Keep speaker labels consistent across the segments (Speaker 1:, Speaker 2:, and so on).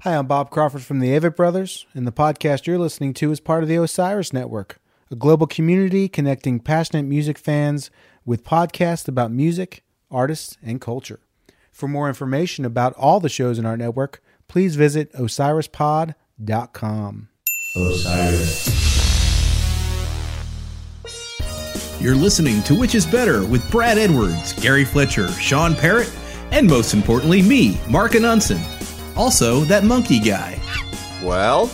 Speaker 1: Hi, I'm Bob Crawford from the Avett Brothers, and the podcast you're listening to is part of the Osiris Network, a global community connecting passionate music fans with podcasts about music, artists, and culture. For more information about all the shows in our network, please visit osirispod.com.
Speaker 2: Osiris.
Speaker 3: You're listening to Which is Better with Brad Edwards, Gary Fletcher, Sean Parrott, and most importantly, me, Mark Anunson. Also, that monkey guy.
Speaker 4: Well,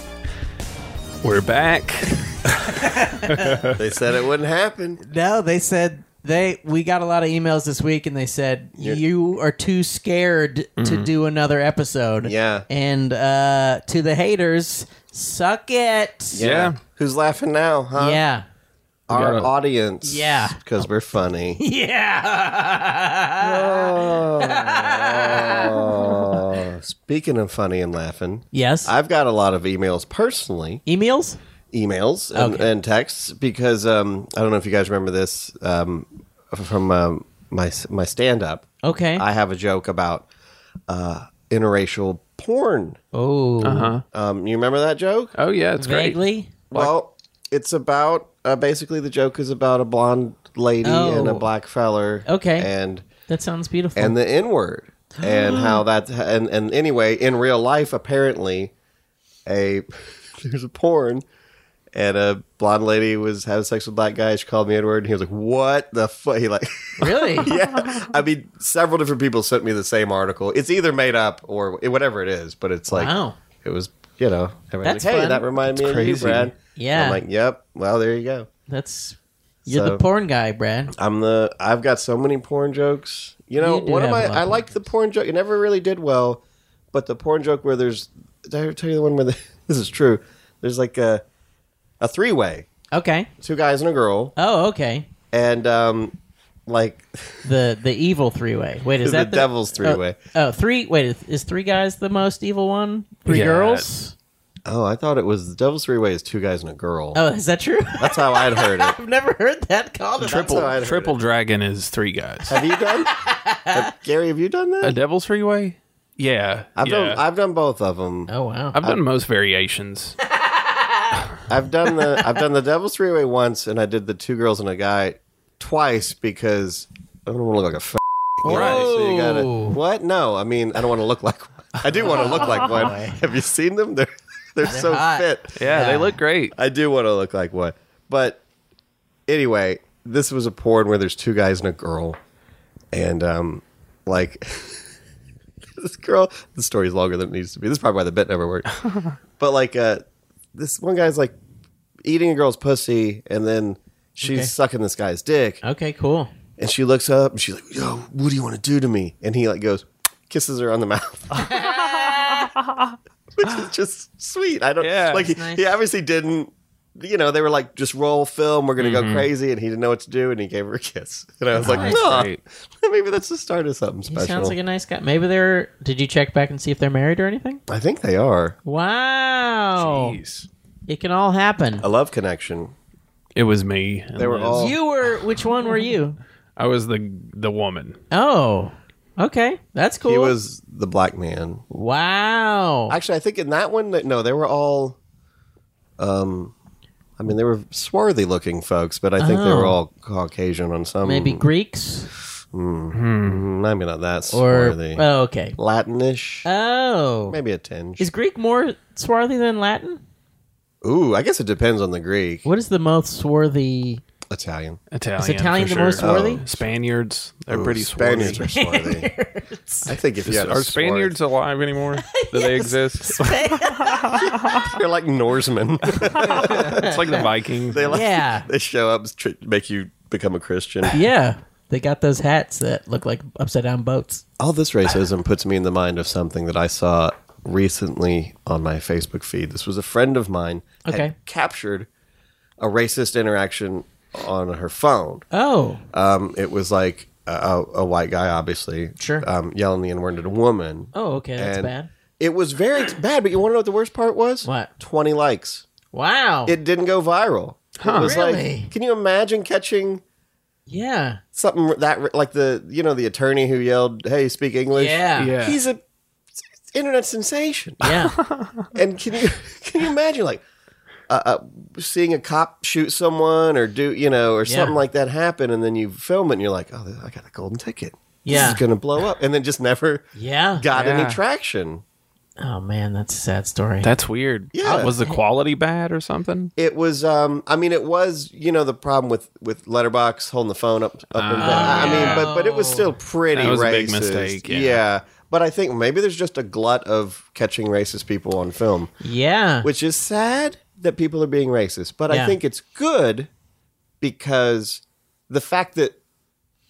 Speaker 5: We're back.
Speaker 4: they said it wouldn't happen.
Speaker 6: No, they said they we got a lot of emails this week and they said you are too scared to do another episode.
Speaker 4: Mm-hmm. Yeah.
Speaker 6: And uh to the haters, suck it.
Speaker 5: Yeah.
Speaker 4: Who's laughing now, huh?
Speaker 6: Yeah.
Speaker 4: Our
Speaker 5: gotta-
Speaker 4: audience.
Speaker 6: Yeah.
Speaker 4: Because we're funny.
Speaker 6: Yeah.
Speaker 4: oh, speaking of funny and laughing,
Speaker 6: yes.
Speaker 4: I've got a lot of emails personally,
Speaker 6: emails?
Speaker 4: emails and,
Speaker 6: Okay.
Speaker 4: and texts, because um, I don't know if you guys remember this um, from um, my, my stand up.
Speaker 6: Okay.
Speaker 4: I have a joke about uh, interracial porn.
Speaker 6: oh.
Speaker 4: Um, you remember that joke?
Speaker 5: Oh yeah, it's great.
Speaker 6: Vaguely?
Speaker 4: Well, it's about uh, basically the joke is about a blonde lady
Speaker 6: Oh.
Speaker 4: and a black feller.
Speaker 6: Okay.
Speaker 4: And
Speaker 6: That sounds beautiful.
Speaker 4: and the N word and how that and and anyway, in real life, apparently, a there's a porn. And a blonde lady was having sex with a black guy. She called me N word, and he was like, "What the fuck?" He like,
Speaker 6: really?
Speaker 4: yeah. I mean, several different people sent me the same article. It's either made up or whatever it is, but it's like,
Speaker 6: Wow.
Speaker 4: it was, you know, everyone's
Speaker 6: That's
Speaker 4: like, hey,
Speaker 6: fun.
Speaker 4: that reminded me of you,
Speaker 5: crazy.
Speaker 4: Brad.
Speaker 6: Yeah.
Speaker 4: I'm like, yep. Well, there you go.
Speaker 6: That's you're
Speaker 4: So-
Speaker 6: the porn guy, Brad.
Speaker 4: I'm the. I've got so many porn jokes. You know,
Speaker 6: You do
Speaker 4: one of
Speaker 6: have
Speaker 4: my.
Speaker 6: a lot
Speaker 4: I
Speaker 6: of
Speaker 4: like the porn joke. It never really did well, but the porn joke where there's. Did I ever tell you the one where the, this is true? There's like a, a three way,
Speaker 6: Okay.
Speaker 4: two guys and a girl,
Speaker 6: Oh, okay.
Speaker 4: and um, like
Speaker 6: The the evil three way. Wait, is
Speaker 4: The
Speaker 6: that
Speaker 4: devil's three-way.
Speaker 6: Oh, oh, three. Wait, is three guys the most evil one? Three
Speaker 5: Yeah.
Speaker 6: girls.
Speaker 4: oh, I thought it was the devil's three way is two guys and a girl.
Speaker 6: Oh, is that true?
Speaker 4: That's how I'd heard it.
Speaker 6: I've never heard that called.
Speaker 4: Triple. That's how I'd heard
Speaker 5: Triple
Speaker 4: it.
Speaker 5: Dragon is three guys.
Speaker 4: Have you done? have- Gary, have you done that?
Speaker 5: A Devil's Three Way? Yeah.
Speaker 4: I've
Speaker 5: yeah.
Speaker 4: done. I've done both of them.
Speaker 6: Oh wow.
Speaker 5: I've done most variations.
Speaker 4: I've done the I've done the Devil's Three Way once, and I did the two girls and a guy twice because I don't want to look like a. F-
Speaker 5: Right.
Speaker 4: So you gotta
Speaker 6: Whoa.
Speaker 4: what? No, I mean I don't want to look like one. I do want to look like one. Have you seen them? They're they're, so
Speaker 6: hot.
Speaker 4: fit.
Speaker 5: Yeah, they look great.
Speaker 4: I do want to look like one. But anyway, this was a porn where there's two guys and a girl, and um, like this girl. The story's longer than it needs to be. This is probably why the bit never worked. but like, uh, this one guy's like eating a girl's pussy, and then she's
Speaker 6: Okay.
Speaker 4: sucking this guy's dick,
Speaker 6: Okay, cool.
Speaker 4: and she looks up and she's like, "Yo, what do you want to do to me?" And he like goes, kisses her on the mouth. Which is just sweet. I don't
Speaker 5: Yeah.
Speaker 4: like he,
Speaker 6: That's nice.
Speaker 4: he obviously didn't you know, they were like, just roll film, we're gonna go
Speaker 5: Mm-hmm.
Speaker 4: crazy, and he didn't know what to do, and he gave her a kiss. And I was like, no,
Speaker 5: great.
Speaker 4: maybe that's the start of something
Speaker 6: He
Speaker 4: special.
Speaker 6: sounds like a nice guy. Maybe they're. Did you check back and see if they're married or anything?
Speaker 4: I think they are.
Speaker 6: Wow.
Speaker 5: Jeez.
Speaker 6: It can all happen.
Speaker 4: A love connection.
Speaker 5: It was me. and
Speaker 4: They were
Speaker 5: Liz.
Speaker 4: all
Speaker 6: You were. Which one were you?
Speaker 5: I was the the woman.
Speaker 6: Oh. Okay, that's cool.
Speaker 4: he was the black man.
Speaker 6: wow.
Speaker 4: Actually, I think in that one, that- no, they were all, um, I mean, they were swarthy looking folks, but I think they were
Speaker 6: Oh.
Speaker 4: all Caucasian on some.
Speaker 6: Maybe Greeks
Speaker 4: Mm, I mean, not that
Speaker 6: or.
Speaker 4: swarthy.
Speaker 6: Oh, okay.
Speaker 4: Latinish,
Speaker 6: Oh.
Speaker 4: maybe a tinge.
Speaker 6: Is Greek more swarthy than Latin?
Speaker 4: Ooh, I guess it depends on the Greek.
Speaker 6: What is the most swarthy?
Speaker 4: Italian.
Speaker 5: Italian.
Speaker 6: Is Italian
Speaker 5: for
Speaker 6: the most
Speaker 5: sure. Oh.
Speaker 6: swarthy?
Speaker 5: Spaniards. They're
Speaker 4: Ooh,
Speaker 5: pretty
Speaker 4: Spaniards
Speaker 5: swarthy.
Speaker 4: are swarthy. I think if you had a
Speaker 5: Are Spaniards alive anymore? Do they exist?
Speaker 4: swart- they're like Norsemen.
Speaker 5: it's like the Vikings.
Speaker 4: they like,
Speaker 6: Yeah.
Speaker 4: they show up, tr- make you become a Christian.
Speaker 6: Yeah, they got those hats that look like upside down boats.
Speaker 4: All this racism puts me in the mind of something that I saw recently on my Facebook feed. This was a friend of mine had
Speaker 6: Okay.
Speaker 4: captured a racist interaction on her phone.
Speaker 6: Oh,
Speaker 4: Um, it was like a, a white guy, obviously,
Speaker 6: Sure.
Speaker 4: um, yelling the N word at a woman.
Speaker 6: oh, okay, that's
Speaker 4: And
Speaker 6: bad.
Speaker 4: It was very bad, but you want to know what the worst part was?
Speaker 6: What?
Speaker 4: Twenty likes.
Speaker 6: Wow.
Speaker 4: It didn't go viral. It was
Speaker 6: Really?
Speaker 4: like, can you imagine catching
Speaker 6: yeah.
Speaker 4: something that like the you know the attorney who yelled, "Hey, speak English."
Speaker 6: Yeah.
Speaker 5: Yeah.
Speaker 4: he's a internet sensation.
Speaker 6: Yeah.
Speaker 4: And can you can you imagine like uh, uh, seeing a cop shoot someone or do you know or
Speaker 6: Yeah.
Speaker 4: something like that happen, and then you film it and you're like, oh, I got a golden ticket.
Speaker 6: Yeah.
Speaker 4: this is gonna blow up, and then just never
Speaker 6: Yeah.
Speaker 4: got
Speaker 5: Yeah.
Speaker 4: any traction.
Speaker 6: Oh man, that's a sad story.
Speaker 5: That's weird.
Speaker 4: Yeah.
Speaker 5: Uh, was the quality bad or something?
Speaker 4: It was, um, I mean, it was, you know, the problem with with Letterbox holding the phone up, up and down. I mean, but but it was still pretty
Speaker 5: Oh. That was a
Speaker 4: racist.
Speaker 5: big mistake, yeah.
Speaker 4: but I think maybe there's just a glut of catching racist people on film,
Speaker 6: yeah.
Speaker 4: which is sad that people are being racist. But
Speaker 6: Yeah.
Speaker 4: I think it's good because the fact that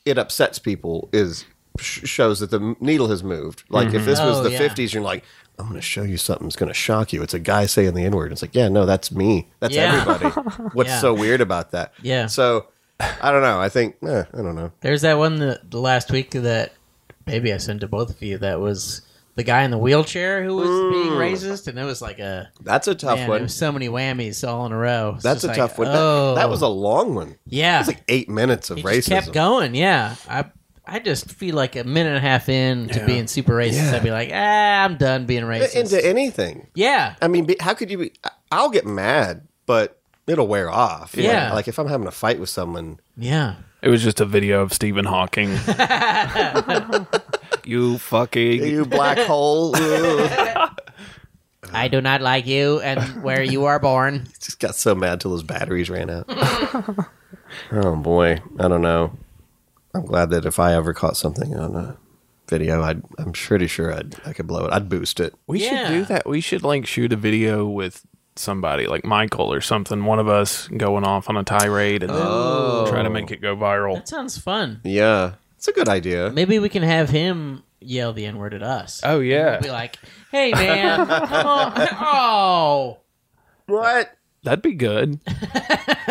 Speaker 4: it upsets people is sh- shows that the needle has moved. Like if this was
Speaker 6: Oh,
Speaker 4: the
Speaker 6: yeah.
Speaker 4: 50s, you're like. I'm going to show you something that's going to shock you. It's a guy saying the N word. It's like, yeah, no, that's me. That's
Speaker 6: Yeah.
Speaker 4: everybody. What's
Speaker 6: Yeah.
Speaker 4: so weird about that?
Speaker 6: Yeah.
Speaker 4: So I don't know. I think eh, I don't know.
Speaker 6: There's that one the, the last week that maybe I sent to both of you that was the guy in the wheelchair who was being racist, and it was like a
Speaker 4: That's a Mm. tough
Speaker 6: man,
Speaker 4: one.
Speaker 6: it was so many whammies all in a row. It's
Speaker 4: that's
Speaker 6: just
Speaker 4: a
Speaker 6: like,
Speaker 4: tough one. That-
Speaker 6: Oh,
Speaker 4: That, was a long one.
Speaker 6: yeah.
Speaker 4: It's like eight minutes of
Speaker 6: He
Speaker 4: racism.
Speaker 6: just kept going. Yeah, I I just feel like a minute and a half in to being super racist, I'd be like, ah, I'm done being racist.
Speaker 4: Into anything.
Speaker 6: yeah,
Speaker 4: I mean, be- how could you be? I- I'll get mad, but it'll wear off. Like-
Speaker 6: Yeah.
Speaker 4: Like, if I'm having a fight with someone,
Speaker 6: yeah,
Speaker 5: It was just a video of Stephen Hawking. you fucking.
Speaker 4: you black hole, ooh."
Speaker 6: I do not like you and where you are born.
Speaker 4: just got so mad till his batteries ran out. oh boy, I don't know. I'm glad that if I ever caught something on a video, I'd, I'm pretty sure I'd I could blow it. I'd boost it.
Speaker 5: We
Speaker 6: Yeah.
Speaker 5: should do that. We should like shoot a video with somebody like Michael or something, one of us going off on a tirade and then
Speaker 6: Oh.
Speaker 5: try to make it go viral.
Speaker 6: That sounds fun.
Speaker 4: Yeah, it's a good idea.
Speaker 6: Maybe we can have him yell the n word at us.
Speaker 5: Oh yeah.
Speaker 6: be like, "Hey, man, oh, oh."
Speaker 4: What?
Speaker 5: That'd be good.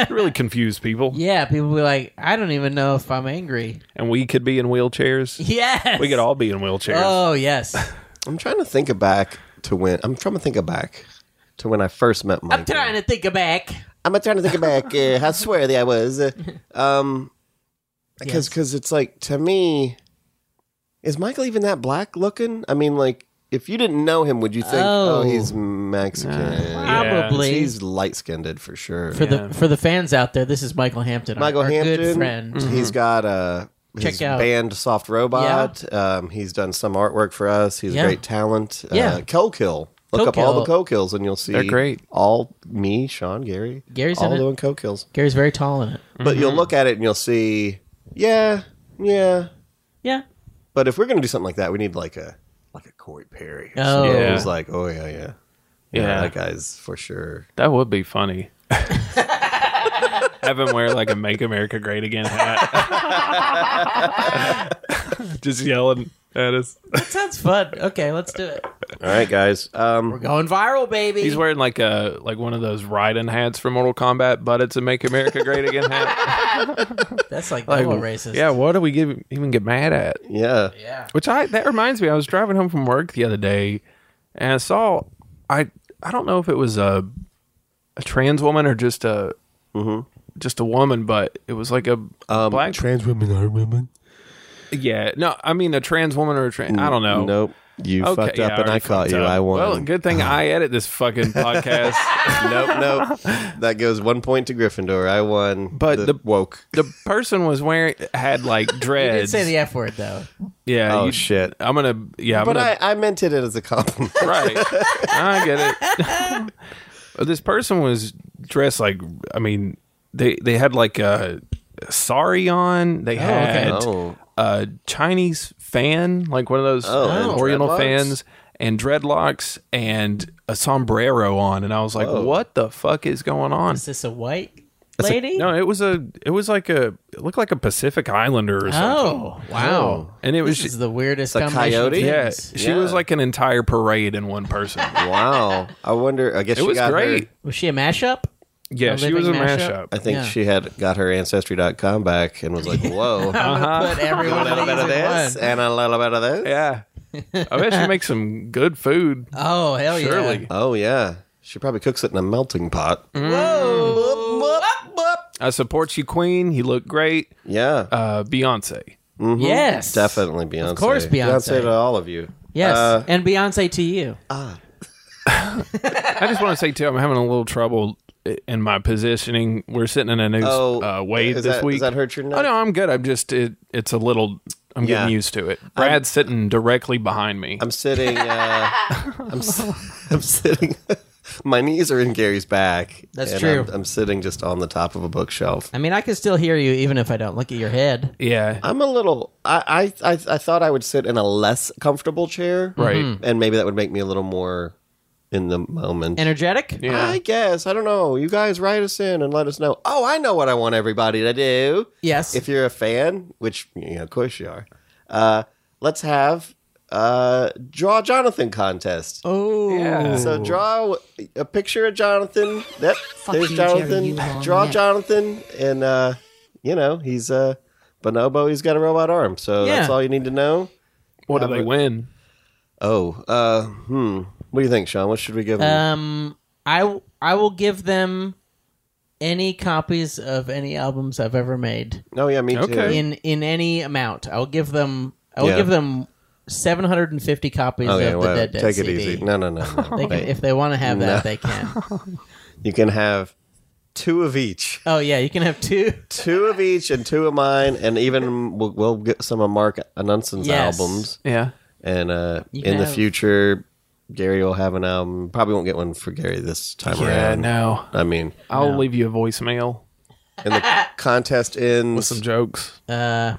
Speaker 5: really confuse people.
Speaker 6: yeah." People be like, "I don't even know if I'm angry."
Speaker 5: And we could be in wheelchairs.
Speaker 6: Yes,
Speaker 5: We could all be in wheelchairs.
Speaker 6: Oh yes,
Speaker 4: I'm trying to think back to when I'm trying to think back to when I first met Michael.
Speaker 6: I'm trying to think of back.
Speaker 4: I'm trying to think back uh, how sweary I was. Uh, um, because
Speaker 6: Yes.
Speaker 4: because it's like to me, is Michael even that black looking? I mean, like if you didn't know him, would you think,
Speaker 6: Oh.
Speaker 4: oh, he's Mexican?
Speaker 6: Probably
Speaker 4: He's light skinned for sure.
Speaker 6: for the for the fans out there, this is Michael Hampton, our-
Speaker 4: Michael
Speaker 6: our,
Speaker 4: Hampton, Mm-hmm.
Speaker 6: good friend. Mm-hmm.
Speaker 4: he's got a his
Speaker 6: Check out-
Speaker 4: band Soft Robot. Um, he's done some artwork for us. He's
Speaker 6: Yeah.
Speaker 4: a great talent.
Speaker 6: Yeah.
Speaker 4: uh, Cold Kill. Look up all the
Speaker 6: Cokill.
Speaker 4: co kills and you'll see
Speaker 5: They're great.
Speaker 4: All me, Sean, Gary,
Speaker 6: Gary's
Speaker 4: all
Speaker 6: in it.
Speaker 4: doing co kills.
Speaker 6: Gary's very tall in it.
Speaker 4: But
Speaker 5: Mm-hmm.
Speaker 4: you'll look at it and you'll see, yeah, yeah.
Speaker 6: Yeah,
Speaker 4: But if we're gonna do something like that, we need like a like a Corey Perry. or
Speaker 6: Oh.
Speaker 4: something
Speaker 5: Yeah.
Speaker 4: who's like, oh yeah, yeah, yeah,
Speaker 5: yeah.
Speaker 4: That guy's for sure.
Speaker 5: That would be funny. Have him wear like a "Make America Great Again" hat, just yelling at us.
Speaker 6: that sounds fun. Okay, let's do it.
Speaker 4: All right, guys. Um,
Speaker 6: We're going viral, baby.
Speaker 5: He's wearing like a like one of those Raiden hats from Mortal Kombat, but it's a "Make America Great Again" hat.
Speaker 6: That's like,
Speaker 5: Like,
Speaker 6: double racist.
Speaker 5: Yeah, what do we give, even get mad at?
Speaker 4: yeah,
Speaker 6: yeah.
Speaker 5: Which I that reminds me, I was driving home from work the other day, and I saw I I don't know if it was a a trans woman or just a
Speaker 4: Mm-hmm.
Speaker 5: just a woman, but it was like a
Speaker 4: Um,
Speaker 5: black
Speaker 4: trans women are women.
Speaker 5: Yeah, no, I mean a trans woman or a trans. I don't know.
Speaker 4: Nope. You
Speaker 5: Okay,
Speaker 4: fucked
Speaker 5: yeah,
Speaker 4: up, and I
Speaker 5: already
Speaker 4: caught
Speaker 5: fucked
Speaker 4: you.
Speaker 5: up.
Speaker 4: I won.
Speaker 5: Well, good thing I edit this fucking podcast.
Speaker 4: nope, nope. That goes one point to Gryffindor. I won.
Speaker 5: But the-
Speaker 4: woke.
Speaker 5: the person was wearing had like
Speaker 6: You
Speaker 5: dreads.
Speaker 6: did say the F word though.
Speaker 5: yeah.
Speaker 4: Oh
Speaker 5: you-
Speaker 4: shit!
Speaker 5: I'm gonna. Yeah. I'm
Speaker 4: But
Speaker 5: gonna,
Speaker 4: I, I meant it as a compliment.
Speaker 5: right. I get it. But this person was dressed like I mean, they they had like a sari on. They had
Speaker 4: Oh.
Speaker 5: a Chinese fan, like one of those
Speaker 4: and
Speaker 5: Oriental
Speaker 4: dreadlocks?
Speaker 5: fans, and dreadlocks and a sombrero on. And I was like, what the fuck is going on?
Speaker 6: Is this a white lady?
Speaker 5: No, it was a it was like a it looked like a Pacific Islander or something.
Speaker 6: Oh wow!
Speaker 5: And it was
Speaker 6: This is the weirdest
Speaker 4: a
Speaker 6: combination of
Speaker 4: coyote?
Speaker 5: yeah,
Speaker 6: things.
Speaker 5: she was like an entire parade in one person.
Speaker 4: wow. I wonder. I guess
Speaker 5: It
Speaker 4: she
Speaker 5: was
Speaker 4: got her-
Speaker 5: great.
Speaker 6: Was she a mashup?
Speaker 5: Yeah,
Speaker 6: A
Speaker 5: she
Speaker 6: living
Speaker 5: was a
Speaker 6: mashup?
Speaker 5: mashup.
Speaker 4: I think
Speaker 6: Yeah.
Speaker 4: she had got her ancestry.com back and was like, "Whoa, a
Speaker 5: Uh-huh. Uh,
Speaker 6: Put every one of
Speaker 4: little bit of
Speaker 6: these in
Speaker 4: this
Speaker 6: one.
Speaker 4: and a little bit of this."
Speaker 5: Yeah. I bet she makes some good food.
Speaker 6: Oh hell yeah!
Speaker 5: Surely.
Speaker 4: Oh yeah, she probably cooks it in a melting pot.
Speaker 6: Mm.
Speaker 5: I support you, Queen. You look great.
Speaker 4: Yeah,
Speaker 5: Uh, Beyonce.
Speaker 6: Yes,
Speaker 4: definitely Beyonce.
Speaker 6: course Beyonce.
Speaker 4: to all of you. Uh,
Speaker 6: Yes, and Beyonce to you.
Speaker 5: I just want to say too, I'm having a little trouble i- in my positioning. We're sitting in a new
Speaker 4: Oh,
Speaker 5: uh, wave
Speaker 4: is
Speaker 5: this
Speaker 4: that-
Speaker 5: week.
Speaker 4: does that hurt your neck?
Speaker 5: Oh no, I'm good. I'm just it, it's a little. I'm
Speaker 4: Yeah.
Speaker 5: getting used to it. Brad's sitting directly behind me.
Speaker 4: I'm sitting. Uh, I'm, s- I'm sitting. my knees are in Gary's back.
Speaker 6: That's
Speaker 4: and
Speaker 6: true.
Speaker 4: I'm, I'm sitting just on the top of a bookshelf.
Speaker 6: I mean, I can still hear you even if I don't look at your head.
Speaker 5: yeah,
Speaker 4: I'm a little. I, I I I thought I would sit in a less comfortable chair,
Speaker 5: Right. Mhm.
Speaker 4: And maybe that would make me a little more in the moment.
Speaker 6: Energetic?
Speaker 5: Yeah.
Speaker 4: I guess I don't know. You guys write us in and let us know. Oh, I know what I want everybody to do.
Speaker 6: Yes.
Speaker 4: If you're a fan, which you know, of course you are, uh, let's have uh, draw Jonathan contest.
Speaker 6: oh,
Speaker 5: Yeah.
Speaker 4: So draw a picture of Jonathan. That there's
Speaker 7: you, Jerry,
Speaker 4: Jonathan.
Speaker 7: you wrong
Speaker 4: draw
Speaker 7: neck.
Speaker 4: Jonathan, and uh, you know he's uh, bonobo. He's got a robot arm, so that's
Speaker 6: Yeah.
Speaker 4: all you need to know.
Speaker 5: what do they win?
Speaker 4: Oh, uh, hmm. What do you think, Sean? What should we give him?
Speaker 6: um, I I will give them any copies of any albums I've ever made
Speaker 4: oh yeah, me
Speaker 5: okay.
Speaker 4: too.
Speaker 6: in in any amount. I will give them. I will
Speaker 4: Yeah.
Speaker 6: give them 750 copies
Speaker 4: Okay,
Speaker 6: of
Speaker 4: well,
Speaker 6: the Dead Dead
Speaker 4: take it
Speaker 6: CD.
Speaker 4: easy. No, no, no. no.
Speaker 6: They can,
Speaker 4: Wait.
Speaker 6: if they want to have that,
Speaker 4: No.
Speaker 6: they can.
Speaker 4: you can have two of each,
Speaker 6: Oh yeah, you can have two.
Speaker 4: two of each, and two of mine, and even we'll, we'll get some of Mark Anunson's
Speaker 6: Yes.
Speaker 4: albums.
Speaker 5: Yeah,
Speaker 4: and uh,
Speaker 6: You
Speaker 4: in the
Speaker 6: have-
Speaker 4: future, Gary will have an album. Probably won't get one for Gary this time
Speaker 5: yeah.
Speaker 4: around.
Speaker 5: No,
Speaker 4: I mean,
Speaker 5: I'll leave you a voicemail
Speaker 4: and the contest
Speaker 5: with
Speaker 4: ends
Speaker 5: some jokes.
Speaker 6: Uh,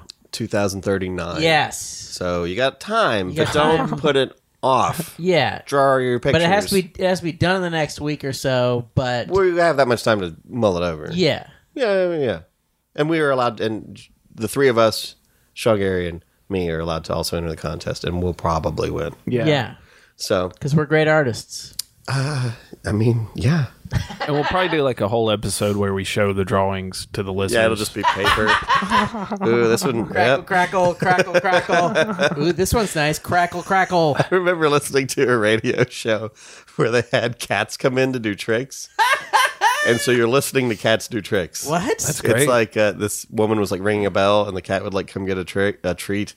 Speaker 4: 2039.
Speaker 6: yes.
Speaker 4: So you got time,
Speaker 6: You
Speaker 4: but
Speaker 6: got
Speaker 4: don't
Speaker 6: time.
Speaker 4: put it off.
Speaker 6: Yeah.
Speaker 4: Draw your pictures.
Speaker 6: But it has to be it has to be done in the next week or so. But
Speaker 4: We have that much time to mull it over.
Speaker 6: yeah,
Speaker 4: yeah, yeah, yeah. And we are allowed, and the three of us, Shaw, Gary, and me, are allowed to also enter the contest, and we'll probably win.
Speaker 5: Yeah,
Speaker 6: yeah,
Speaker 4: So
Speaker 6: because we're great artists.
Speaker 4: I mean, yeah,
Speaker 5: and we'll probably do like a whole episode where we show the drawings to the listeners.
Speaker 4: yeah. It'll just be paper. Ooh, this wouldn't.
Speaker 6: Crackle,
Speaker 4: yep.
Speaker 6: crackle, crackle, crackle. Ooh, this one's nice. Crackle, crackle.
Speaker 4: I remember listening to a radio show where they had cats come in to do tricks. and so you're listening to cats do tricks.
Speaker 6: What?
Speaker 4: It's
Speaker 5: great.
Speaker 4: like uh, this woman was like ringing a bell and the cat would like come get a trick a treat.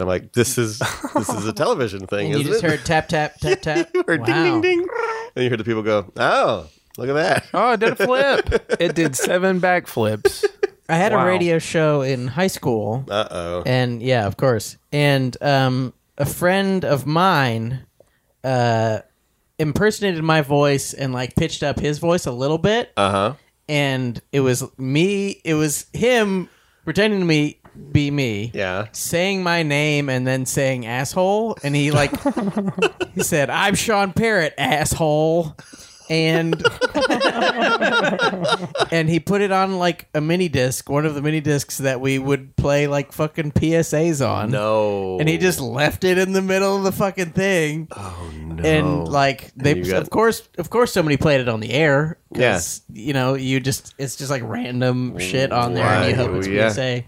Speaker 4: And I'm like, this is this is a television thing,
Speaker 6: and you
Speaker 4: isn't
Speaker 6: just
Speaker 4: it?
Speaker 6: heard tap, tap, tap, tap.
Speaker 4: You heard
Speaker 6: wow.
Speaker 4: ding ding ding. And you heard the people go, Oh, look at that.
Speaker 5: Oh, it did a flip. it did seven backflips.
Speaker 6: I had
Speaker 5: Wow.
Speaker 6: a radio show in high school.
Speaker 4: Uh oh.
Speaker 6: and yeah, of course. And um, a friend of mine uh, impersonated my voice and like pitched up his voice a little bit. Uh
Speaker 4: Uh-huh.
Speaker 6: huh. And it was me. It was him pretending to me be me.
Speaker 4: Yeah.
Speaker 6: Saying my name and then saying asshole, and he like he said, "I'm Sean Parrott, asshole," and and he put it on like a mini disc, one of the mini discs that we would play like fucking PSAs on.
Speaker 4: No.
Speaker 6: And he just left it in the middle of the fucking thing. Oh no. And like they
Speaker 4: you got-
Speaker 6: of course of course somebody played it on the air. 'cause,
Speaker 4: Yes.
Speaker 6: You know, you just it's just like random shit on there and you
Speaker 4: Right,
Speaker 6: hope it's
Speaker 4: yeah.
Speaker 6: PSA.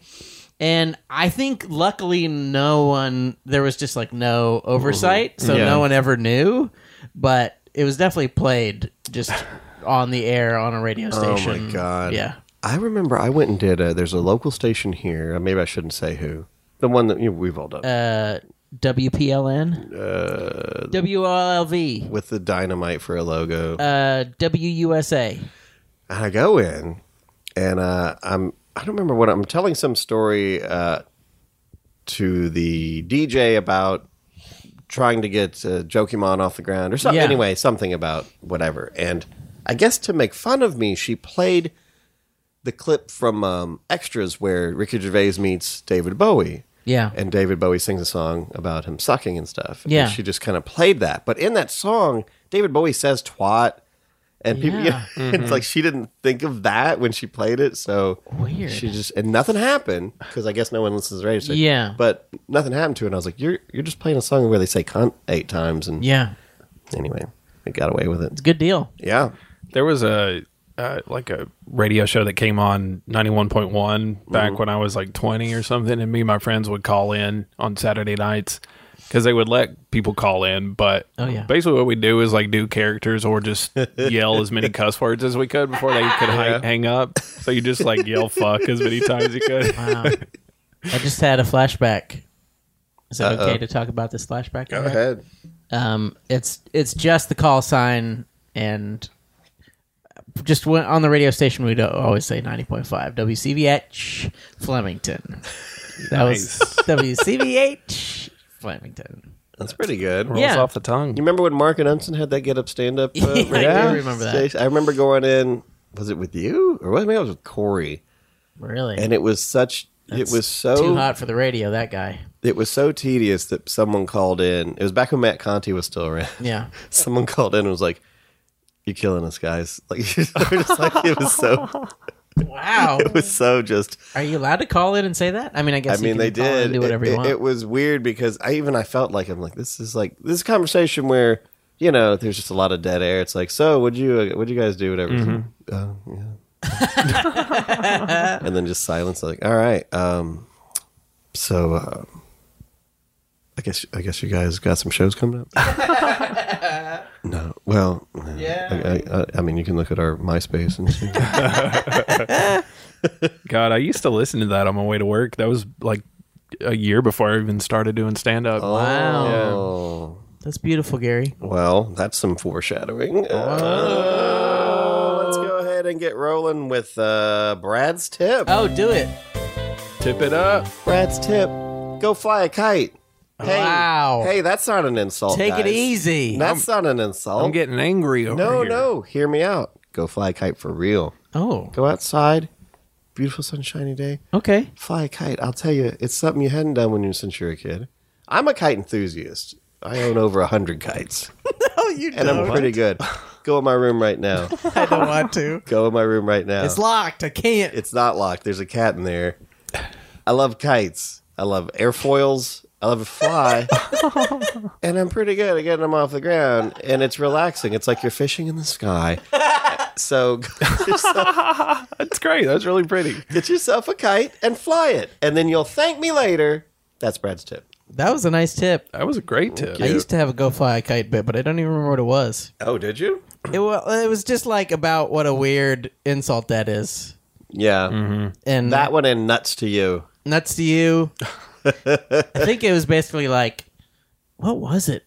Speaker 6: And I think luckily no one there was just like no oversight, so
Speaker 4: Yeah.
Speaker 6: no one ever knew. But it was definitely played just on the air on a radio station.
Speaker 4: Oh, God.
Speaker 6: Yeah.
Speaker 4: I remember I went and did a, there's a local station here. Maybe I shouldn't say who. The one that you know, we've all done.
Speaker 6: WPLN? Uh, WLLV.
Speaker 4: with the dynamite for a logo.
Speaker 6: Uh, WUSA.
Speaker 4: and I go in, and uh, I'm I don't remember what I'm telling some story uh, to the DJ about trying to get uh, Jokimon off the ground or something.
Speaker 6: Yeah.
Speaker 4: Anyway, something about whatever. And I guess to make fun of me, she played the clip from um, Extras where Ricky Gervais meets David Bowie.
Speaker 6: Yeah.
Speaker 4: And David Bowie sings a song about him sucking and stuff. And
Speaker 6: Yeah.
Speaker 4: she just kind of played that. But in that song, David Bowie says twat. And people, yeah.
Speaker 6: Yeah.
Speaker 4: it's like she didn't think of that when she played it. So
Speaker 6: Weird.
Speaker 4: She just, and nothing happened because I guess no one listens to the radio station.
Speaker 6: Yeah.
Speaker 4: But nothing happened to it. And I was like, you're, you're just playing a song where they say cunt eight times. And
Speaker 6: Yeah.
Speaker 4: anyway, it got away with it.
Speaker 6: Good deal.
Speaker 4: Yeah.
Speaker 5: There was a uh, like a radio show that came on ninety one point one back when I was like twenty or something, and me and my friends would call in on Saturday nights because they would let people call in. But
Speaker 6: Oh, yeah.
Speaker 5: basically what we do is like do characters or just yell as many cuss words as we could before they could hi- hang up. So you just like yell fuck as many times you could.
Speaker 6: I just had a flashback Is it okay to talk about this flashback?
Speaker 4: Go ahead.
Speaker 6: Um, it's it's just the call sign and just when, on the radio station we don't always say ninety point five WCVH Flemington. That was WCVH Flemington.
Speaker 4: That's pretty good.
Speaker 5: Rolls
Speaker 6: Yeah.
Speaker 5: off the tongue.
Speaker 4: You remember when Mark and Unson had that get up stand up?
Speaker 6: Yeah, I do remember that.
Speaker 4: I remember going in. Was it with you or was maybe I was with Corey?
Speaker 6: Really,
Speaker 4: And it was such.
Speaker 6: That's
Speaker 4: it was so
Speaker 6: too hot for the radio. That guy.
Speaker 4: it was so tedious that someone called in. It was back when Matt Conti was still around.
Speaker 6: Yeah.
Speaker 4: Someone called in and was like, "You're killing us, guys!" Like, just like it was so,
Speaker 6: Wow.
Speaker 4: it was so just.
Speaker 6: Are you allowed to call in and say that? I mean, I
Speaker 4: I
Speaker 6: guess. you
Speaker 4: mean,
Speaker 6: can
Speaker 4: they
Speaker 6: call in and
Speaker 4: did.
Speaker 6: do whatever
Speaker 4: it,
Speaker 6: you
Speaker 4: it-
Speaker 6: want.
Speaker 4: it was weird because I even I felt like I'm like this is like this is a conversation where you know there's just a lot of dead air. It's like so would you would you guys do whatever?
Speaker 6: Mm-hmm.
Speaker 4: Uh, yeah. and then just silence. Like all right, um, so uh, I guess I guess you guys got some shows coming up. no, well, yeah. I, I, I mean, you can look at our MySpace and see.
Speaker 5: God, I used to listen to that on my way to work. That was like a year before I even started doing stand up.
Speaker 6: wow.
Speaker 4: Oh.
Speaker 6: That's beautiful, Gary.
Speaker 4: Well, that's some foreshadowing. Uh, let's go ahead and get rolling with uh, Brad's tip.
Speaker 6: Oh, do it.
Speaker 5: Tip it up.
Speaker 4: Brad's tip: go fly a kite. Hey,
Speaker 6: Wow.
Speaker 4: hey, that's not an insult.
Speaker 6: Take it
Speaker 4: guys.
Speaker 6: easy.
Speaker 4: That's not an insult.
Speaker 5: I'm getting angry over
Speaker 4: Oh. no,
Speaker 5: here.
Speaker 4: no. Hear me out. Go fly a kite for real.
Speaker 6: Oh,
Speaker 4: Go outside. Beautiful sunshiny day.
Speaker 6: okay.
Speaker 4: Fly a kite. I'll tell you, it's something you hadn't done when you since you were a kid. I'm a kite enthusiast. I own over a hundred kites,
Speaker 6: Oh, you
Speaker 4: and I'm pretty good. Go in my room right now.
Speaker 6: I don't want to.
Speaker 4: Go in my room right now.
Speaker 6: It's locked. I can't.
Speaker 4: It's not locked. There's a cat in there. I love kites. I love airfoils. I love to fly. and I'm pretty good at getting them off the ground. And it's relaxing. It's like you're fishing in the sky. So get yourself,
Speaker 5: That's great. That's really pretty.
Speaker 4: get yourself a kite and fly it. And then you'll thank me later. That's Brad's tip.
Speaker 6: that was a nice tip.
Speaker 5: That was a great tip.
Speaker 6: I used to have a go fly a kite bit, but I don't even remember what it was.
Speaker 4: Oh, did you?
Speaker 6: It was, it was just like about what a weird insult that is.
Speaker 4: Yeah.
Speaker 6: Mm-hmm. And
Speaker 4: That one and nuts to you.
Speaker 6: nuts to you. I think it was basically like, what was it?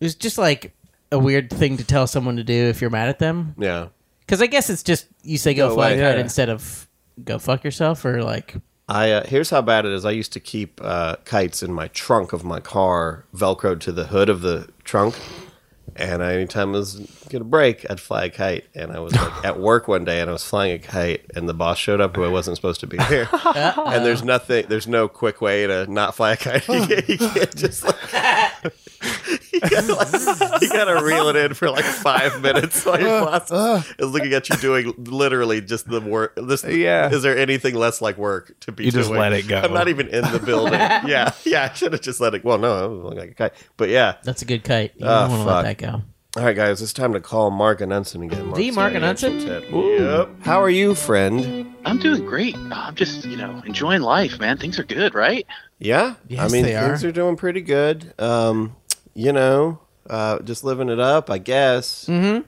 Speaker 6: It was just like a weird thing to tell someone to do if you're mad at them.
Speaker 4: Yeah.
Speaker 6: Because I guess it's just you say go,
Speaker 4: Go
Speaker 6: fly a
Speaker 4: away.
Speaker 6: kite
Speaker 5: Yeah.
Speaker 6: instead of go fuck yourself or like
Speaker 4: I uh, here's how bad it is. I used to keep uh, kites in my trunk of my car, velcroed to the hood of the trunk, and I, anytime I was gonna break, I'd fly a kite. And I was like at work one day, and I was flying a kite, and the boss showed up who I wasn't supposed to be there. and there's nothing, there's no quick way to not fly a kite. you, can't, you can't just like. You gotta, like- you gotta reel it in for like five minutes while your
Speaker 5: Uh,
Speaker 4: boss is looking at you doing literally just the work. This,
Speaker 5: Yeah.
Speaker 4: is there anything less like work to be?
Speaker 5: You just
Speaker 4: doing?
Speaker 5: let it go.
Speaker 4: I'm not even in the building. yeah, yeah. I should have just let it. Well, no, I was looking like a kite. But yeah.
Speaker 6: that's a good kite. You
Speaker 4: Ah,
Speaker 6: don't want to
Speaker 4: fuck.
Speaker 6: let that go.
Speaker 4: All right, guys, it's time to call Mark and Unson again. Mark's got
Speaker 6: Mark
Speaker 4: an
Speaker 6: Anunson?
Speaker 4: action tip. Yep. How are you, friend?
Speaker 7: I'm doing great. Uh, I'm just, you know, enjoying life, man. Things are good, right?
Speaker 4: Yeah. I
Speaker 6: Yes,
Speaker 4: mean,
Speaker 6: they
Speaker 4: things are. doing pretty good. Um, you know, uh, just living it up, I guess. Mm-hmm.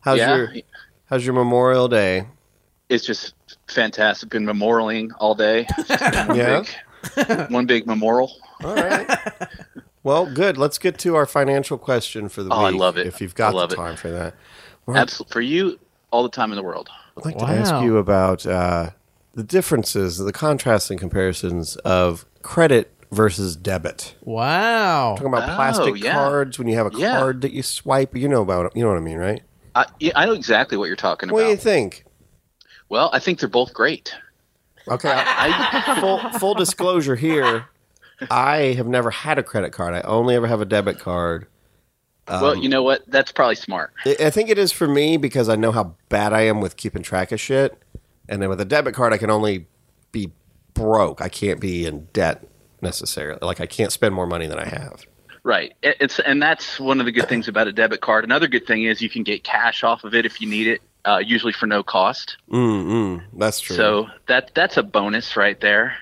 Speaker 4: How's
Speaker 7: yeah.
Speaker 4: your How's your Memorial Day?
Speaker 7: It's just fantastic. Been memoraling all day.
Speaker 4: Yeah.
Speaker 7: Big- one big memorial.
Speaker 4: All right. Well, good. Let's get to our financial question for the
Speaker 7: Oh, I
Speaker 4: week.
Speaker 7: love it.
Speaker 4: If you've got
Speaker 7: I love
Speaker 4: the
Speaker 7: it.
Speaker 4: time for that.
Speaker 7: Absolutely. For you, all the time in the world.
Speaker 4: I'd like to ask
Speaker 6: Wow.
Speaker 4: you about uh, the differences, the contrasts and comparisons of credit versus debit.
Speaker 6: Wow.
Speaker 4: Talking about
Speaker 7: Oh,
Speaker 4: plastic
Speaker 7: yeah.
Speaker 4: cards when you have a
Speaker 7: Yeah.
Speaker 4: card that you swipe. You know about it. You know what I mean, right?
Speaker 7: I, yeah, I know exactly what you're talking
Speaker 4: What do you
Speaker 7: about.
Speaker 4: think?
Speaker 7: Well, I think they're both great.
Speaker 4: Okay. I, full full disclosure here. I have never had a credit card. I only ever have a debit card. Um,
Speaker 7: well, you know what? That's probably smart.
Speaker 4: I I think it is for me because I know how bad I am with keeping track of shit. And then with a debit card, I can only be broke. I can't be in debt necessarily. Like I can't spend more money than I have.
Speaker 7: Right. It- It's and that's one of the good things about a debit card. Another good thing is you can get cash off of it if you need it, uh, usually for no cost.
Speaker 4: That's true.
Speaker 7: So that that's a bonus right there.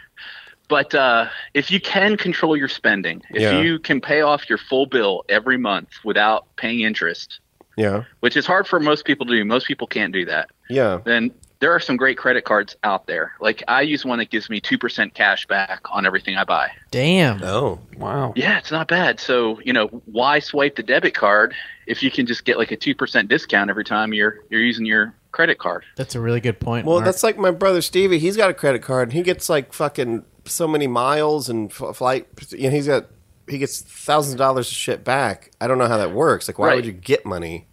Speaker 7: But uh, if you can control your spending, if
Speaker 4: Yeah.
Speaker 7: you can pay off your full bill every month without paying interest,
Speaker 4: yeah,
Speaker 7: which is hard for most people to do, most people can't do that.
Speaker 4: yeah.
Speaker 7: Then there are some great credit cards out there. Like I use one that gives me 2% cash back on everything I buy.
Speaker 6: Damn.
Speaker 4: Oh,
Speaker 5: Wow.
Speaker 7: Yeah, it's not bad. So, you know, why swipe the debit card if you can just get like a 2% discount every time you're you're using your credit card?
Speaker 6: That's a really good point.
Speaker 4: well,
Speaker 6: Mark.
Speaker 4: that's like my brother Stevie. He's got a credit card, and he gets like fucking so many miles and f- flight. You know, he's got he gets thousands of dollars of shit back. I don't know how that works. Like, why
Speaker 7: Right.
Speaker 4: would you get money?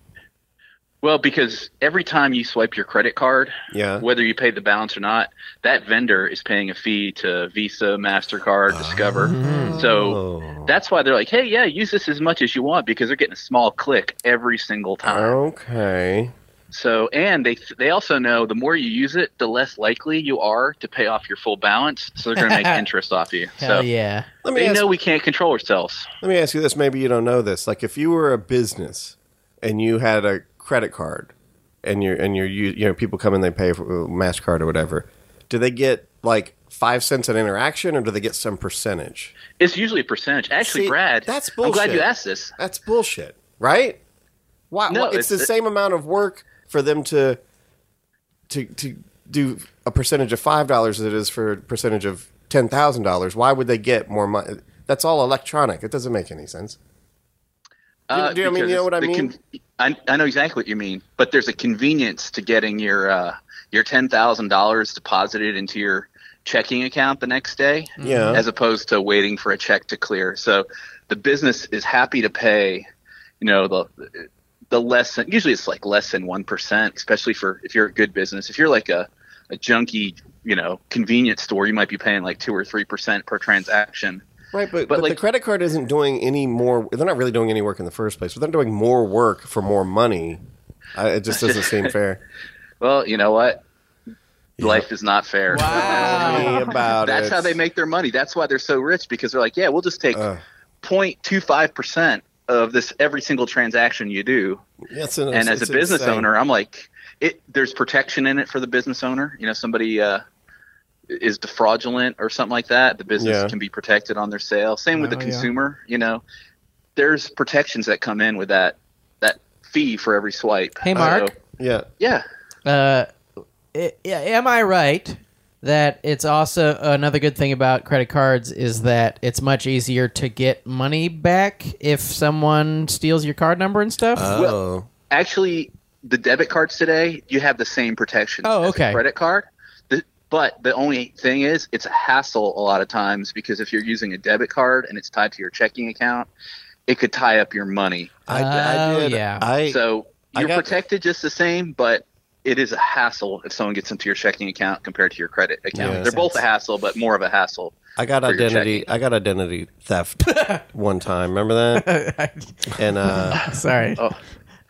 Speaker 7: Well, because every time you swipe your credit card,
Speaker 4: Yeah.
Speaker 7: whether you pay the balance or not, that vendor is paying a fee to Visa, Mastercard, Discover.
Speaker 6: Oh.
Speaker 7: So that's why they're like, "Hey, yeah, use this as much as you want" because they're getting a small click every single time.
Speaker 6: Oh.
Speaker 4: Okay.
Speaker 7: So, and they they also know the more you use it, the less likely you are to pay off your full balance. So they're going to make interest off you.
Speaker 6: Hell
Speaker 7: so
Speaker 6: yeah.
Speaker 4: Let me
Speaker 7: they
Speaker 4: ask
Speaker 7: know we can't control ourselves.
Speaker 4: Let me ask you this. Maybe you don't know this. Like, if you were a business and you had a credit card, and you're and you're you, you know people come and they pay for uh, Mastercard or whatever, do they get like five cents an interaction, or do they get some percentage?
Speaker 7: It's usually a percentage. Actually,
Speaker 4: See,
Speaker 7: Brad,
Speaker 4: that's
Speaker 7: I'm glad
Speaker 4: bullshit.
Speaker 7: you asked this.
Speaker 4: That's bullshit, right? Why?
Speaker 7: No,
Speaker 4: why- it's, the
Speaker 7: it's-
Speaker 4: same amount of work for them to to to do a percentage of five dollars as it is for a percentage of ten thousand dollars. Why would they get more money? That's all electronic. It doesn't make any sense.
Speaker 7: Uh,
Speaker 4: do you know what I mean? You know
Speaker 7: because
Speaker 4: what I
Speaker 7: the I, I know exactly what you mean, but there's a convenience to getting your uh, your ten thousand dollars deposited into your checking account the next day,
Speaker 4: Yeah.
Speaker 7: as opposed to waiting for a check to clear. So the business is happy to pay, you know, the the less than, usually it's like less than one percent, especially for if you're a good business. If you're like a a junky, you know, convenience store, you might be paying like two or three percent per transaction.
Speaker 4: Right, but, but,
Speaker 7: But,
Speaker 4: the
Speaker 7: like-
Speaker 4: credit card isn't doing any more. They're not really doing any work in the first place. But they're doing more work for more money. I, it just doesn't seem fair.
Speaker 7: Well, you know what? Life is not fair.
Speaker 4: Tell me about
Speaker 7: That's
Speaker 4: it.
Speaker 7: how they make their money. That's why they're so rich because they're like, yeah, we'll just take
Speaker 4: Uh.
Speaker 7: 0.25% of this every single transaction you do.
Speaker 4: Yes,
Speaker 7: and
Speaker 4: it's-
Speaker 7: as
Speaker 4: it's
Speaker 7: a business
Speaker 4: insane.
Speaker 7: owner, I'm like, it there's protection in it for the business owner. You know, somebody uh, is defraudulent or something like that, the business
Speaker 4: Yeah.
Speaker 7: can be protected on their sale. Same with the
Speaker 6: Oh, yeah.
Speaker 7: consumer, you know. There's protections that come in with that that fee for every swipe.
Speaker 6: Hey, Mark.
Speaker 7: So,
Speaker 4: yeah,
Speaker 7: yeah.
Speaker 6: Uh, i- i- am I right that it's also another good thing about credit cards is that it's much easier to get money back if someone steals your card number and stuff?
Speaker 4: oh,
Speaker 7: actually the debit cards today you have the same protection
Speaker 6: Oh,
Speaker 7: as a
Speaker 6: okay.
Speaker 7: credit card The- but the only thing is it's a hassle a lot of times because if you're using a debit card and it's tied to your checking account it could tie up your money
Speaker 4: I, I
Speaker 6: Oh,
Speaker 4: did.
Speaker 6: yeah.
Speaker 4: I
Speaker 7: so
Speaker 4: I
Speaker 7: you're
Speaker 4: got-
Speaker 7: protected just the same but it is a hassle if someone gets into your checking account compared to your credit account
Speaker 4: Yeah.
Speaker 7: they're both a hassle but more of a hassle
Speaker 4: I got
Speaker 7: for your
Speaker 4: identity. I got identity theft one time. Remember that? and uh,
Speaker 6: Sorry.
Speaker 4: it,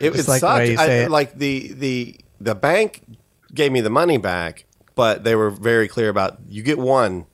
Speaker 4: it
Speaker 6: Just like the way
Speaker 4: sucked.
Speaker 6: you
Speaker 4: I,
Speaker 6: say it.
Speaker 4: Like the the the bank gave me the money back, but they were very clear about you get one.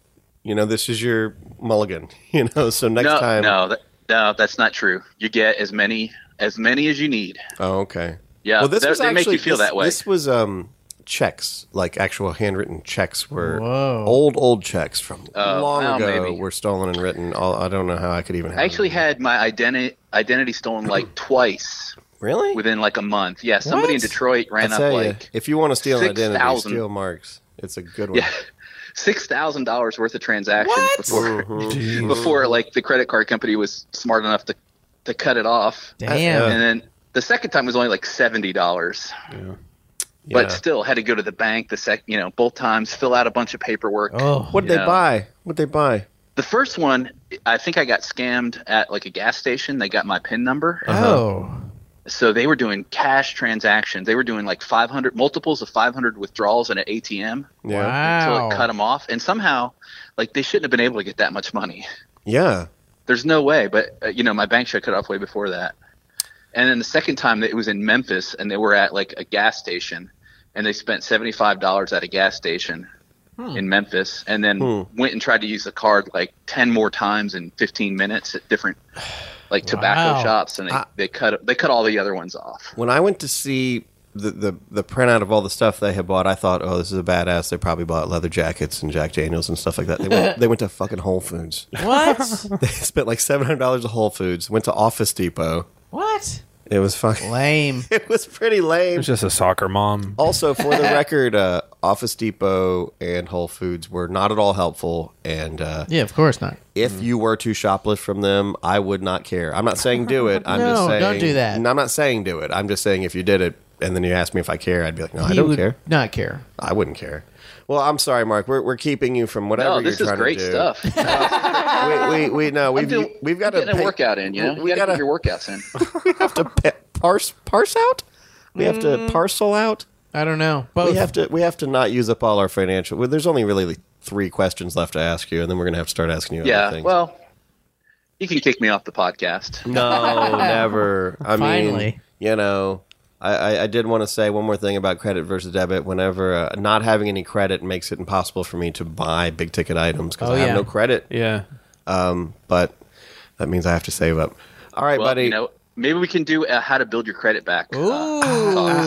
Speaker 4: You know, this is your mulligan. You know, so next
Speaker 7: no
Speaker 4: time.
Speaker 7: no that, no that's not true you get as many as many as you need
Speaker 4: Oh, okay.
Speaker 7: Yeah,
Speaker 4: Well, this
Speaker 7: they-
Speaker 4: was
Speaker 7: they
Speaker 4: actually
Speaker 7: make you feel
Speaker 4: this,
Speaker 7: that way.
Speaker 4: This was um checks, like actual handwritten checks were
Speaker 6: Whoa.
Speaker 4: old old checks from long
Speaker 7: Uh, well,
Speaker 4: ago
Speaker 7: maybe.
Speaker 4: were stolen and written. All, I don't know how I could even. Have
Speaker 7: i actually
Speaker 4: it.
Speaker 7: had my identity identity stolen like twice
Speaker 4: really.
Speaker 7: within like a month. Yeah, somebody in
Speaker 4: What?
Speaker 7: Detroit
Speaker 4: I
Speaker 7: ran up
Speaker 4: tell you,
Speaker 7: like
Speaker 4: if you want to steal an identity,
Speaker 7: 6,000.
Speaker 4: steal Mark's. It's a good one.
Speaker 7: Yeah. six thousand dollars worth of transactions before before like the credit card company was smart enough to to cut it off.
Speaker 6: Damn.
Speaker 4: Uh,
Speaker 7: And then the second time was only like seventy dollars,
Speaker 4: Yeah.
Speaker 7: but still had to go to the bank the sec you know both times fill out a bunch of paperwork.
Speaker 6: oh.
Speaker 4: What'd they
Speaker 7: Yeah.
Speaker 4: buy? What'd they buy?
Speaker 7: The first one, I think I got scammed at like a gas station. They got my PIN number.
Speaker 4: Uh.
Speaker 6: Oh.
Speaker 7: so they were doing cash transactions. They were doing like 500 multiples of 500 withdrawals in an ATM
Speaker 4: Yeah.
Speaker 6: Wow.
Speaker 7: until it cut them off. And somehow, like they shouldn't have been able to get that much money.
Speaker 4: Yeah.
Speaker 7: There's no way. But uh, you know, my bank shut cut off way before that. And then the second time that it was in Memphis, and they were at like a gas station, and they spent seventy five dollars at a gas station
Speaker 6: Hmm.
Speaker 7: in Memphis, and then
Speaker 4: Hmm.
Speaker 7: went and tried to use the card like ten more times in fifteen minutes at different like tobacco
Speaker 6: Wow.
Speaker 7: shops, and they, they cut they cut all the other ones off.
Speaker 4: When I went to see the, the the printout of all the stuff they had bought, I thought, oh, this is a badass. They probably bought leather jackets and Jack Daniels and stuff like that. They went, they went to fucking Whole Foods.
Speaker 6: What?
Speaker 4: They spent like seven hundred dollars at Whole Foods. Went to Office Depot.
Speaker 6: what?
Speaker 4: It was fucking.
Speaker 6: Lame.
Speaker 4: It was pretty lame. Oh.
Speaker 5: It's just a soccer mom.
Speaker 4: Also, for the record, uh, Office Depot and Whole Foods were not at all helpful. And uh,
Speaker 6: Yeah, of course not.
Speaker 4: if you were to shoplift from them, I would not care. I'm not saying do it. I'm just
Speaker 6: No,
Speaker 4: saying
Speaker 6: don't do that.
Speaker 4: No, I'm not saying do it. I'm just saying if you did it and then you asked me if I care, I'd be like, no, I
Speaker 6: He
Speaker 4: don't
Speaker 6: would
Speaker 4: care.
Speaker 6: Not care.
Speaker 4: I wouldn't care. Well, I'm sorry, Mark. We're, we're keeping you from whatever
Speaker 7: No,
Speaker 4: you're
Speaker 7: Oh, this is
Speaker 4: trying
Speaker 7: great
Speaker 4: to do.
Speaker 7: stuff.
Speaker 4: We we, we no, we've
Speaker 7: Doing-
Speaker 4: we've got to
Speaker 7: getting a workout in. You know,
Speaker 4: we
Speaker 7: you got
Speaker 4: gotta-
Speaker 7: to your workouts in.
Speaker 4: We have to pa- parse parse out. We have to parcel out.
Speaker 6: I don't know. Mm. Both.
Speaker 4: We have to we have to not use up all our financial. Well, there's only really like three questions left to ask you, and then we're gonna have to start asking you. other
Speaker 7: yeah.
Speaker 4: things.
Speaker 7: Well, you can kick me off the podcast.
Speaker 4: no, never. I mean,
Speaker 6: Finally.
Speaker 4: you know. I, I, I did want to say one more thing about credit versus debit. Whenever uh, not having any credit makes it impossible for me to buy big ticket items because
Speaker 6: Oh,
Speaker 4: I have
Speaker 6: yeah.
Speaker 4: no credit.
Speaker 5: Yeah.
Speaker 4: But that means I have to save up. All right,
Speaker 7: Well,
Speaker 4: buddy.
Speaker 7: you know, maybe we can do a how to build your credit back. uh,
Speaker 6: Ooh.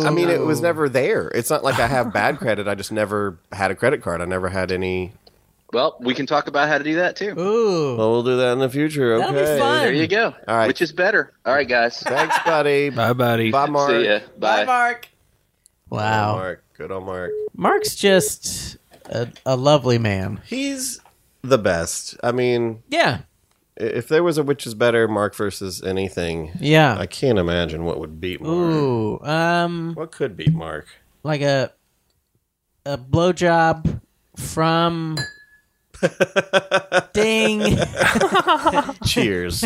Speaker 4: I mean, it was never there. It's not like I have bad credit. I just never had a credit card. I never had any.
Speaker 7: Well, we can talk about how to do that too.
Speaker 6: Ooh.
Speaker 4: Well, we'll do that in the future. Okay.
Speaker 6: That'll be fun.
Speaker 7: There you go.
Speaker 4: All right.
Speaker 7: Which is better. All right, guys.
Speaker 4: Thanks, buddy. Bye,
Speaker 5: Bye, buddy.
Speaker 4: Mark.
Speaker 7: See ya.
Speaker 6: Bye, Mark. Wow.
Speaker 4: Mark. Good old Mark.
Speaker 6: Mark's just a, a lovely man.
Speaker 4: He's the best. I mean,
Speaker 6: Yeah.
Speaker 4: i- if there was a which is better, Mark versus anything, I
Speaker 6: Yeah.
Speaker 4: can't imagine what would beat Mark.
Speaker 6: Ooh. Um
Speaker 4: What could beat Mark?
Speaker 6: like a a blowjob from Ding.
Speaker 4: Cheers.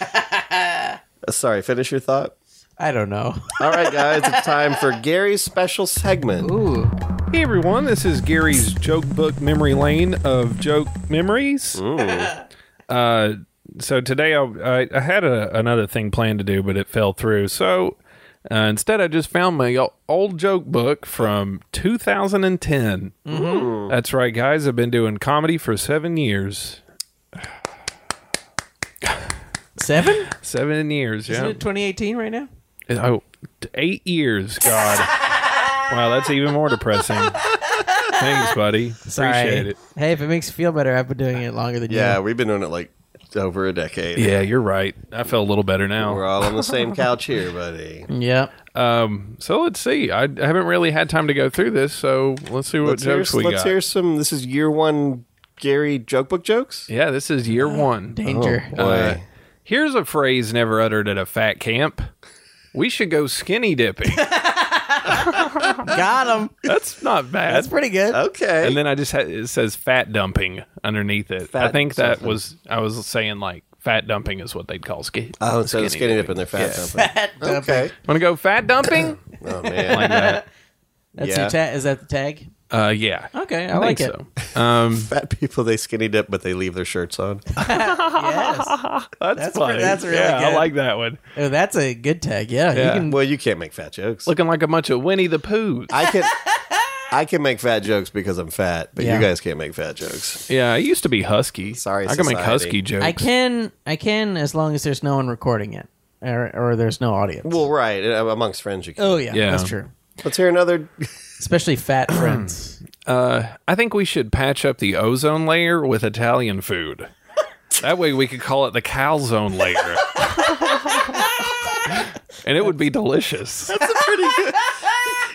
Speaker 4: Uh, Sorry, finish your thought.
Speaker 6: I don't know.
Speaker 4: All right, guys, it's time for Gary's special segment.
Speaker 6: Ooh.
Speaker 5: Hey everyone, this is Gary's joke book memory lane of joke memories. Uh, so today I, I, I had a, another thing planned to do, but it fell through. So uh, instead, I just found my o- old joke book from 2010.
Speaker 6: Mm-hmm.
Speaker 5: That's right, guys. I've been doing comedy for seven years.
Speaker 6: Seven?
Speaker 5: Seven years,
Speaker 6: Isn't
Speaker 5: yeah.
Speaker 6: it 2018 right now?
Speaker 5: Oh, eight years. God. wow, that's even more depressing. Thanks, buddy. Appreciate it.
Speaker 6: Hey, if it makes you feel better, I've been doing it longer than
Speaker 4: Yeah,
Speaker 6: you.
Speaker 4: we've been doing it like over a decade.
Speaker 5: Yeah, you're right. I feel a little better now.
Speaker 4: We're all on the same couch here, buddy.
Speaker 6: Yeah.
Speaker 5: Um, so let's see. I, I haven't really had time to go through this, so let's see what
Speaker 4: Let's, hear,
Speaker 5: jokes we
Speaker 4: let's
Speaker 5: got.
Speaker 4: hear some. This is year one Gary joke book jokes.
Speaker 5: Yeah, this is
Speaker 4: Ah,
Speaker 5: year one.
Speaker 6: Danger.
Speaker 5: Uh,
Speaker 4: Boy.
Speaker 5: here's a phrase never uttered at a fat camp. We should go skinny dipping.
Speaker 6: Got him.
Speaker 5: That's not bad.
Speaker 6: That's pretty good.
Speaker 4: Uh, okay.
Speaker 5: and then I just had it says fat dumping underneath it. I
Speaker 4: Fat
Speaker 5: think that
Speaker 4: something.
Speaker 5: was I was saying like fat dumping is what they'd call ski.
Speaker 4: oh, so skinny, skinny dip in their fat dumping.
Speaker 6: Fat dump.
Speaker 4: Okay.
Speaker 5: Want to go fat dumping?
Speaker 4: Oh man.
Speaker 5: like that.
Speaker 6: That's
Speaker 4: Yeah.
Speaker 6: your tag. Is that the tag?
Speaker 5: Uh, yeah.
Speaker 6: Okay, I,
Speaker 5: I
Speaker 6: like
Speaker 5: think
Speaker 6: it.
Speaker 5: so. Um,
Speaker 4: Fat people they skinny dip, but they leave their shirts on.
Speaker 6: Yes.
Speaker 5: that's
Speaker 6: That's
Speaker 5: funny.
Speaker 6: pretty- that's really
Speaker 5: yeah, I
Speaker 6: good.
Speaker 5: like that one.
Speaker 6: Oh, that's a good tag. Yeah.
Speaker 5: Yeah.
Speaker 6: You can,
Speaker 4: Well, you can't make fat jokes.
Speaker 5: Looking like a bunch of Winnie the Pooh.
Speaker 4: I can. I can make fat jokes because I'm fat, but
Speaker 6: Yeah.
Speaker 4: you guys can't make fat jokes.
Speaker 5: Yeah, I used to be husky.
Speaker 4: Sorry,
Speaker 5: I can make
Speaker 4: society.
Speaker 5: husky jokes.
Speaker 6: I can. I can as long as there's no one recording it, or, or there's no audience.
Speaker 4: Well, right uh, amongst friends, you can.
Speaker 6: oh yeah,
Speaker 5: Yeah.
Speaker 6: that's true.
Speaker 4: Let's hear another.
Speaker 6: Especially fat friends.
Speaker 5: I think we should patch up the ozone layer with Italian food. that way we could call it the calzone layer. and it would be delicious.
Speaker 4: That's a pretty good.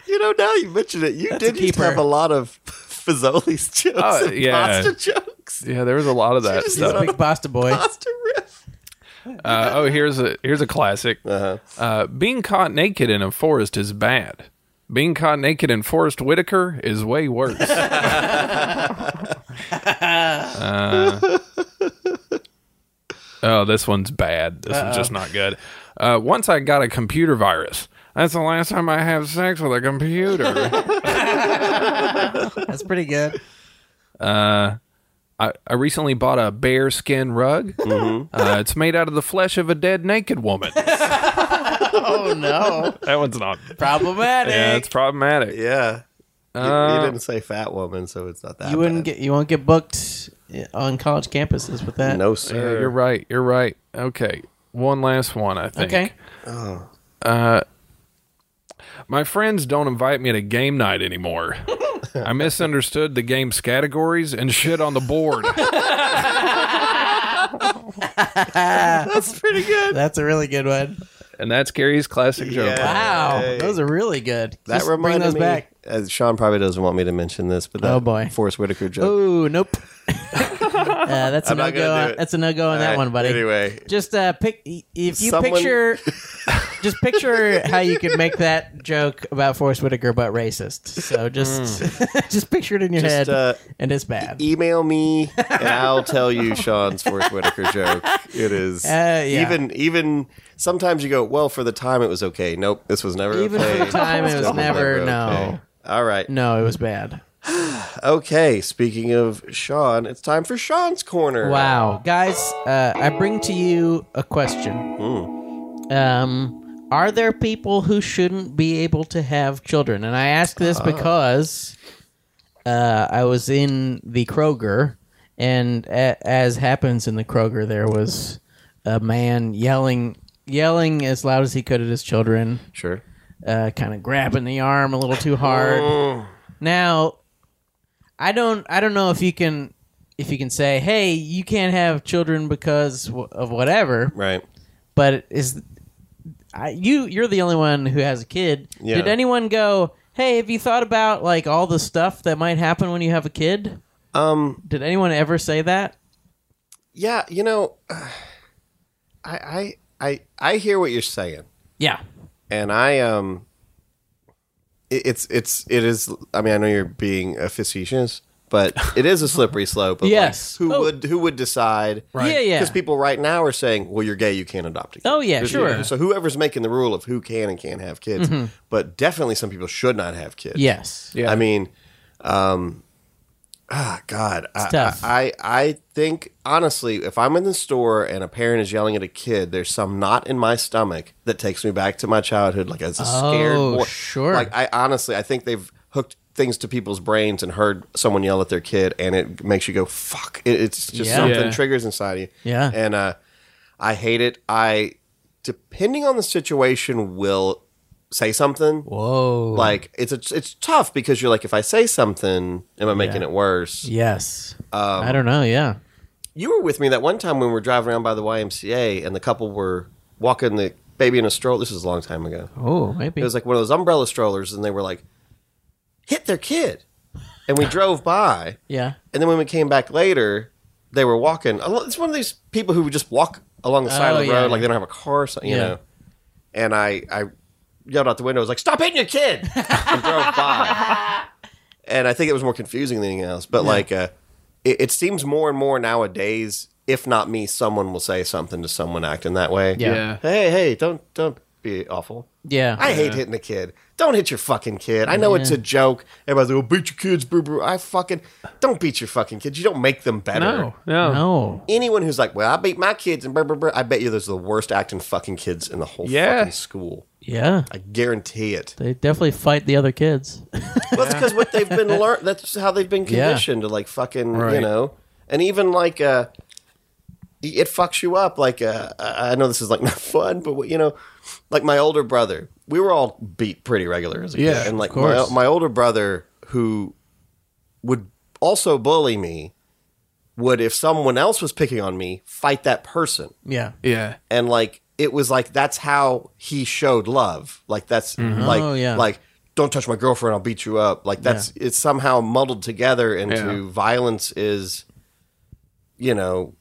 Speaker 4: You know, now you mention it, you did used to
Speaker 6: keeper.
Speaker 4: have a lot of Fazoli's jokes
Speaker 5: Oh,
Speaker 4: and
Speaker 5: yeah.
Speaker 4: pasta jokes,
Speaker 5: Yeah, there was a lot of that
Speaker 4: just
Speaker 5: stuff.
Speaker 4: Uh,
Speaker 6: Big pasta boy.
Speaker 4: pasta riff.
Speaker 5: Uh, oh, here's a here's a classic.
Speaker 4: Uh-huh.
Speaker 5: Uh, being caught naked in a forest is bad. Being caught naked in Forest Whitaker is way worse. uh, Uh, oh, this one's bad. This one's just not good. Uh, once I got a computer virus. That's the last time I have sex with a computer.
Speaker 6: That's pretty good.
Speaker 5: I, I recently bought a bear skin rug.
Speaker 6: Mm-hmm.
Speaker 5: Uh, it's made out of the flesh of a dead naked woman. that
Speaker 6: Oh no,
Speaker 5: one's not.
Speaker 6: problematic.
Speaker 5: Yeah, it's problematic.
Speaker 4: Yeah, You- you,
Speaker 5: Uh,
Speaker 4: didn't say fat woman, so it's not that.
Speaker 6: you wouldn't
Speaker 4: bad.
Speaker 6: get. You won't get booked on college campuses with that.
Speaker 4: No
Speaker 5: Yeah,
Speaker 4: sir.
Speaker 5: you're right. You're right. Okay. One last one, I think. Uh,
Speaker 6: Okay.
Speaker 5: My friends don't invite me to game night anymore. I misunderstood the game's categories and shit on the board.
Speaker 4: That's pretty good.
Speaker 6: That's a really good one.
Speaker 5: and that's Gary's classic joke.
Speaker 4: Yeah.
Speaker 6: Wow,
Speaker 4: Hey.
Speaker 6: those are really good.
Speaker 4: That
Speaker 6: Just bring
Speaker 4: reminded
Speaker 6: those
Speaker 4: me.
Speaker 6: back.
Speaker 4: Uh, Sean probably doesn't want me to mention this, but that
Speaker 6: Oh, boy.
Speaker 4: Forrest Whitaker joke.
Speaker 6: Oh nope. uh, that's a
Speaker 4: I'm
Speaker 6: no
Speaker 4: not gonna
Speaker 6: go.
Speaker 4: do
Speaker 6: on-
Speaker 4: it.
Speaker 6: That's a no go on
Speaker 4: All
Speaker 6: that
Speaker 4: right,
Speaker 6: one, buddy.
Speaker 4: Anyway,
Speaker 6: Just uh, pick if you
Speaker 4: Someone-
Speaker 6: picture, just picture how you could make that joke about Forrest Whitaker, but racist. So just, just picture it in your
Speaker 4: Hmm. Just,
Speaker 6: head,
Speaker 4: uh,
Speaker 6: and it's bad.
Speaker 4: email me and I'll tell you Sean's Forrest Whitaker joke. It is
Speaker 6: Uh, yeah.
Speaker 4: even even sometimes you go, well, for the time it was okay. Nope, this was never
Speaker 6: Even
Speaker 4: okay.
Speaker 6: for the time, it
Speaker 4: This
Speaker 6: was never- no.
Speaker 4: okay. All right.
Speaker 6: no, it was bad.
Speaker 4: Okay. Speaking of Sean, it's time for Sean's corner.
Speaker 6: Wow, guys, uh, I bring to you a question. Um, are there people who shouldn't be able to have children? And I ask this because uh, I was in the Kroger, and a- as happens in the Kroger, there was a man yelling, yelling as loud as he could at his children
Speaker 4: Sure.
Speaker 6: uh, kind of grabbing the arm a little too hard.
Speaker 4: Oh.
Speaker 6: now, I don't, I don't know if you can, if you can say, hey, you can't have children because w- of whatever.
Speaker 4: Right.
Speaker 6: But is, I, you, you're the only one who has a kid.
Speaker 4: Yeah.
Speaker 6: Did anyone go? Hey, have you thought about like all the stuff that might happen when you have a kid?
Speaker 4: Um.
Speaker 6: Did anyone ever say that?
Speaker 4: Yeah. You know, I I I I hear what you're saying.
Speaker 6: Yeah.
Speaker 4: and I um, it, it's it's it is. I mean, I know you're being a facetious, but it is a slippery slope. Of
Speaker 6: Yes.
Speaker 4: like, who
Speaker 6: Oh.
Speaker 4: would who would decide?
Speaker 6: Right. Yeah, yeah.
Speaker 4: Because people right now are saying, "Well, you're gay, you can't adopt a kid."
Speaker 6: Oh, yeah,
Speaker 4: There's-
Speaker 6: sure. Mm-hmm.
Speaker 4: So whoever's making the rule of who can and can't have kids, but definitely some people should not have kids.
Speaker 6: Yes.
Speaker 5: Yeah.
Speaker 4: I mean, um, ah, God, I,
Speaker 6: tough.
Speaker 4: I, I, I think honestly, if I'm in the store and a parent is yelling at a kid, there's some knot in my stomach that takes me back to my childhood, like as a scared
Speaker 6: Oh,
Speaker 4: boy.
Speaker 6: sure.
Speaker 4: Like I honestly, I think they've hooked things to people's brains and heard someone yell at their kid, and it makes you go, "Fuck!" It, it's just
Speaker 6: Yeah.
Speaker 4: something
Speaker 5: Yeah.
Speaker 4: triggers inside you.
Speaker 6: Yeah.
Speaker 4: and uh, I hate it. I, depending on the situation, will say something
Speaker 6: Whoa.
Speaker 4: like it's a, it's tough because you're like if I say something, am I making it worse?
Speaker 6: yes.
Speaker 4: um,
Speaker 6: I don't know. Yeah.
Speaker 4: You were with me that one time when we were driving around by the YMCA and the couple were walking the baby in a stroller. This is a long time ago.
Speaker 6: Oh, maybe.
Speaker 4: It was like one of those umbrella strollers, and they were like, "Hit their kid," and we drove by.
Speaker 6: yeah.
Speaker 4: And then when we came back later, they were walking. a lo- It's one of these people who would just walk along the side
Speaker 6: Oh,
Speaker 4: of the
Speaker 6: yeah.
Speaker 4: road like they don't have a car, or something, you
Speaker 6: Yeah.
Speaker 4: know. And I, I yelled out the window, I was like, "Stop hitting your kid!" and drove by. And I think it was more confusing than anything else. But like, uh, it, it seems more and more nowadays. If not me, someone will say something to someone acting that way.
Speaker 6: Yeah.
Speaker 5: Yeah.
Speaker 4: Hey, hey, don't don't be awful.
Speaker 6: Yeah.
Speaker 4: I hate hitting a kid. Don't hit your fucking kid. I know it's a joke. Everybody's like, oh, beat your kids, boo boo. I fucking don't beat your fucking kids. You don't make them better.
Speaker 5: No, no.
Speaker 6: no.
Speaker 4: Anyone who's like, well, I beat my kids and blah, blah, blah, I bet you those are the worst acting fucking kids in the whole
Speaker 5: Yeah.
Speaker 4: fucking school.
Speaker 6: Yeah.
Speaker 4: I guarantee it.
Speaker 6: They definitely fight the other kids.
Speaker 4: Well, that's because what they've been learned. That's how they've been
Speaker 6: Yeah.
Speaker 4: conditioned to like fucking, you
Speaker 5: Right.
Speaker 4: know, and even like uh, it fucks you up. Like uh, I I know this is like not fun, but what- you know, like my older brother, we were all beat pretty regular as a
Speaker 5: Yeah,
Speaker 4: kid, and like
Speaker 6: of course.
Speaker 4: my my older brother who would also bully me would if someone else was picking on me fight that person
Speaker 6: Yeah.
Speaker 5: Yeah.
Speaker 4: and like it was like that's how he showed love like that's
Speaker 5: Mm-hmm.
Speaker 4: like
Speaker 6: Oh, yeah.
Speaker 4: like don't touch my girlfriend i'll beat you up like that's it's somehow muddled together into
Speaker 5: Yeah.
Speaker 4: violence is you know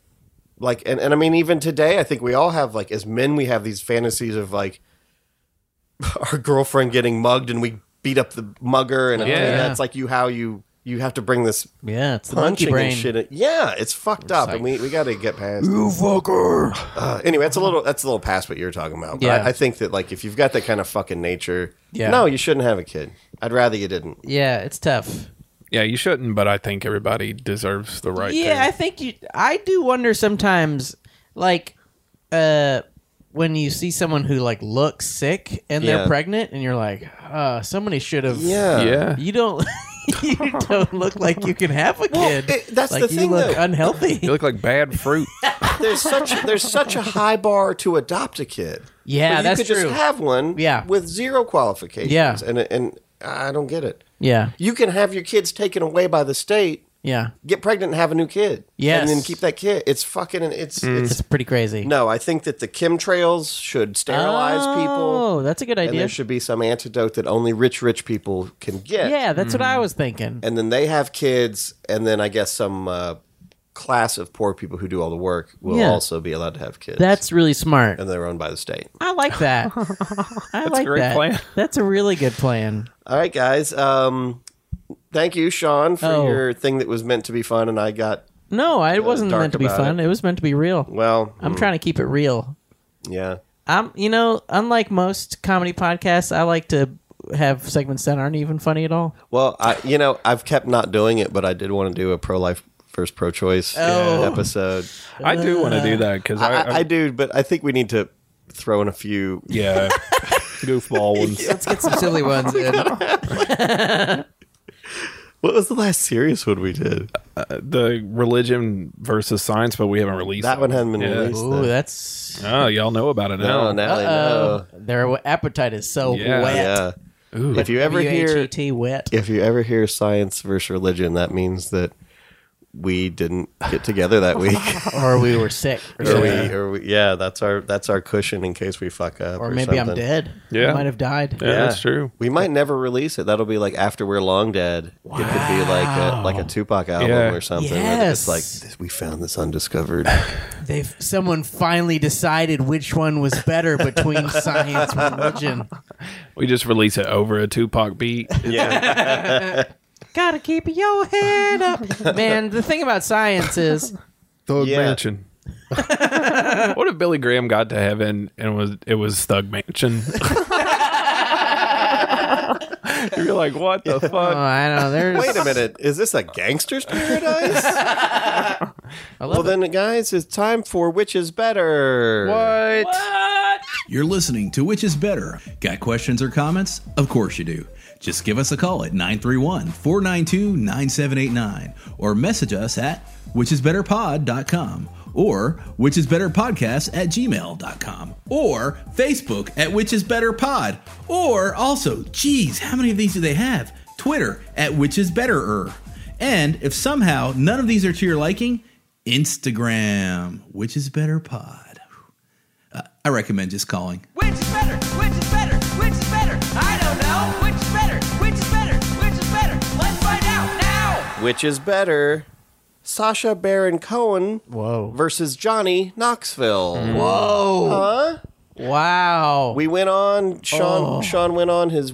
Speaker 4: like and, and i mean even today i think we all have like as men we have these fantasies of like our girlfriend getting mugged and we beat up the mugger and
Speaker 5: Yeah.
Speaker 4: that's like you how you you have to bring this
Speaker 6: Yeah. It's the monkey
Speaker 4: punching
Speaker 6: brain.
Speaker 4: and shit. in- Yeah, it's fucked up, and we, we got to get past. You fucker. Uh, anyway, that's a little that's a little past what you're talking about. But
Speaker 6: Yeah.
Speaker 4: I, I think that like if you've got that kind of fucking nature,
Speaker 6: Yeah.
Speaker 4: no, you shouldn't have a kid. I'd rather you didn't.
Speaker 6: Yeah. It's tough.
Speaker 5: Yeah, you shouldn't, but I think everybody deserves the right
Speaker 6: yeah. I
Speaker 5: to.
Speaker 6: think you, I do wonder sometimes, like, uh, when you see someone who like looks sick and
Speaker 4: Yeah.
Speaker 6: they're pregnant, and you're like, uh, somebody should have.
Speaker 4: Yeah.
Speaker 5: yeah.
Speaker 6: You don't. you don't look like you can have a kid.
Speaker 4: it- that's
Speaker 6: like
Speaker 4: the
Speaker 6: you
Speaker 4: thing,
Speaker 6: look
Speaker 4: though.
Speaker 5: You
Speaker 6: unhealthy.
Speaker 5: look like bad fruit.
Speaker 4: There's such there's such a high bar to adopt a kid.
Speaker 6: Yeah,
Speaker 4: But you
Speaker 6: that's
Speaker 4: could
Speaker 6: true.
Speaker 4: just have one.
Speaker 6: Yeah.
Speaker 4: with zero qualifications.
Speaker 6: Yeah.
Speaker 4: and and I don't get it.
Speaker 6: yeah.
Speaker 4: You can have your kids taken away by the state
Speaker 6: Yeah.
Speaker 4: Get pregnant and have a new kid.
Speaker 6: Yes.
Speaker 4: And then keep that kid. It's fucking it's it's
Speaker 6: It's pretty crazy.
Speaker 4: no, I think that the chemtrails should sterilize people.
Speaker 6: Oh, that's a good
Speaker 4: And
Speaker 6: idea.
Speaker 4: there should be some antidote that only rich, rich people can get.
Speaker 6: yeah, that's what I was thinking.
Speaker 4: And then they have kids, and then I guess some uh, class of poor people who do all the work will
Speaker 6: Yeah.
Speaker 4: also be allowed to have kids.
Speaker 6: That's really smart.
Speaker 4: and they're owned by the state.
Speaker 6: I like that. I like
Speaker 5: great
Speaker 6: that.
Speaker 5: plan.
Speaker 6: That's a really good plan.
Speaker 4: All right, guys. Um, thank you, Sean, for
Speaker 6: Oh.
Speaker 4: your thing that was meant to be fun, and I got
Speaker 6: No, I- it wasn't
Speaker 4: dark
Speaker 6: meant to be
Speaker 4: about
Speaker 6: fun. It. was meant to be real.
Speaker 4: well.
Speaker 6: I'm trying to keep it real.
Speaker 4: yeah.
Speaker 6: I'm, you know, unlike most comedy podcasts, I like to have segments that aren't even funny at all.
Speaker 4: Well, I you know I've kept not doing it, but I did want to do a pro life versus pro choice
Speaker 6: Oh.
Speaker 4: uh, episode.
Speaker 5: I do want to do that because
Speaker 4: I,
Speaker 5: I,
Speaker 4: I, do, but I think we need to throw in a few.
Speaker 5: yeah, goofball ones.
Speaker 6: Let's get some silly ones in.
Speaker 4: What was the last serious one we did?
Speaker 5: The religion versus science, but we haven't released
Speaker 4: That one hadn't been
Speaker 5: Yeah.
Speaker 4: released.
Speaker 6: Ooh,
Speaker 4: though.
Speaker 6: that's
Speaker 5: Oh, y'all know about it now.
Speaker 4: no, now they
Speaker 6: oh,
Speaker 4: know.
Speaker 6: their appetite is so
Speaker 5: Yeah.
Speaker 6: wet.
Speaker 4: Yeah. If you ever hear
Speaker 6: W-H-E-T, wet.
Speaker 4: if you ever hear science versus religion, that means that we didn't get together that week.
Speaker 6: or we were sick, or,
Speaker 4: or
Speaker 6: something.
Speaker 4: we, or we, yeah, that's our that's our cushion in case we fuck up. Or,
Speaker 6: Or maybe I'm
Speaker 4: something.
Speaker 6: dead.
Speaker 5: Yeah.
Speaker 6: I might have died.
Speaker 5: Yeah, that's true.
Speaker 4: We might never release it. That'll be like after we're long dead. It could be like a, like a Tupac album
Speaker 5: Yeah.
Speaker 4: or something.
Speaker 6: Yes.
Speaker 4: It's like this, we found this undiscovered.
Speaker 6: They've someone finally decided which one was better between science and religion.
Speaker 5: We just release it over a Tupac beat.
Speaker 4: yeah,
Speaker 6: Gotta keep your head up, man. The thing about science is,
Speaker 5: Thug
Speaker 4: Yeah.
Speaker 5: Mansion. what if Billy Graham got to heaven and was it was Thug Mansion? You're like, what the
Speaker 6: oh,
Speaker 5: fuck?
Speaker 6: I don't know. There's
Speaker 4: Wait a minute. Is this a gangster's paradise? well, then, guys, it's time for which is better.
Speaker 5: What?
Speaker 3: You're listening to Which Is Better. Got questions or comments? Of course you do. Just give us a call at 931 492 9789 or message us at whichisbetterpod.com or whichisbetterpodcast at gmail.com or Facebook at whichisbetterpod or also, geez, how many of these do they have? Twitter at whichisbetterer. And if somehow none of these are to your liking, Instagram, which is better pod. I recommend just calling
Speaker 8: Which is better? Which is better? Which is better? I don't know. Which is better? Which is better? Which is better? Let's find out now.
Speaker 4: Which is better? Sasha Baron Cohen versus Johnny Knoxville.
Speaker 6: Hmm. wow.
Speaker 4: We went on.
Speaker 6: Oh.
Speaker 4: Sean Sean went on his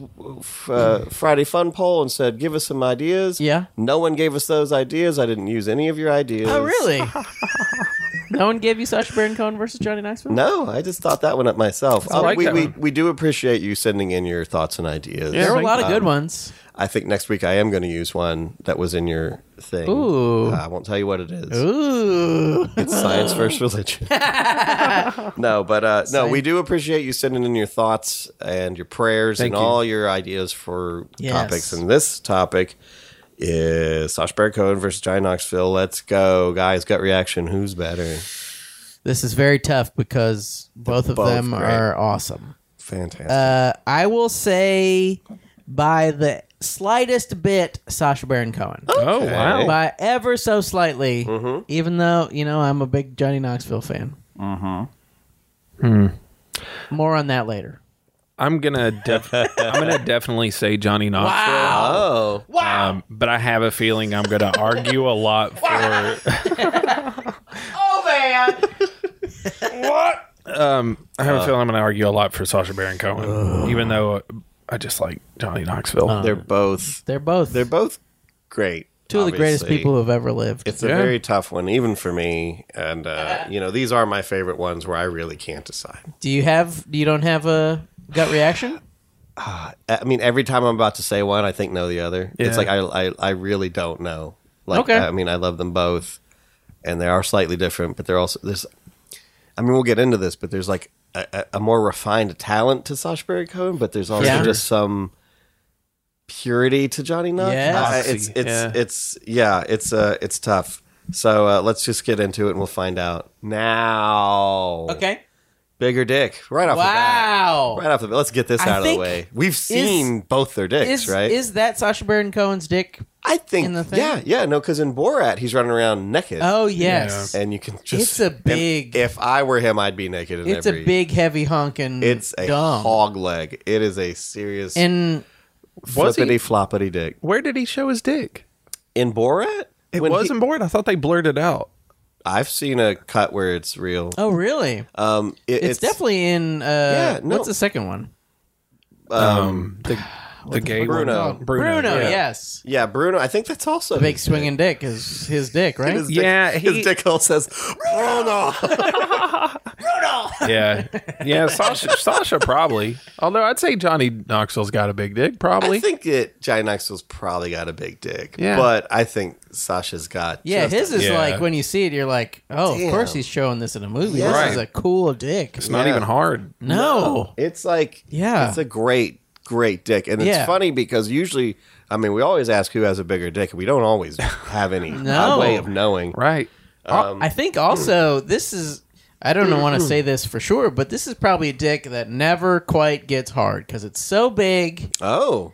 Speaker 4: uh, Friday Fun poll and said, "Give us some ideas."
Speaker 6: Yeah.
Speaker 4: No one gave us those ideas. I didn't use any of your ideas.
Speaker 6: oh, really? no one gave you Sacha Baron Cohen versus Johnny Knoxville.
Speaker 4: No, I just thought that one up myself. Uh,
Speaker 5: like
Speaker 4: we,
Speaker 5: that
Speaker 4: we,
Speaker 5: one.
Speaker 4: we do appreciate you sending in your thoughts and ideas.
Speaker 6: there were a lot of good ones.
Speaker 4: I think next week I am going to use one that was in your thing.
Speaker 6: Ooh.
Speaker 4: Uh, I won't tell you what it is.
Speaker 6: Ooh.
Speaker 4: It's science versus religion. no, but uh, no, we do appreciate you sending in your thoughts and your prayers
Speaker 5: Thank
Speaker 4: and
Speaker 5: you.
Speaker 4: all your ideas for
Speaker 6: Yes.
Speaker 4: topics. And this topic is Sash Baron Cohen versus Johnny Knoxville. Let's go, guys. Gut reaction. Who's better?
Speaker 6: This is very tough because both of
Speaker 4: both
Speaker 6: them
Speaker 4: great.
Speaker 6: are awesome.
Speaker 4: Fantastic.
Speaker 6: Uh, I will say by the slightest bit, Sasha Baron Cohen.
Speaker 5: Oh wow!
Speaker 6: By ever so slightly,
Speaker 4: Mm-hmm.
Speaker 6: even though, you know, I'm a big Johnny Knoxville fan. Mm-hmm.
Speaker 4: Mm-hmm. Hmm.
Speaker 6: More on that later.
Speaker 5: I'm gonna def- I'm gonna definitely say Johnny Knoxville.
Speaker 4: oh,
Speaker 5: Um, but I have a feeling I'm gonna argue a lot for.
Speaker 6: Oh, man.
Speaker 5: Um, I
Speaker 4: Uh,
Speaker 5: have a feeling I'm gonna argue a lot for Sasha Baron Cohen, even though I just like Johnny Knoxville.
Speaker 4: they're both
Speaker 6: They're both
Speaker 4: they're both great.
Speaker 6: two of the greatest
Speaker 4: obviously.
Speaker 6: people who have ever lived.
Speaker 4: It's a
Speaker 5: Yeah.
Speaker 4: very tough one, even for me. And uh, you know, these are my favorite ones where I really can't decide.
Speaker 6: Do you have, you don't have a gut reaction?
Speaker 4: I mean, every time I'm about to say one, I think no the other.
Speaker 5: Yeah.
Speaker 4: It's like I, I I really don't know. Like
Speaker 6: Okay.
Speaker 4: I mean, I love them both, and they are slightly different, but they're also there's. I mean, we'll get into this, but there's like a, a- a more refined talent to Sacha Baron Cohen, but there's also
Speaker 6: Yeah.
Speaker 4: just some purity to Johnny Knox.
Speaker 6: Yes.
Speaker 4: I- it's it's it's yeah, it's uh it's tough. So uh, let's just get into it and we'll find out now.
Speaker 6: Okay.
Speaker 4: Bigger dick. Right off
Speaker 6: Wow.
Speaker 4: the bat. Right off the bat. Let's get this
Speaker 6: I
Speaker 4: out of the
Speaker 6: think-
Speaker 4: way. We've seen both their dicks,
Speaker 6: Is
Speaker 4: right?
Speaker 6: is that Sasha Baron Cohen's dick?
Speaker 4: I think.
Speaker 6: in the thing?
Speaker 4: Yeah, yeah. No, because in Borat, he's running around naked.
Speaker 6: Oh yes.
Speaker 4: And you can just.
Speaker 6: It's a
Speaker 4: and
Speaker 6: big-
Speaker 4: If I were him, I'd be naked in
Speaker 6: It's
Speaker 4: every.
Speaker 6: a big, heavy honking.
Speaker 4: It's a
Speaker 6: dumb.
Speaker 4: hog leg. It is a serious
Speaker 5: Was
Speaker 6: And
Speaker 5: he-
Speaker 4: flippity floppity dick.
Speaker 5: Where did he show his dick?
Speaker 4: In Borat?
Speaker 5: It
Speaker 4: When he-
Speaker 5: wasn't bored. I thought they blurted out.
Speaker 4: I've seen a cut where it's real.
Speaker 6: oh really?
Speaker 4: Um, it-
Speaker 6: it's, definitely in. Uh,
Speaker 4: Yeah, no.
Speaker 6: What's the second one?
Speaker 5: The, the gay one.
Speaker 4: Uh, Bruno.
Speaker 5: Bruno, yeah.
Speaker 6: Oh, Yes.
Speaker 4: Yeah, Bruno. I think that's also
Speaker 6: The big
Speaker 4: his
Speaker 6: swinging dick is his dick,
Speaker 4: dick.
Speaker 6: right?
Speaker 4: His
Speaker 5: Yeah,
Speaker 4: dick,
Speaker 5: he-
Speaker 4: his dick hole says Bruno.
Speaker 5: Yeah, yeah. Sasha, Sasha probably. Although I'd say Johnny Knoxville's got a big dick, probably.
Speaker 4: I think it. Johnny Knoxville's probably got a big dick.
Speaker 5: Yeah.
Speaker 4: but I think Sasha's got.
Speaker 6: yeah,
Speaker 4: just
Speaker 6: his
Speaker 4: a-
Speaker 6: is
Speaker 5: Yeah.
Speaker 6: like when you see it, you're like, oh,
Speaker 4: Damn.
Speaker 6: of course he's showing this in a movie. This
Speaker 4: Yeah.
Speaker 6: is a cool dick.
Speaker 5: it's not
Speaker 4: yeah.
Speaker 5: even hard.
Speaker 6: No.
Speaker 4: It's like
Speaker 6: Yeah.
Speaker 4: it's a great, great dick, and it's
Speaker 6: Yeah.
Speaker 4: funny because usually, I mean, we always ask who has a bigger dick, and we don't always have any
Speaker 6: No.
Speaker 4: way of knowing.
Speaker 5: Right.
Speaker 6: I think also this is. I don't want to say this for sure, but this is probably a dick that never quite gets hard because it's so big.
Speaker 4: Oh,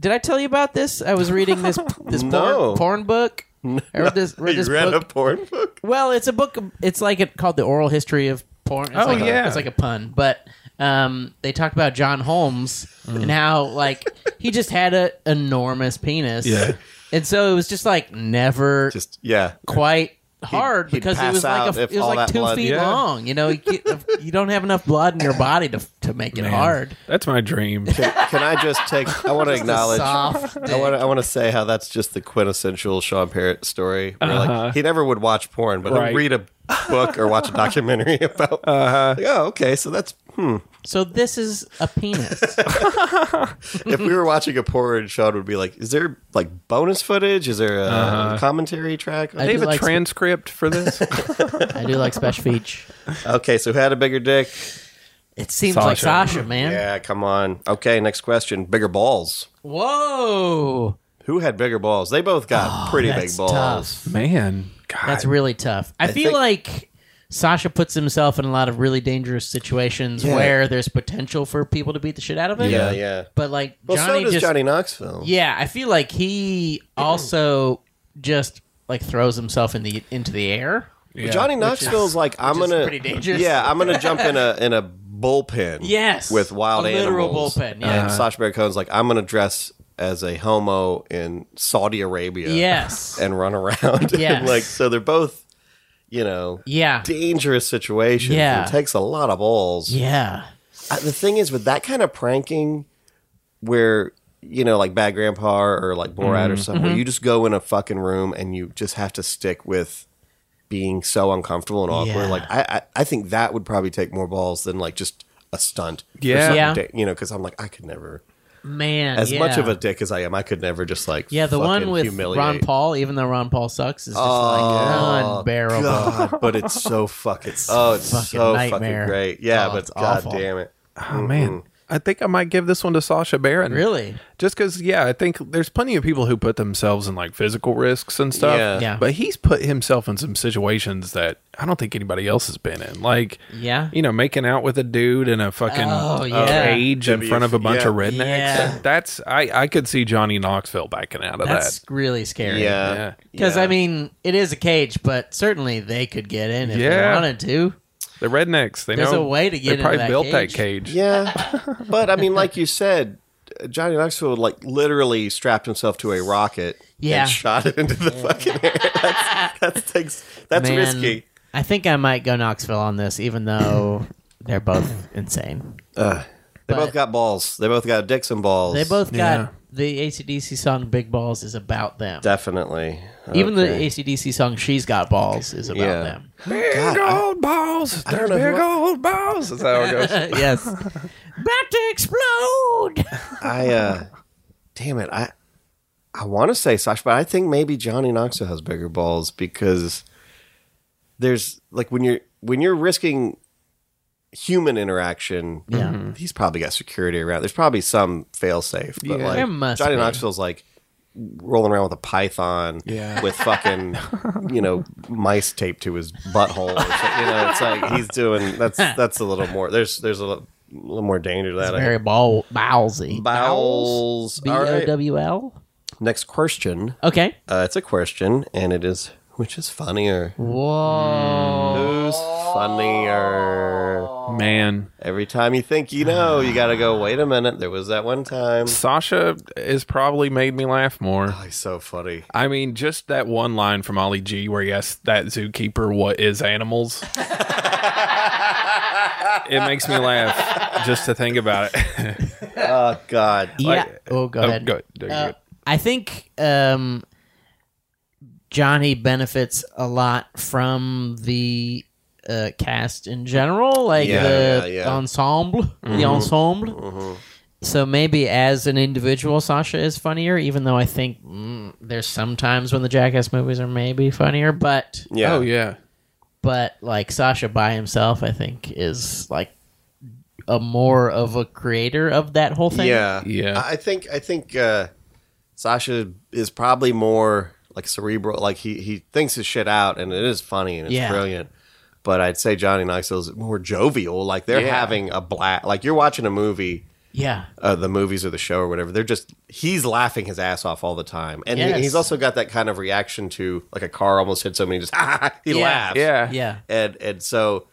Speaker 6: Did I tell you about this? I was reading this this
Speaker 4: No.
Speaker 6: porn, porn book. I read this, read
Speaker 4: you
Speaker 6: this
Speaker 4: read
Speaker 6: book.
Speaker 4: a porn book?
Speaker 6: Well, it's a book. It's like it called the oral history of porn. It's
Speaker 5: Oh,
Speaker 6: like
Speaker 5: yeah.
Speaker 6: a, it's like a pun, but um, they talked about John Holmes
Speaker 4: Mm.
Speaker 6: and how like he just had an enormous penis.
Speaker 5: Yeah.
Speaker 6: and so it was just like never
Speaker 4: Just yeah,
Speaker 6: quite hard
Speaker 4: he'd
Speaker 6: because it
Speaker 4: pass
Speaker 6: was like
Speaker 4: out
Speaker 6: a,
Speaker 4: if
Speaker 6: it was
Speaker 4: all
Speaker 6: like
Speaker 4: that
Speaker 6: two
Speaker 4: blood-
Speaker 6: feet
Speaker 5: Yeah.
Speaker 6: long. You know, you, get, you don't have enough blood in your body to to make it
Speaker 5: Man,
Speaker 6: hard.
Speaker 5: That's my dream.
Speaker 4: Can I just take? I want to acknowledge.
Speaker 6: soft
Speaker 4: I want. I want to say how that's just the quintessential Sean Parrott story. Where
Speaker 6: Uh-huh.
Speaker 4: like he never would watch porn, but
Speaker 5: Right.
Speaker 4: he'll read a book or watch a documentary about.
Speaker 6: Uh-huh.
Speaker 4: Like, oh, okay. So that's hmm.
Speaker 6: So this is a penis.
Speaker 4: if we were watching a porn, Sean would be like, "Is there like bonus footage? Is there a commentary track?"
Speaker 6: Uh-huh. I
Speaker 5: they have
Speaker 6: do
Speaker 5: a
Speaker 6: like-
Speaker 5: transcript for this.
Speaker 6: I do like special feature.
Speaker 4: okay, so who had a bigger dick?
Speaker 6: It seems like
Speaker 5: Sasha.
Speaker 6: Sasha, man.
Speaker 4: Yeah, come on. Okay, next question. Bigger balls.
Speaker 6: Whoa,
Speaker 4: Who had bigger balls? They both got pretty big
Speaker 6: Oh, that's
Speaker 4: balls.
Speaker 6: tough.
Speaker 5: Man, God.
Speaker 6: That's really tough. I, feel
Speaker 4: think-
Speaker 6: like Sasha puts himself in a lot of really dangerous situations
Speaker 4: Yeah.
Speaker 6: where there's potential for people to beat the shit out of him.
Speaker 4: Yeah, yeah.
Speaker 6: But like
Speaker 4: Well,
Speaker 6: Johnny
Speaker 4: so does
Speaker 6: just
Speaker 4: Johnny Knoxville.
Speaker 6: Yeah, I feel like he also just like throws himself in the into the air.
Speaker 5: Yeah.
Speaker 4: Johnny Knoxville's like I'm
Speaker 6: which is
Speaker 4: gonna
Speaker 6: pretty dangerous.
Speaker 4: Yeah, I'm gonna jump in a in a bullpen.
Speaker 6: Yes.
Speaker 4: with wild
Speaker 6: A literal
Speaker 4: animals.
Speaker 6: bullpen, yeah. Uh-huh.
Speaker 4: And Sacha Baron Cohen's like I'm gonna dress as a homo in Saudi Arabia.
Speaker 6: Yes.
Speaker 4: and run around. And,
Speaker 6: Yes.
Speaker 4: like so they're both, you know,
Speaker 6: yeah.
Speaker 4: dangerous situations.
Speaker 6: Yeah.
Speaker 4: it takes a lot of balls.
Speaker 6: yeah.
Speaker 4: I- the thing is with that kind of pranking where you know like bad grandpa or like borat
Speaker 6: Mm-hmm.
Speaker 4: or something where you just go in a fucking room and you just have to stick with being so uncomfortable and awkward
Speaker 6: Yeah.
Speaker 4: like I, I i think that would probably take more balls than like just a stunt or
Speaker 5: Yeah.
Speaker 4: something
Speaker 6: Yeah.
Speaker 4: da- you know because i'm like i could never
Speaker 6: Man.
Speaker 4: as
Speaker 6: yeah.
Speaker 4: much of a dick as i am i could never just like
Speaker 6: Yeah, the one
Speaker 4: fucking
Speaker 6: with
Speaker 4: humiliate.
Speaker 6: Ron Paul, even though Ron Paul sucks, is just like unbearable.
Speaker 4: Oh, God, but it's so fucking oh it's
Speaker 6: fucking
Speaker 4: so
Speaker 6: nightmare.
Speaker 4: fucking great yeah
Speaker 6: Oh,
Speaker 4: but
Speaker 6: it's
Speaker 4: god
Speaker 6: awful.
Speaker 4: damn it
Speaker 5: Oh,
Speaker 4: mm-hmm.
Speaker 5: man. I think I might give this one to Sasha Baron.
Speaker 6: Really?
Speaker 5: Just because, yeah, I think there's plenty of people who put themselves in like physical risks and stuff.
Speaker 4: Yeah.
Speaker 6: Yeah.
Speaker 5: But he's put himself in some situations that I don't think anybody else has been in. Like,
Speaker 6: Yeah.
Speaker 5: you know, making out with a dude in a fucking
Speaker 6: Oh,
Speaker 5: uh,
Speaker 6: yeah.
Speaker 5: cage in
Speaker 4: Maybe
Speaker 5: front
Speaker 4: if-
Speaker 5: of a bunch
Speaker 4: yeah.
Speaker 5: of rednecks.
Speaker 6: Yeah.
Speaker 5: That's, I, I could see Johnny Knoxville backing out of
Speaker 6: That's
Speaker 5: that.
Speaker 6: really scary.
Speaker 4: yeah
Speaker 5: Yeah.
Speaker 6: Because
Speaker 4: Yeah.
Speaker 6: I mean, it is a cage, but certainly they could get in if
Speaker 5: Yeah.
Speaker 6: they wanted to.
Speaker 5: The rednecks, they
Speaker 6: There's
Speaker 5: know.
Speaker 6: a way to get
Speaker 5: They
Speaker 6: into
Speaker 5: probably
Speaker 6: that
Speaker 5: built that
Speaker 6: cage.
Speaker 5: cage.
Speaker 4: Yeah, but I mean, like you said, Johnny Knoxville like literally strapped himself to a rocket
Speaker 6: Yeah.
Speaker 4: and shot it into the fucking air. That's, that takes that's
Speaker 6: Man,
Speaker 4: risky.
Speaker 6: I think I might go Knoxville on this, even though they're both insane.
Speaker 4: They
Speaker 6: but-
Speaker 4: both got balls. They both got dicks and balls.
Speaker 6: They both
Speaker 5: Yeah.
Speaker 6: got the ACDC song "Big Balls" is about them.
Speaker 4: definitely.
Speaker 6: Even the
Speaker 4: Okay.
Speaker 6: ACDC song "She's Got Balls" is about
Speaker 4: Yeah.
Speaker 6: them.
Speaker 5: Big old balls. They're
Speaker 4: don't know who
Speaker 5: big old balls. That's how it goes.
Speaker 6: yes, about to explode.
Speaker 4: I uh, damn it, I I want to say Sasha, but I think maybe Johnny Knoxville has bigger balls because there's like when you're when you're risking human interaction,
Speaker 6: Yeah.
Speaker 4: he's probably got security around. There's probably some fail safe, but
Speaker 5: Yeah.
Speaker 4: like
Speaker 6: There must
Speaker 4: Johnny
Speaker 6: be.
Speaker 4: Knoxville's like rolling around with a python
Speaker 5: Yeah.
Speaker 4: with fucking you know mice taped to his butthole. or something. you know, it's like he's doing that's that's a little more. There's there's a lo- little more danger to that. I-
Speaker 6: Very ball ballsy.
Speaker 4: Bowels.
Speaker 6: B
Speaker 4: All
Speaker 6: o
Speaker 4: right.
Speaker 6: w l.
Speaker 4: Next question.
Speaker 6: Okay.
Speaker 4: Uh, it's a question, and it is which is funnier?
Speaker 6: Whoa.
Speaker 4: Who's funnier?
Speaker 5: Man,
Speaker 4: Every time you think you know, you gotta go. Wait a minute. There was that one time.
Speaker 5: Sasha has probably made me laugh more.
Speaker 4: Oh, he's so funny.
Speaker 5: I mean, just that one line from Ollie G where he asks that zookeeper what is animals. it makes me laugh just to think about it.
Speaker 4: Oh God.
Speaker 6: Yeah. oh, go
Speaker 5: oh,
Speaker 6: ahead.
Speaker 5: go ahead. No, you're
Speaker 6: Uh,
Speaker 5: good.
Speaker 6: I think um, Johnny benefits a lot from the uh, cast in general, like
Speaker 4: Yeah,
Speaker 6: the
Speaker 4: yeah, Mm-hmm. yeah.
Speaker 6: ensemble, the ensemble. So maybe as an individual, Sasha is funnier, even though I think mm, there's sometimes when the Jackass movies are maybe funnier, but
Speaker 4: Yeah.
Speaker 5: Oh, yeah.
Speaker 6: but like Sasha by himself, I think is like a more of a creator of that whole thing.
Speaker 4: Yeah.
Speaker 5: Yeah.
Speaker 4: I I think I think uh, Sasha is probably more like cerebral. Like he he thinks his shit out, and it is funny and it's
Speaker 6: Yeah.
Speaker 4: brilliant. But I'd say Johnny Knoxville is more jovial. Like they're
Speaker 5: Yeah.
Speaker 4: having a blast. Like you're watching a movie.
Speaker 6: yeah,
Speaker 4: uh, the movies or the show or whatever. They're just he's laughing his ass off all the time, and
Speaker 6: Yes.
Speaker 4: he, he's also got that kind of reaction to like a car almost hit somebody, just he
Speaker 6: Yeah.
Speaker 4: laughs,
Speaker 5: Yeah.
Speaker 6: yeah.
Speaker 4: and and so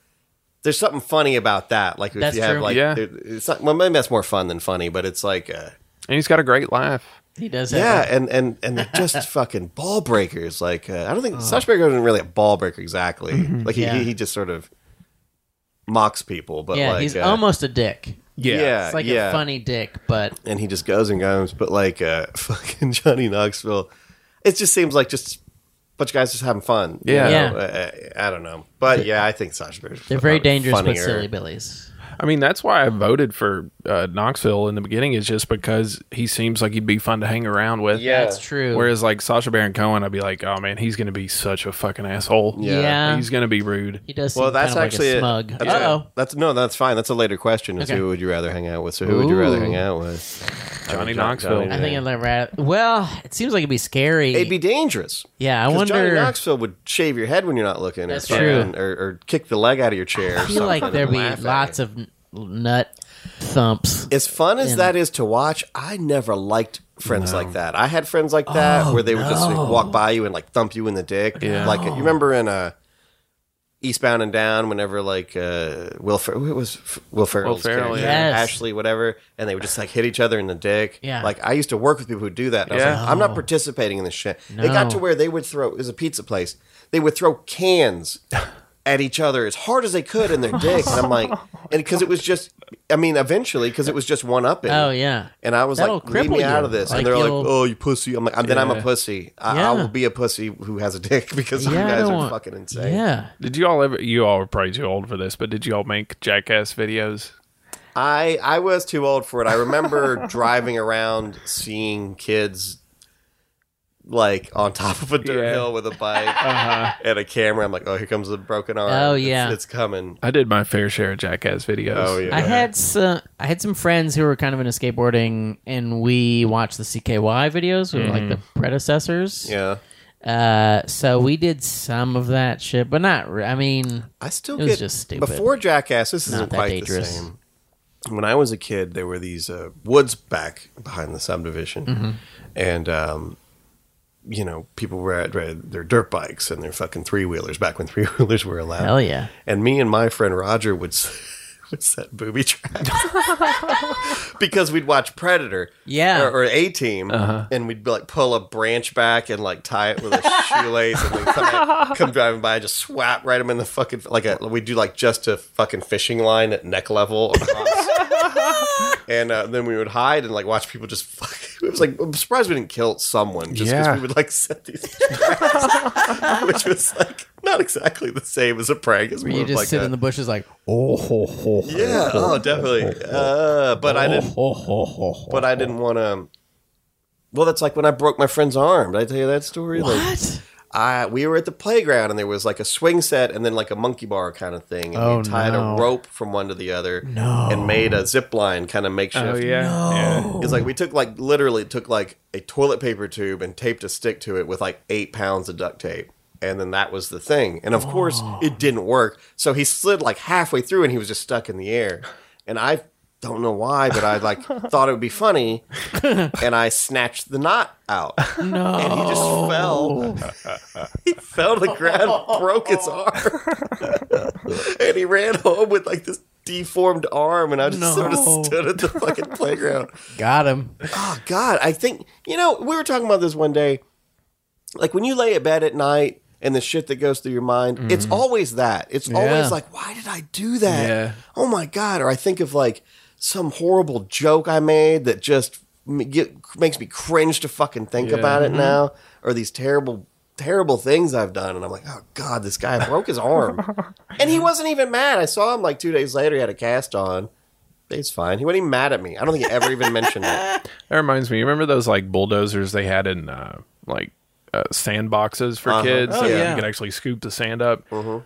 Speaker 4: there's something funny about that. Like if
Speaker 6: That's
Speaker 4: you have
Speaker 6: true.
Speaker 4: like
Speaker 5: Yeah.
Speaker 4: there- it's not well maybe that's more fun than funny, but it's like uh,
Speaker 5: And he's got a great laugh.
Speaker 6: He does. Have
Speaker 4: yeah,
Speaker 6: that.
Speaker 4: and and and they're just fucking ball breakers. Like uh, I don't think Sasha Baker isn't really a ball breaker exactly. Like he,
Speaker 6: Mm-hmm. Yeah.
Speaker 4: he he just sort of mocks people, but
Speaker 6: yeah,
Speaker 4: like
Speaker 6: he's
Speaker 4: uh,
Speaker 6: almost a dick.
Speaker 4: yeah,
Speaker 6: It's like
Speaker 4: yeah.
Speaker 6: a funny dick, but
Speaker 4: and he just goes and goes. But like uh, fucking Johnny Knoxville, it just seems like just a bunch of guys just having fun. you
Speaker 5: Yeah.
Speaker 4: know? Uh, I, I don't know, but yeah, I think Sasha Bear's
Speaker 6: they're very dangerous
Speaker 4: Uh, funnier.
Speaker 6: but silly billies.
Speaker 5: I mean, that's why I voted for uh, Knoxville in the beginning, is just because he seems like he'd be fun to hang around with.
Speaker 4: Yeah.
Speaker 6: That's true.
Speaker 5: Whereas, like, Sasha Baron Cohen, I'd be like, oh, man, he's going to be such a fucking asshole.
Speaker 6: yeah,
Speaker 5: He's going to be rude.
Speaker 6: he does. Seem
Speaker 4: Well, that's
Speaker 6: kind of
Speaker 4: actually
Speaker 6: like a
Speaker 4: it.
Speaker 6: smug.
Speaker 4: That's,
Speaker 6: Uh oh,
Speaker 4: that's no, that's fine. That's a later question. Is
Speaker 6: Okay.
Speaker 4: who would you rather hang out with? So who would you rather
Speaker 6: Ooh.
Speaker 4: hang out with?
Speaker 5: Johnny
Speaker 4: Johnny-
Speaker 5: Knoxville.
Speaker 4: Johnny-
Speaker 6: I think I'd let rat. Well, it seems like it'd be scary.
Speaker 4: It'd be dangerous.
Speaker 6: yeah, I
Speaker 4: 'Cause Johnny
Speaker 6: wonder.
Speaker 4: Knoxville would shave your head when you're not looking,
Speaker 6: That's
Speaker 4: or,
Speaker 6: true.
Speaker 4: fucking- or, or kick the leg out of your chair.
Speaker 6: I feel like there'd be lots of n- nut thumps.
Speaker 4: As fun as
Speaker 6: And-
Speaker 4: that is to watch, I never liked friends like that. I had friends like that where they would just
Speaker 6: Oh,
Speaker 4: like, walk by you and like thump you in the dick.
Speaker 5: Yeah.
Speaker 4: Like you remember in uh, Eastbound and Down, whenever like uh, Will Fer- who was F- Will Ferrell's
Speaker 5: Ferrell,
Speaker 4: character,
Speaker 6: yeah. Yes.
Speaker 4: Ashley, whatever, and they would just like hit each other in the dick.
Speaker 6: Yeah. Oh.
Speaker 4: Like I used to work with people who do that. And I was
Speaker 5: Yeah.
Speaker 4: like, I'm not participating in this shit. It
Speaker 6: No.
Speaker 4: got to where they would throw it was a pizza place. They would throw cans at each other as hard as they could in their dicks. And I'm like, and because it was just, I mean, eventually, because it was just one up.
Speaker 6: Oh yeah,
Speaker 4: And I was
Speaker 6: That'll
Speaker 4: like, leave
Speaker 6: cripple
Speaker 4: me out
Speaker 6: you.
Speaker 4: of this.
Speaker 6: Like,
Speaker 4: and they're like,
Speaker 6: you'll-
Speaker 4: oh, you pussy. I'm like, then I'm
Speaker 5: Yeah.
Speaker 4: a pussy. I,
Speaker 6: Yeah.
Speaker 4: I will be a pussy who has a dick because you
Speaker 6: Yeah, I
Speaker 4: guys
Speaker 6: don't
Speaker 4: are
Speaker 6: want-
Speaker 4: fucking insane.
Speaker 6: yeah.
Speaker 5: Did you all ever? You all are probably too old for this, but did you all make jackass videos?
Speaker 4: I I was too old for it. I remember driving around seeing kids like on top of a dirt
Speaker 5: Yeah.
Speaker 4: hill with a bike and a camera. I'm like, oh, here comes the broken arm.
Speaker 6: Oh,
Speaker 4: It's-
Speaker 6: yeah.
Speaker 4: it's, coming.
Speaker 5: I did my fair share of jackass videos.
Speaker 4: Oh yeah,
Speaker 6: I had some, I had some friends who were kind of into skateboarding, and we watched the CKY videos, who were like the
Speaker 4: Mm-hmm.
Speaker 6: predecessors.
Speaker 4: yeah.
Speaker 6: Uh, so we did some of that shit, but not. Re- I mean,
Speaker 4: I still
Speaker 6: It was
Speaker 4: get
Speaker 6: just stupid.
Speaker 4: before Jackass. This isn't
Speaker 6: Not that
Speaker 4: quite
Speaker 6: dangerous.
Speaker 4: the same. When I was a kid, there were these uh, woods back behind the subdivision, and um, you know people were at uh, their dirt bikes and their fucking three wheelers back when three wheelers were allowed.
Speaker 6: hell yeah,
Speaker 4: And me and my friend Roger would s- would set booby traps because we'd watch Predator,
Speaker 6: Yeah. Uh-huh.
Speaker 4: or, or A Team, and we'd be like pull a branch back and like tie it with a shoelace, and then come, come driving by, just swat right him in the fucking like a we do like just a fucking fishing line at neck level. across. And uh, then we would hide and like watch people just. Fuck. It was like I'm surprised we didn't kill someone just because
Speaker 5: Yeah.
Speaker 4: we would like set these which was like not exactly the same as a prank. It's more
Speaker 6: you
Speaker 4: of
Speaker 6: just
Speaker 4: like
Speaker 6: sit
Speaker 4: a,
Speaker 6: in the bushes like
Speaker 4: yeah, oh, definitely. Uh, but I didn't.
Speaker 6: Oh,
Speaker 4: But I didn't want to. Well, that's like when I broke my friend's arm. Did I tell you that story? Like,
Speaker 6: what?
Speaker 4: I we were at the playground and there was like a swing set and then like a monkey bar kind of thing. And
Speaker 6: Oh,
Speaker 4: we tied a
Speaker 6: no.
Speaker 4: rope from one to the other and made a zip line kind of makeshift.
Speaker 5: Oh yeah. yeah.
Speaker 4: It's like we took like literally took like a toilet paper tube and taped a stick to it with like eight pounds of duct tape. And then that was the thing. And of course it didn't work. So he slid like halfway through and he was just stuck in the air. And I don't know why, but I like thought it would be funny. And I snatched the knot out. No. And he just fell. he fell to the ground, and broke his arm. and he ran home with like this deformed arm. And I just sort
Speaker 6: No.
Speaker 4: of stood at the fucking playground.
Speaker 6: Got him.
Speaker 4: Oh God, I think you know we were talking about this one day. Like when you lay in bed at night and the shit that goes through your mind, it's always that. It's
Speaker 6: Yeah.
Speaker 4: always like, why did I do that?
Speaker 5: Mm-hmm. Yeah.
Speaker 4: Oh my God! Or I think of like some horrible joke I made that just m- get, makes me cringe to fucking think
Speaker 5: Yeah. Mm-hmm.
Speaker 4: about it now. Or these terrible, terrible things I've done, and I'm like, oh God, this guy broke his arm, and he wasn't even mad. I saw him like two days later. He had a cast on. He's fine. He wasn't even mad at me. I don't think he ever even mentioned it.
Speaker 5: That reminds me. You remember those like bulldozers they had in uh, like uh, sandboxes for kids?
Speaker 6: Oh,
Speaker 5: so
Speaker 6: yeah. Mm-hmm.
Speaker 5: You could actually scoop the sand up.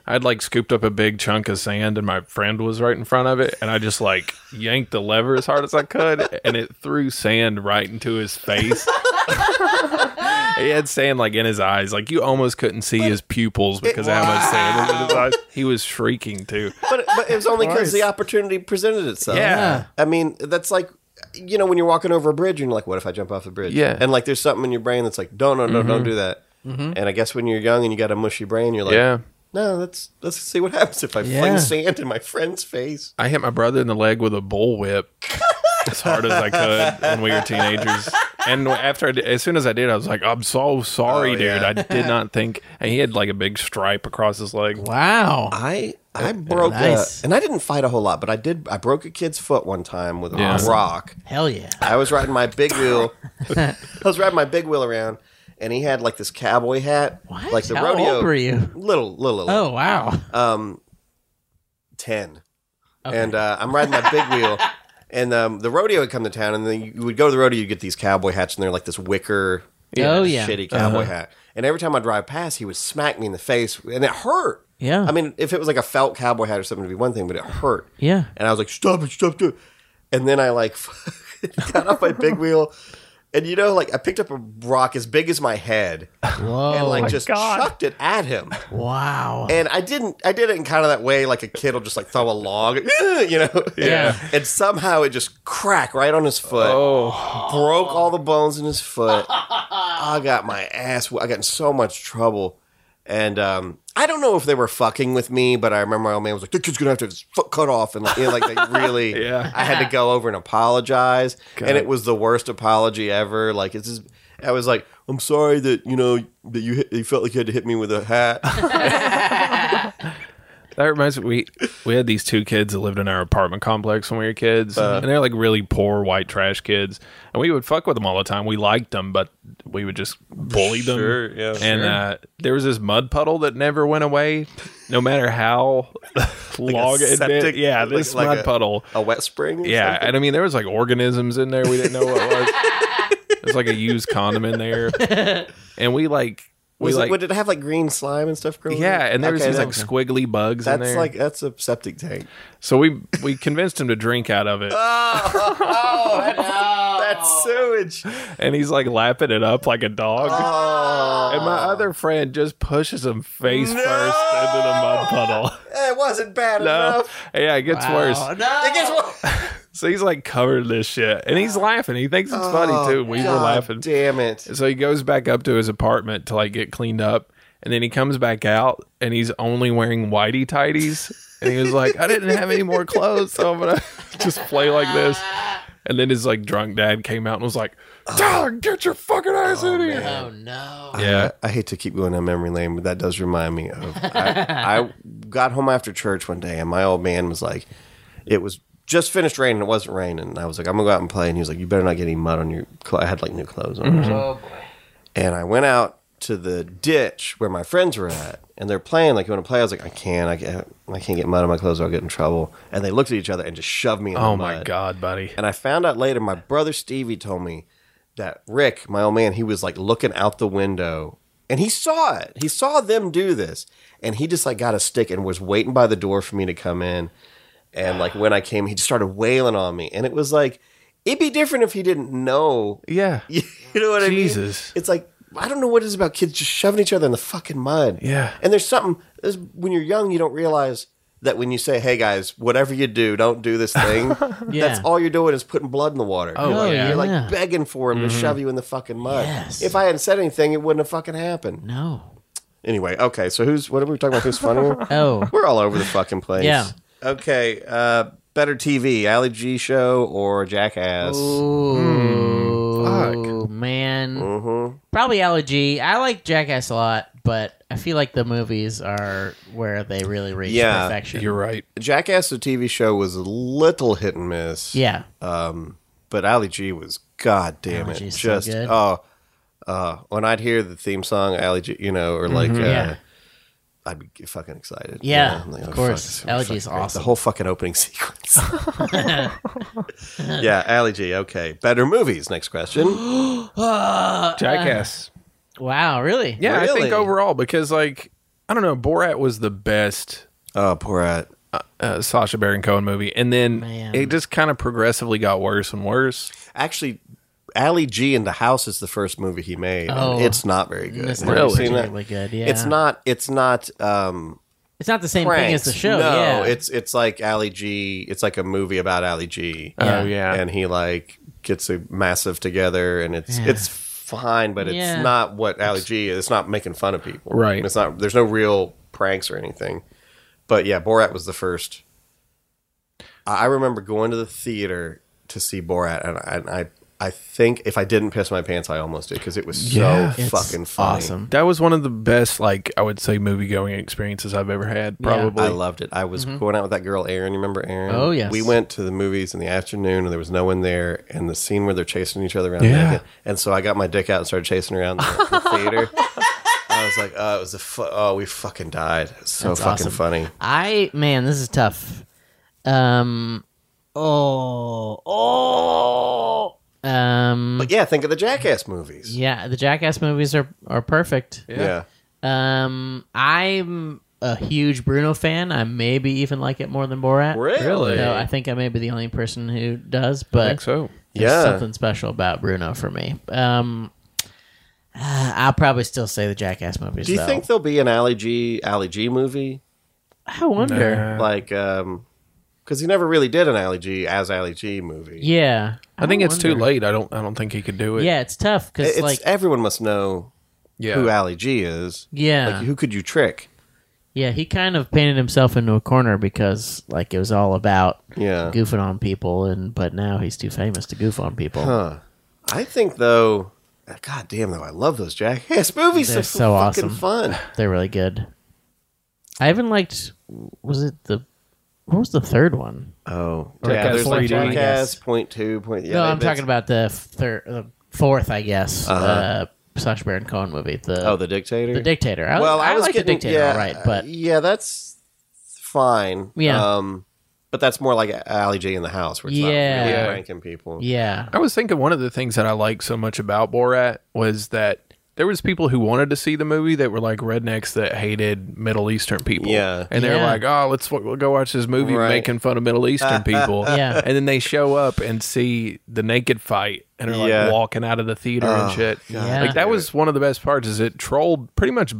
Speaker 5: I'd like scooped up a big chunk of sand, and my friend was right in front of it, and I just like yanked the lever as hard as I could, and it threw sand right into his face. he had sand like in his eyes, like you almost couldn't see his pupils because of how much sand was in his eyes. He was shrieking too.
Speaker 4: but, but it was only because the opportunity presented itself.
Speaker 5: Yeah.
Speaker 4: I mean, that's like, you know, when you're walking over a bridge and you're like, what if I jump off the bridge?
Speaker 5: Yeah. Mm-hmm.
Speaker 4: And like, there's something in your brain that's like, no, no, no, don't do that. And I guess when you're young and you got a mushy brain, you're like,
Speaker 5: Yeah.
Speaker 4: no, let's let's see what happens if I
Speaker 6: Yeah.
Speaker 4: fling sand in my friend's face.
Speaker 5: I hit my brother in the leg with a bullwhip as hard as I could when we were teenagers. And after, I did, as soon as I did, I was like, "I'm so sorry,
Speaker 4: Oh,
Speaker 5: dude.
Speaker 4: yeah.
Speaker 5: I did not think." And he had like a big stripe across his leg.
Speaker 6: Wow.
Speaker 4: I I broke
Speaker 6: Nice.
Speaker 4: a, and I didn't fight a whole lot, but I did. I broke a kid's foot one time with
Speaker 5: Yeah.
Speaker 4: a rock.
Speaker 6: Hell yeah.
Speaker 4: I was riding my big wheel. I was riding my big wheel around, and he had like this cowboy hat,
Speaker 6: What?
Speaker 4: like the
Speaker 6: How
Speaker 4: rodeo.
Speaker 6: old were you?
Speaker 4: Little, little, little.
Speaker 6: Oh wow.
Speaker 4: um, 10. And uh, I'm riding my big wheel. And um, the rodeo would come to town, and then you would go to the rodeo, you'd get these cowboy hats, and they're like this wicker,
Speaker 6: Oh, yeah.
Speaker 4: shitty cowboy hat. And every time I drive past, he would smack me in the face, and it hurt.
Speaker 6: Yeah.
Speaker 4: I mean, if it was like a felt cowboy hat or something, it'd be one thing, but it hurt.
Speaker 6: Yeah.
Speaker 4: And I was like, stop it, stop it. And then I like got off my big wheel, and you know, like I picked up a rock as big as my head
Speaker 6: Whoa.
Speaker 4: and like just chucked it at him.
Speaker 6: wow.
Speaker 4: And I didn't. I did it in kind of that way, like a kid will just like throw a log, you know.
Speaker 5: Yeah.
Speaker 4: And somehow it just cracked right on his foot,
Speaker 5: Oh,
Speaker 4: broke all the bones in his foot. I got my ass. wh- I got in so much trouble, and um, I don't know if they were fucking with me, but I remember my old man was like, "The kid's gonna have to have his foot cut off," and like, you know, like they really.
Speaker 5: Yeah.
Speaker 4: I had to go over and apologize, and it was the worst apology ever. Like it's just. I was like, I'm sorry that you know that you hit, you felt like you had to hit me with a hat.
Speaker 5: that reminds me. We we had these two kids that lived in our apartment complex when we were kids,
Speaker 4: Uh-huh.
Speaker 5: and they're like really poor white trash kids. And we would fuck with them all the time. We liked them, but we would just bully them.
Speaker 9: Sure, yeah.
Speaker 5: And uh, there was this mud puddle that never went away, no matter how long it
Speaker 4: septic-
Speaker 5: been. Yeah,
Speaker 4: like-
Speaker 5: this
Speaker 4: like
Speaker 5: mud
Speaker 4: a-
Speaker 5: puddle.
Speaker 4: a wet spring. Or
Speaker 5: Yeah,
Speaker 4: something?
Speaker 5: and I mean there was like organisms in there we didn't know what was. There's like a used condom in there, and we like we
Speaker 4: was
Speaker 5: like
Speaker 4: it, would it have like green slime and stuff growing?
Speaker 5: yeah, and there was
Speaker 4: Okay,
Speaker 5: these
Speaker 4: that-
Speaker 5: like squiggly bugs in
Speaker 4: that's
Speaker 5: there.
Speaker 4: like that's a septic tank.
Speaker 5: so we we convinced him to drink out of it,
Speaker 4: That's sewage.
Speaker 5: and he's like lapping it up like a dog.
Speaker 4: Oh,
Speaker 5: And my other friend just pushes him face first into the mud puddle.
Speaker 4: it wasn't bad
Speaker 5: No,
Speaker 4: enough.
Speaker 5: yeah, it gets worse.
Speaker 4: It gets wor-
Speaker 5: So he's like covered in this shit, and he's laughing. He thinks it's funny too. We were
Speaker 4: God
Speaker 5: laughing.
Speaker 4: Damn it!
Speaker 5: So he goes back up to his apartment to like get cleaned up, and then he comes back out, and he's only wearing whitey tighties, and he was like, "I didn't have any more clothes, so I'm gonna just play like this." And then his like drunk dad came out and was like, "Tyler, get your fucking ass in here!"
Speaker 6: oh no.
Speaker 5: Yeah,
Speaker 4: I hate to keep going down memory lane, but that does remind me of. I, I got home after church one day, and my old man was like, "It was just finished raining. It wasn't raining." And I was like, "I'm gonna go out and play," and he was like, "You better not get any mud on your." Cl-. I had like new clothes on.
Speaker 5: Mm-hmm.
Speaker 4: or something.
Speaker 5: Oh,
Speaker 4: And I went out to the ditch where my friends were at, and they're playing. Like, you want to play? I was like, "I can't. I can't. I can't get mud on my clothes. or I'll get in trouble." And they looked at each other and just shoved me. In
Speaker 5: Oh
Speaker 4: the
Speaker 5: my
Speaker 4: mud.
Speaker 5: god, buddy.
Speaker 4: And I found out later, my brother Stevie told me that Rick, my old man, he was like looking out the window And he saw it. He saw them do this. And he just like got a stick and was waiting by the door for me to come in. And like when I came, he just started wailing on me. And it was like, it'd be different if he didn't know.
Speaker 5: Yeah.
Speaker 4: You know what I mean?
Speaker 5: Jesus.
Speaker 4: It's like, I don't know what it is about kids just shoving each other in the fucking mud.
Speaker 5: Yeah.
Speaker 4: And there's something, there's, when you're young, you don't realize that when you say, hey guys, whatever you do, don't do this thing,
Speaker 6: Yeah.
Speaker 4: that's all you're doing is putting blood in the water.
Speaker 6: Oh, yeah.
Speaker 4: You're
Speaker 6: yeah.
Speaker 4: like begging for him to shove you in the fucking mud.
Speaker 6: Yes.
Speaker 4: If I hadn't said anything, it wouldn't have fucking happened.
Speaker 6: No.
Speaker 4: Anyway, okay, so who's what are we talking about? Who's funnier?
Speaker 6: Oh.
Speaker 4: We're all over the fucking place.
Speaker 6: Yeah.
Speaker 4: Okay. Uh, better TV, Ali G Show or Jackass? Hmm.
Speaker 6: Ooh, man.
Speaker 4: Mm-hmm.
Speaker 6: Probably allergy. I like Jackass a lot, but I feel like the movies are where they really reach
Speaker 4: Yeah,
Speaker 6: perfection.
Speaker 5: You're right.
Speaker 4: Jackass, the TV show, was a little hit and miss.
Speaker 6: yeah.
Speaker 4: But Ali G was, god damn
Speaker 6: Ali
Speaker 4: it,
Speaker 6: G's so
Speaker 4: just
Speaker 6: good.
Speaker 4: oh. Uh, when I'd hear the theme song, Ali G, you know, or like, uh,
Speaker 6: Mm-hmm. Yeah.
Speaker 4: I'd be fucking excited.
Speaker 6: Yeah,
Speaker 4: I'm oh,
Speaker 6: of
Speaker 4: fuck,
Speaker 6: course.
Speaker 4: it's
Speaker 6: Ali G
Speaker 4: fucking
Speaker 6: is
Speaker 4: great.
Speaker 6: awesome.
Speaker 4: The whole fucking opening sequence. yeah, Ali G. Okay, better movies. Next question.
Speaker 5: Jackass.
Speaker 6: wow, really?
Speaker 5: yeah, I
Speaker 4: really?
Speaker 5: think overall because like I don't know, Borat was the best
Speaker 4: oh, Borat.
Speaker 5: uh, Sasha Baron Cohen movie, and then
Speaker 6: Man.
Speaker 5: it just kind of progressively got worse and worse.
Speaker 4: Actually, Ali G. in the House is the first movie he made. and
Speaker 6: Oh.
Speaker 4: it's not very good.
Speaker 6: It's
Speaker 4: Have you
Speaker 5: not
Speaker 4: seen that?
Speaker 6: particularly good, yeah.
Speaker 4: It's not. It's not. Um,
Speaker 6: It's not the same thing as the
Speaker 4: pranks.
Speaker 6: show.
Speaker 4: No,
Speaker 6: yeah.
Speaker 4: it's it's like Ali G. It's like a movie about Ali G.
Speaker 6: Yeah.
Speaker 5: Oh yeah,
Speaker 4: and he like gets a massive together, and it's
Speaker 6: Yeah.
Speaker 4: it's fine, but it's
Speaker 6: Yeah.
Speaker 4: not what Ali G. is. It's not making fun of people,
Speaker 5: Right.
Speaker 4: It's not. There's no real pranks or anything. But yeah, Borat was the first. I I remember going to the theater to see Borat, and I. And I I think if I didn't piss my pants, I almost did because it was so
Speaker 5: Yeah.
Speaker 6: It's
Speaker 4: fucking funny.
Speaker 6: awesome.
Speaker 5: that was one of the best like I would say movie going experiences I've ever had. Probably.
Speaker 4: I loved it. I was going out with that girl, Erin. You remember Erin?
Speaker 6: Mm-hmm. Oh, yes.
Speaker 4: We went to the movies in the afternoon, and there was no one there. And the scene where they're chasing each other around,
Speaker 5: Yeah.
Speaker 4: naked- and so I got my dick out and started chasing around the, the theater. I was like, oh, it was a fu- oh, we fucking died. It's so
Speaker 6: That's
Speaker 4: fucking
Speaker 6: awesome.
Speaker 4: funny.
Speaker 6: I man, this is tough. Um oh oh um
Speaker 4: But yeah, think of the Jackass movies.
Speaker 6: yeah, the Jackass movies are are perfect.
Speaker 4: Yeah.
Speaker 6: Um I'm a huge Bruno fan. I maybe even like it more than Borat.
Speaker 4: Really?
Speaker 6: Though I think I may be the only person who does,
Speaker 5: I
Speaker 6: but
Speaker 5: think so.
Speaker 6: There's
Speaker 4: Yeah.
Speaker 6: something special about Bruno for me. Um, uh, I'll probably still say the Jackass movies.
Speaker 4: Do you
Speaker 6: though.
Speaker 4: think there'll be an Ali G, Ali G movie?
Speaker 6: I wonder.
Speaker 4: Like, um, because he never really did an Ali G as Ali G movie.
Speaker 6: Yeah,
Speaker 5: I think it's too
Speaker 6: wonder.
Speaker 5: late. I don't. I don't think he could do it.
Speaker 6: Yeah, it's tough because
Speaker 4: It's, e-,
Speaker 6: like
Speaker 4: everyone must know
Speaker 5: Yeah.
Speaker 4: who Ali G is.
Speaker 6: yeah,
Speaker 4: Like, who could you trick?
Speaker 6: yeah, he kind of painted himself into a corner because like it was all about
Speaker 4: Yeah.
Speaker 6: goofing on people, and but now he's too famous to goof on people.
Speaker 4: I think though, god damn though, I love those Jackass movies. They're,
Speaker 6: They're
Speaker 4: so
Speaker 6: so
Speaker 4: fucking
Speaker 6: awesome.
Speaker 4: fun.
Speaker 6: They're really good. I even liked. Was it the? What was the third one?
Speaker 4: Oh,
Speaker 5: Jackass
Speaker 4: yeah. There's like
Speaker 5: 3D.
Speaker 4: Jackass point two point. Yeah,
Speaker 6: no,
Speaker 4: they-
Speaker 6: I'm
Speaker 4: that's-
Speaker 6: talking about the third, the fourth, I guess. uh Sacha Baron Cohen movie. The
Speaker 4: Oh, the dictator.
Speaker 6: The Dictator. I,
Speaker 4: well, I, was
Speaker 6: like
Speaker 4: getting
Speaker 6: the Dictator,
Speaker 4: yeah,
Speaker 6: all right, but
Speaker 4: yeah, that's fine.
Speaker 6: Yeah.
Speaker 4: Um, but that's more like Ali J in the house, where it's not really
Speaker 6: Yeah.
Speaker 4: ranking people.
Speaker 6: yeah,
Speaker 5: I was thinking one of the things that I liked so much about Borat was that there was people who wanted to see the movie that were like rednecks that hated Middle Eastern people.
Speaker 4: Yeah.
Speaker 5: And they're
Speaker 6: Yeah.
Speaker 5: like, oh, let's w- we'll go watch this movie
Speaker 4: Right.
Speaker 5: making fun of Middle Eastern people.
Speaker 6: Yeah.
Speaker 5: And then they show up and see the naked fight and are like
Speaker 4: Yeah. Oh,
Speaker 5: walking out of the theater and shit.
Speaker 6: Yeah.
Speaker 5: Like that was one of the best parts is it trolled pretty much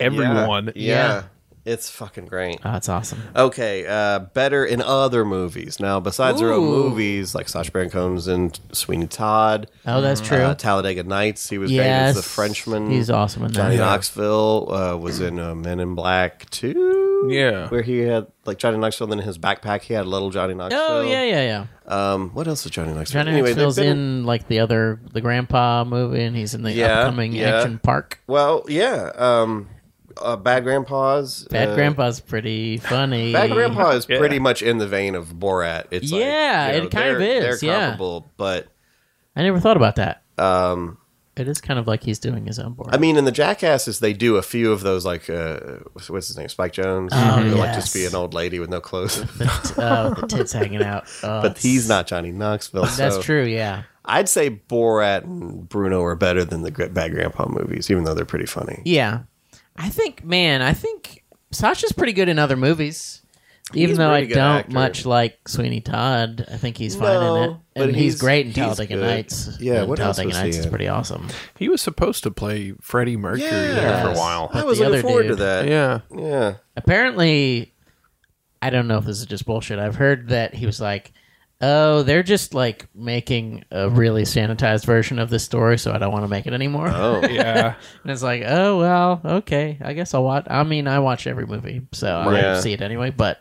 Speaker 5: everyone.
Speaker 4: Yeah. yeah. It's fucking great.
Speaker 6: oh, it's awesome.
Speaker 4: Okay, uh, better in other movies. Now, besides their own
Speaker 6: Ooh.
Speaker 4: movies, like Sacha Baron Cohen's and Sweeney Todd.
Speaker 6: Oh, that's true.
Speaker 4: Uh, Talladega Nights, he was
Speaker 6: yes,
Speaker 4: great as the Frenchman.
Speaker 6: He's awesome in that.
Speaker 4: Johnny Knoxville uh, was in uh, Men in Black 2.
Speaker 5: Yeah.
Speaker 4: Where he had, like, Johnny Knoxville, then in his backpack, he had little Johnny Knoxville.
Speaker 6: Oh yeah, yeah, yeah.
Speaker 4: Um, what else was Johnny Knoxville?
Speaker 6: Johnny
Speaker 4: they've
Speaker 6: Knoxville's
Speaker 4: been
Speaker 6: in like the other the Grandpa movie, and he's in the
Speaker 4: Yeah,
Speaker 6: upcoming
Speaker 4: yeah.
Speaker 6: Action Park.
Speaker 4: Well, yeah. Um, uh, Bad Grandpa's.
Speaker 6: Bad
Speaker 4: uh,
Speaker 6: Grandpa's pretty funny.
Speaker 4: Bad Grandpa is
Speaker 5: Yeah.
Speaker 4: pretty much in the vein of Borat. It's like,
Speaker 6: Yeah,
Speaker 4: you know,
Speaker 6: it kind of
Speaker 4: they're-
Speaker 6: is,
Speaker 4: They're
Speaker 6: yeah.
Speaker 4: comparable, but
Speaker 6: I never thought about that. It is kind of like he's doing his own board.
Speaker 4: Um, I mean, in the Jackasses, they do a few of those, like uh, what's what's his name, Spike Jones, who like just be
Speaker 6: Oh, yes.
Speaker 4: an old lady with no clothes.
Speaker 6: oh, the tits hanging out. Oh,
Speaker 4: but
Speaker 6: it's-
Speaker 4: he's not Johnny Knoxville.
Speaker 6: That's
Speaker 4: so
Speaker 6: true. Yeah.
Speaker 4: I'd say Borat and Bruno are better than the Gr- Bad Grandpa movies, even though they're pretty funny.
Speaker 6: Yeah. I think, man, I think Sasha's pretty good in other movies. Even
Speaker 4: He's
Speaker 6: though I
Speaker 4: pretty good
Speaker 6: don't
Speaker 4: actor.
Speaker 6: much like Sweeney Todd, I think he's fine in it.
Speaker 4: No, but
Speaker 6: And he's,
Speaker 4: he's-
Speaker 6: great in
Speaker 4: he's
Speaker 6: Talladega
Speaker 4: good.
Speaker 6: Nights.
Speaker 4: Yeah,
Speaker 6: And
Speaker 4: what else
Speaker 6: Talladega
Speaker 4: was he
Speaker 6: Nights is
Speaker 4: in?
Speaker 6: pretty awesome.
Speaker 5: He was supposed to play Freddie Mercury there for a
Speaker 6: Yes.
Speaker 5: while.
Speaker 4: I
Speaker 6: But
Speaker 4: was
Speaker 6: the
Speaker 4: looking
Speaker 6: other
Speaker 4: forward to
Speaker 6: dude-
Speaker 4: that.
Speaker 5: Yeah.
Speaker 4: yeah.
Speaker 6: Apparently, I don't know if this is just bullshit. I've heard that he was like, oh, they're just like making a really sanitized version of this story, so I don't want to make it anymore.
Speaker 4: Oh,
Speaker 5: Yeah.
Speaker 6: And it's like, oh well, okay. I guess I'll watch. I mean, I watch every movie, so I'll
Speaker 4: Yeah.
Speaker 6: see it anyway. But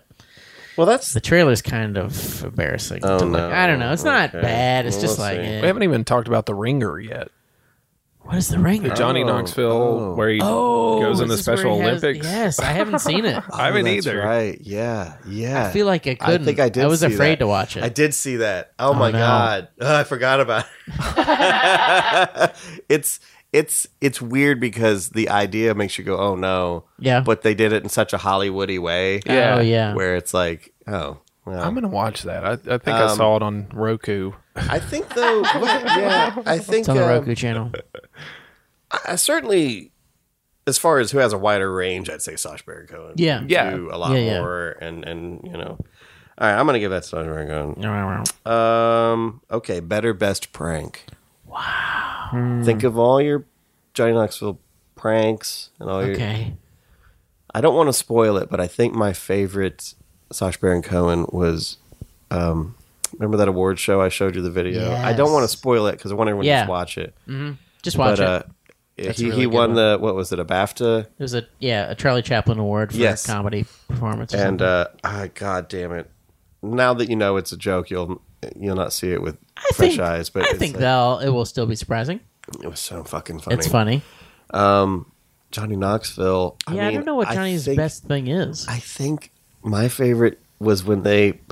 Speaker 4: well, that's
Speaker 6: the trailer's kind of embarrassing.
Speaker 4: Oh,
Speaker 6: to look-
Speaker 4: no.
Speaker 6: I don't know. It's not
Speaker 4: Okay.
Speaker 6: bad. It's
Speaker 4: Well,
Speaker 6: just
Speaker 4: we'll
Speaker 6: like,
Speaker 4: see.
Speaker 6: eh.
Speaker 5: we haven't even talked about The Ringer yet.
Speaker 6: what is the ring?
Speaker 9: The Johnny
Speaker 4: Oh,
Speaker 9: Knoxville,
Speaker 4: oh.
Speaker 9: where he goes in the Special Olympics.
Speaker 6: yes, I haven't seen it.
Speaker 9: I haven't
Speaker 4: Oh, that's
Speaker 9: either.
Speaker 4: Right? Yeah, yeah.
Speaker 6: I feel like I couldn't.
Speaker 4: I think I did.
Speaker 6: was
Speaker 4: see
Speaker 6: afraid
Speaker 4: that.
Speaker 6: to watch it.
Speaker 4: I did see that. Oh, my
Speaker 6: no.
Speaker 4: god! Ugh, I forgot about it. it's it's it's weird because the idea makes you go, "Oh no!"
Speaker 6: Yeah.
Speaker 4: but they did it in such a Hollywoody way.
Speaker 5: Yeah.
Speaker 6: Oh yeah.
Speaker 4: where it's like, "Oh." Well.
Speaker 5: I'm gonna watch that. I, I think
Speaker 4: Um,
Speaker 5: I saw it on Roku.
Speaker 4: I think though, yeah, I think
Speaker 6: It's on the
Speaker 4: um,
Speaker 6: Roku channel.
Speaker 4: I certainly, as far as who has a wider range, I'd say Sash Baron Cohen.
Speaker 6: Yeah.
Speaker 4: do
Speaker 5: Yeah.
Speaker 4: a lot
Speaker 6: Yeah, yeah.
Speaker 4: more, and and you know, all right, I'm gonna give that to Sash Baron Cohen.
Speaker 6: That's
Speaker 4: Um. Okay. Better best prank. Wow. Think of all your Johnny Knoxville pranks and all your.
Speaker 6: okay.
Speaker 4: I don't want to spoil it, but I think my favorite Sash Baron Cohen was. Um, remember that award show I showed you the video? I don't want to
Speaker 6: Yes.
Speaker 4: spoil it because I want everyone
Speaker 6: Yeah.
Speaker 4: to just watch it.
Speaker 6: Just watch
Speaker 4: but
Speaker 6: it.
Speaker 4: uh,
Speaker 6: That's
Speaker 4: he
Speaker 6: a really
Speaker 4: he
Speaker 6: good
Speaker 4: won
Speaker 6: one. Mm-hmm.
Speaker 4: the what was it a BAFTA
Speaker 6: It was a yeah a Charlie Chaplin Award for
Speaker 4: Yes.
Speaker 6: comedy performance. or
Speaker 4: and
Speaker 6: something.
Speaker 4: uh, ah, god damn it. Now that you know it's a joke, you'll you'll not see it with
Speaker 6: I
Speaker 4: fresh
Speaker 6: think,
Speaker 4: eyes. But
Speaker 6: I
Speaker 4: it's
Speaker 6: think
Speaker 4: like-
Speaker 6: they'll it will still be surprising.
Speaker 4: it was so fucking funny.
Speaker 6: It's funny.
Speaker 4: Johnny Knoxville.
Speaker 6: Yeah, I,
Speaker 4: mean,
Speaker 6: don't know what
Speaker 4: I
Speaker 6: Johnny's
Speaker 4: think-
Speaker 6: best thing is.
Speaker 4: I think my favorite was when they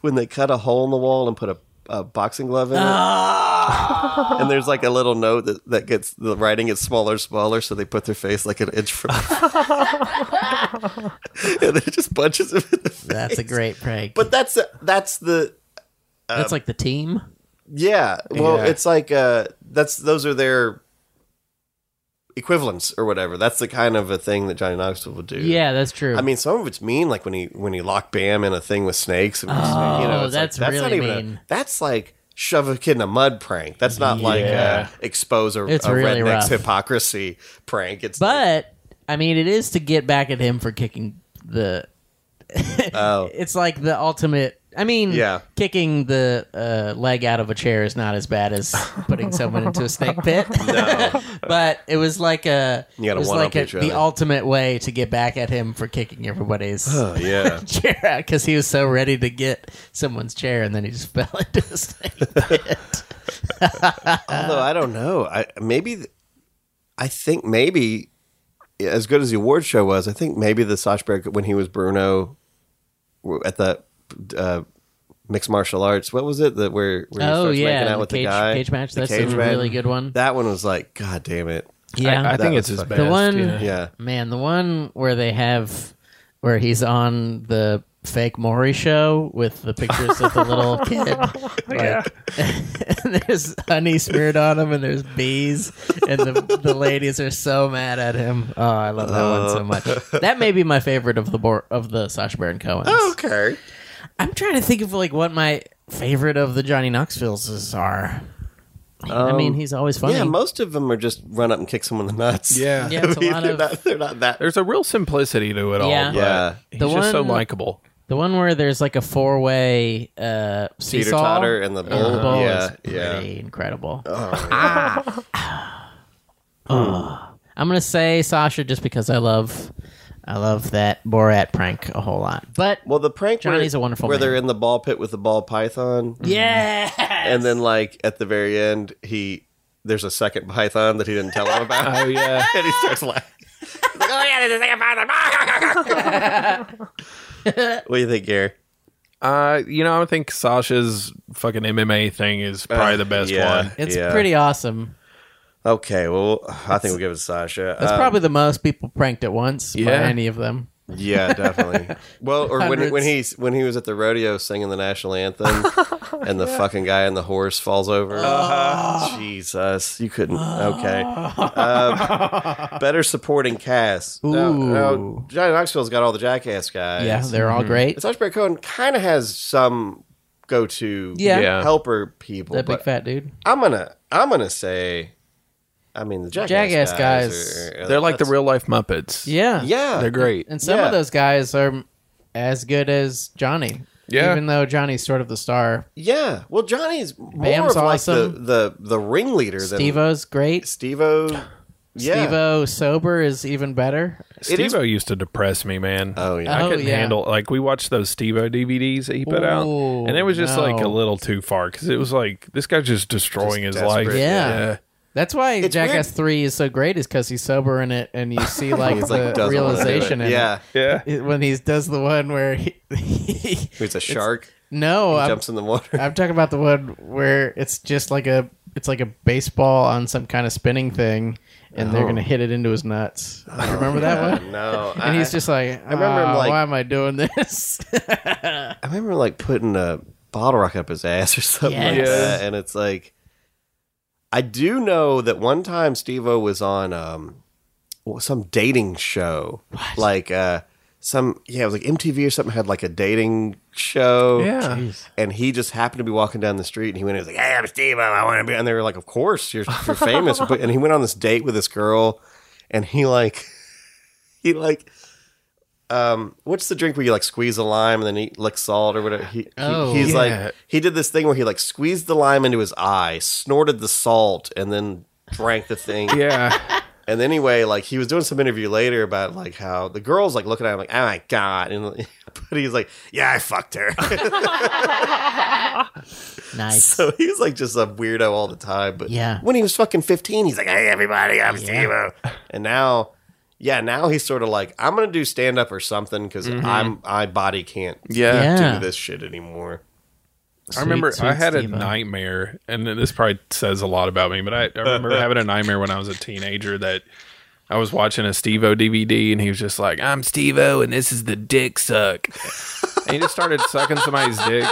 Speaker 4: when they cut a hole in the wall and put a, a boxing glove in
Speaker 6: Oh,
Speaker 4: it. and there's like a little note that, that gets the writing gets smaller and smaller, so they put their face like an inch from and it just punches him in the face.
Speaker 6: That's a great prank.
Speaker 4: But uh, that's uh, that's the
Speaker 6: That's like the team.
Speaker 4: yeah. Well,
Speaker 5: Yeah.
Speaker 4: it's like uh that's those are their equivalents or whatever. That's the kind of a thing that Johnny Knoxville would do.
Speaker 6: Yeah, that's true.
Speaker 4: I mean, some of it's mean, like when he when he locked Bam in a thing with snakes. And oh, you know, it's
Speaker 6: that's
Speaker 4: like,
Speaker 6: really
Speaker 4: a-
Speaker 6: mean.
Speaker 4: that's like shove a kid in a mud prank. That's not like uh, expose a,
Speaker 6: It's
Speaker 4: a
Speaker 6: really
Speaker 4: redneck's
Speaker 6: rough.
Speaker 4: hypocrisy prank. It's like,
Speaker 6: but I mean, it is to get back at him for kicking the.
Speaker 4: oh,
Speaker 6: It's like the ultimate. I mean,
Speaker 4: Yeah.
Speaker 6: kicking the uh, leg out of a chair is not as bad as putting someone into a snake pit. but it was like a,
Speaker 4: You gotta
Speaker 6: it was
Speaker 4: one-up
Speaker 6: like a,
Speaker 4: each
Speaker 6: the
Speaker 4: other.
Speaker 6: ultimate way to get back at him for kicking everybody's
Speaker 4: oh, yeah.
Speaker 6: chair out because he was so ready to get someone's chair, and then he just fell into the snake pit. Uh,
Speaker 4: Although I don't know, I maybe th- I think maybe as good as the award show was, I think maybe the Sash Bear when he was Bruno w- at the. Uh, Mixed martial arts. What was it that where, where he
Speaker 6: Oh,
Speaker 4: starts
Speaker 6: yeah,
Speaker 4: making out
Speaker 6: the
Speaker 4: with
Speaker 6: cage-
Speaker 4: the guy?
Speaker 6: cage match.
Speaker 4: The
Speaker 6: That's a
Speaker 4: cage match.
Speaker 6: really good one.
Speaker 4: That one was like, God damn it!
Speaker 6: yeah,
Speaker 5: I, I
Speaker 4: That
Speaker 5: think
Speaker 4: was
Speaker 5: it's his
Speaker 4: fucking-
Speaker 5: best.
Speaker 6: The one-
Speaker 5: yeah.
Speaker 4: Yeah.
Speaker 6: Man, the one where they have where he's on the fake Maury show with the pictures of the little kid. Like, and there's honey smeared on him and there's bees and the, the ladies are so mad at him. Oh, I love that one so much. That may be my favorite of the bor- of the Sacha Baron Cohen's.
Speaker 4: Oh, Okay.
Speaker 6: I'm trying to think of like what my favorite of the Johnny Knoxville's are. I mean, he's always funny.
Speaker 4: Um, Yeah, most of them are just run up and kick someone in the nuts.
Speaker 5: Yeah.
Speaker 6: Yeah, it's a
Speaker 4: I mean,
Speaker 6: lot
Speaker 4: they're,
Speaker 6: of-
Speaker 4: not, they're not that.
Speaker 5: There's a real simplicity to it all.
Speaker 6: Yeah.
Speaker 5: but
Speaker 4: Yeah.
Speaker 5: He's
Speaker 6: The
Speaker 5: just so
Speaker 6: one-
Speaker 5: likable.
Speaker 6: The one where there's like a four way uh
Speaker 4: Teeter
Speaker 6: seesaw
Speaker 4: totter and the bull.
Speaker 6: the bowl
Speaker 4: yeah,
Speaker 6: is pretty
Speaker 4: yeah. Oh,
Speaker 6: incredible. Ah. Ah. I'm gonna say Sasha just because I love I love that Borat prank a whole lot. But
Speaker 4: Well, the prank
Speaker 6: Johnny's
Speaker 4: where,
Speaker 6: a wonderful
Speaker 4: where
Speaker 6: man.
Speaker 4: they're in the ball pit with the ball python,
Speaker 6: yeah,
Speaker 4: and then like at the very end, he there's a second python that he didn't tell him about,
Speaker 5: Oh yeah.
Speaker 4: and he starts laughing. He's like, oh yeah, there's a second python. what do you think, Gary?
Speaker 5: Uh, you know, I think Sasha's fucking MMA thing is probably
Speaker 4: Uh,
Speaker 5: the best
Speaker 4: yeah.
Speaker 5: one.
Speaker 6: It's
Speaker 4: Yeah.
Speaker 6: pretty awesome.
Speaker 4: Okay, well, I think we'll give it to Sasha.
Speaker 6: That's
Speaker 4: Um,
Speaker 6: probably the most people pranked at once by
Speaker 5: yeah.
Speaker 6: any of them.
Speaker 4: Yeah, definitely. well, or when when
Speaker 6: Hundreds.
Speaker 4: he's when he was at the rodeo singing the national anthem,
Speaker 6: Oh,
Speaker 4: and the fucking guy on the horse falls over. Jesus, you couldn't.
Speaker 6: Oh.
Speaker 4: Okay, Um, better supporting cast. No, no,
Speaker 6: Ooh.
Speaker 4: Johnny Knoxville's got all the jackass guys.
Speaker 6: Yeah, they're all great.
Speaker 4: And Sacha Baron Cohen kind of has some go-to
Speaker 6: Yeah.
Speaker 5: Yeah.
Speaker 4: helper people.
Speaker 6: That big
Speaker 4: but
Speaker 6: fat dude.
Speaker 4: I'm gonna I'm gonna say, I mean the jackass,
Speaker 6: Jackass guys.
Speaker 4: guys, are-
Speaker 5: They're like the
Speaker 4: that's-
Speaker 5: real life Muppets.
Speaker 6: Yeah.
Speaker 4: Yeah,
Speaker 5: They're great.
Speaker 6: And some
Speaker 4: Yeah.
Speaker 6: of those guys are as good as Johnny.
Speaker 5: Yeah.
Speaker 6: Even though Johnny's sort of the star.
Speaker 4: Yeah. Well, Johnny's more
Speaker 6: Bam's
Speaker 4: of like
Speaker 6: awesome.
Speaker 4: the, the the ringleader than
Speaker 6: Stevo's great.
Speaker 4: Stevo. Yeah.
Speaker 6: Stevo sober is even better.
Speaker 4: It is-
Speaker 5: Steve O used to depress me, man.
Speaker 4: Oh yeah.
Speaker 5: I
Speaker 6: Oh,
Speaker 5: couldn't
Speaker 6: yeah.
Speaker 5: handle like we watched those Steve O DVDs that he put out,
Speaker 6: Ooh,
Speaker 5: and it was just like
Speaker 6: no.
Speaker 5: a little too far because it was like this guy's just destroying
Speaker 4: Just
Speaker 5: his life.
Speaker 4: desperate,
Speaker 6: Yeah. That's why
Speaker 4: It's
Speaker 6: Jackass
Speaker 4: weird.
Speaker 6: 3 is so great is cuz he's sober in it and you see like
Speaker 4: He's,
Speaker 6: the
Speaker 4: doesn't wanna do
Speaker 6: realization
Speaker 4: it.
Speaker 6: in
Speaker 4: Yeah.
Speaker 5: yeah,
Speaker 6: it. When he does the one where he, he
Speaker 4: He's a shark.
Speaker 6: No,
Speaker 4: He
Speaker 6: I'm,
Speaker 4: jumps in the water.
Speaker 6: I'm talking about the one where it's just like a it's like a baseball on some kind of spinning thing, and they're gonna hit it into his nuts. remember that one?
Speaker 4: no. Oh.
Speaker 6: And
Speaker 4: I,
Speaker 6: he's just like, I
Speaker 4: remember
Speaker 6: remember
Speaker 4: him, like-
Speaker 6: why am I doing this?
Speaker 4: I remember like putting a bottle rocket up his ass or something like
Speaker 5: Yes.
Speaker 4: that, and it's like. I do know that one time Stevo was on um, well, some dating show, like uh, some yeah, it was like MTV or something had like a dating show,
Speaker 5: yeah.
Speaker 4: and he just happened to be walking down the street and he went and was like, Hey, I'm Steve, I want to be and they were like, Of course, you're you're famous. But- and he went on this date with this girl and he like he like um what's the drink where you like squeeze a lime and then eat lick salt or whatever? He, he-
Speaker 6: Oh.
Speaker 4: he's
Speaker 5: Yeah.
Speaker 4: like he did this thing where he like squeezed the lime into his eye, snorted the salt, and then drank the thing.
Speaker 5: Yeah,
Speaker 4: And anyway, like he was doing some interview later about like how the girl's like looking at him like, oh my god, and but he's like, yeah, I fucked her.
Speaker 6: nice.
Speaker 4: So he was like just a weirdo all the time. But
Speaker 6: Yeah.
Speaker 4: when he was fucking 15, he's like, hey, everybody, I'm Steve-O." And now, yeah, now he's sort of like, I'm going to do stand up or something because I'm, I body can't
Speaker 5: Mm-hmm. yeah.
Speaker 6: Yeah.
Speaker 4: do this shit anymore.
Speaker 5: I remember
Speaker 6: Sweet,
Speaker 5: I
Speaker 6: sweet
Speaker 5: had
Speaker 6: Steve-O.
Speaker 5: a nightmare, and this probably says a lot about me, but I, I remember having a nightmare when I was a teenager that I was watching a Steve O DVD, and he was just like, I'm Steve O, and this is the dick suck. and he just started sucking somebody's dick.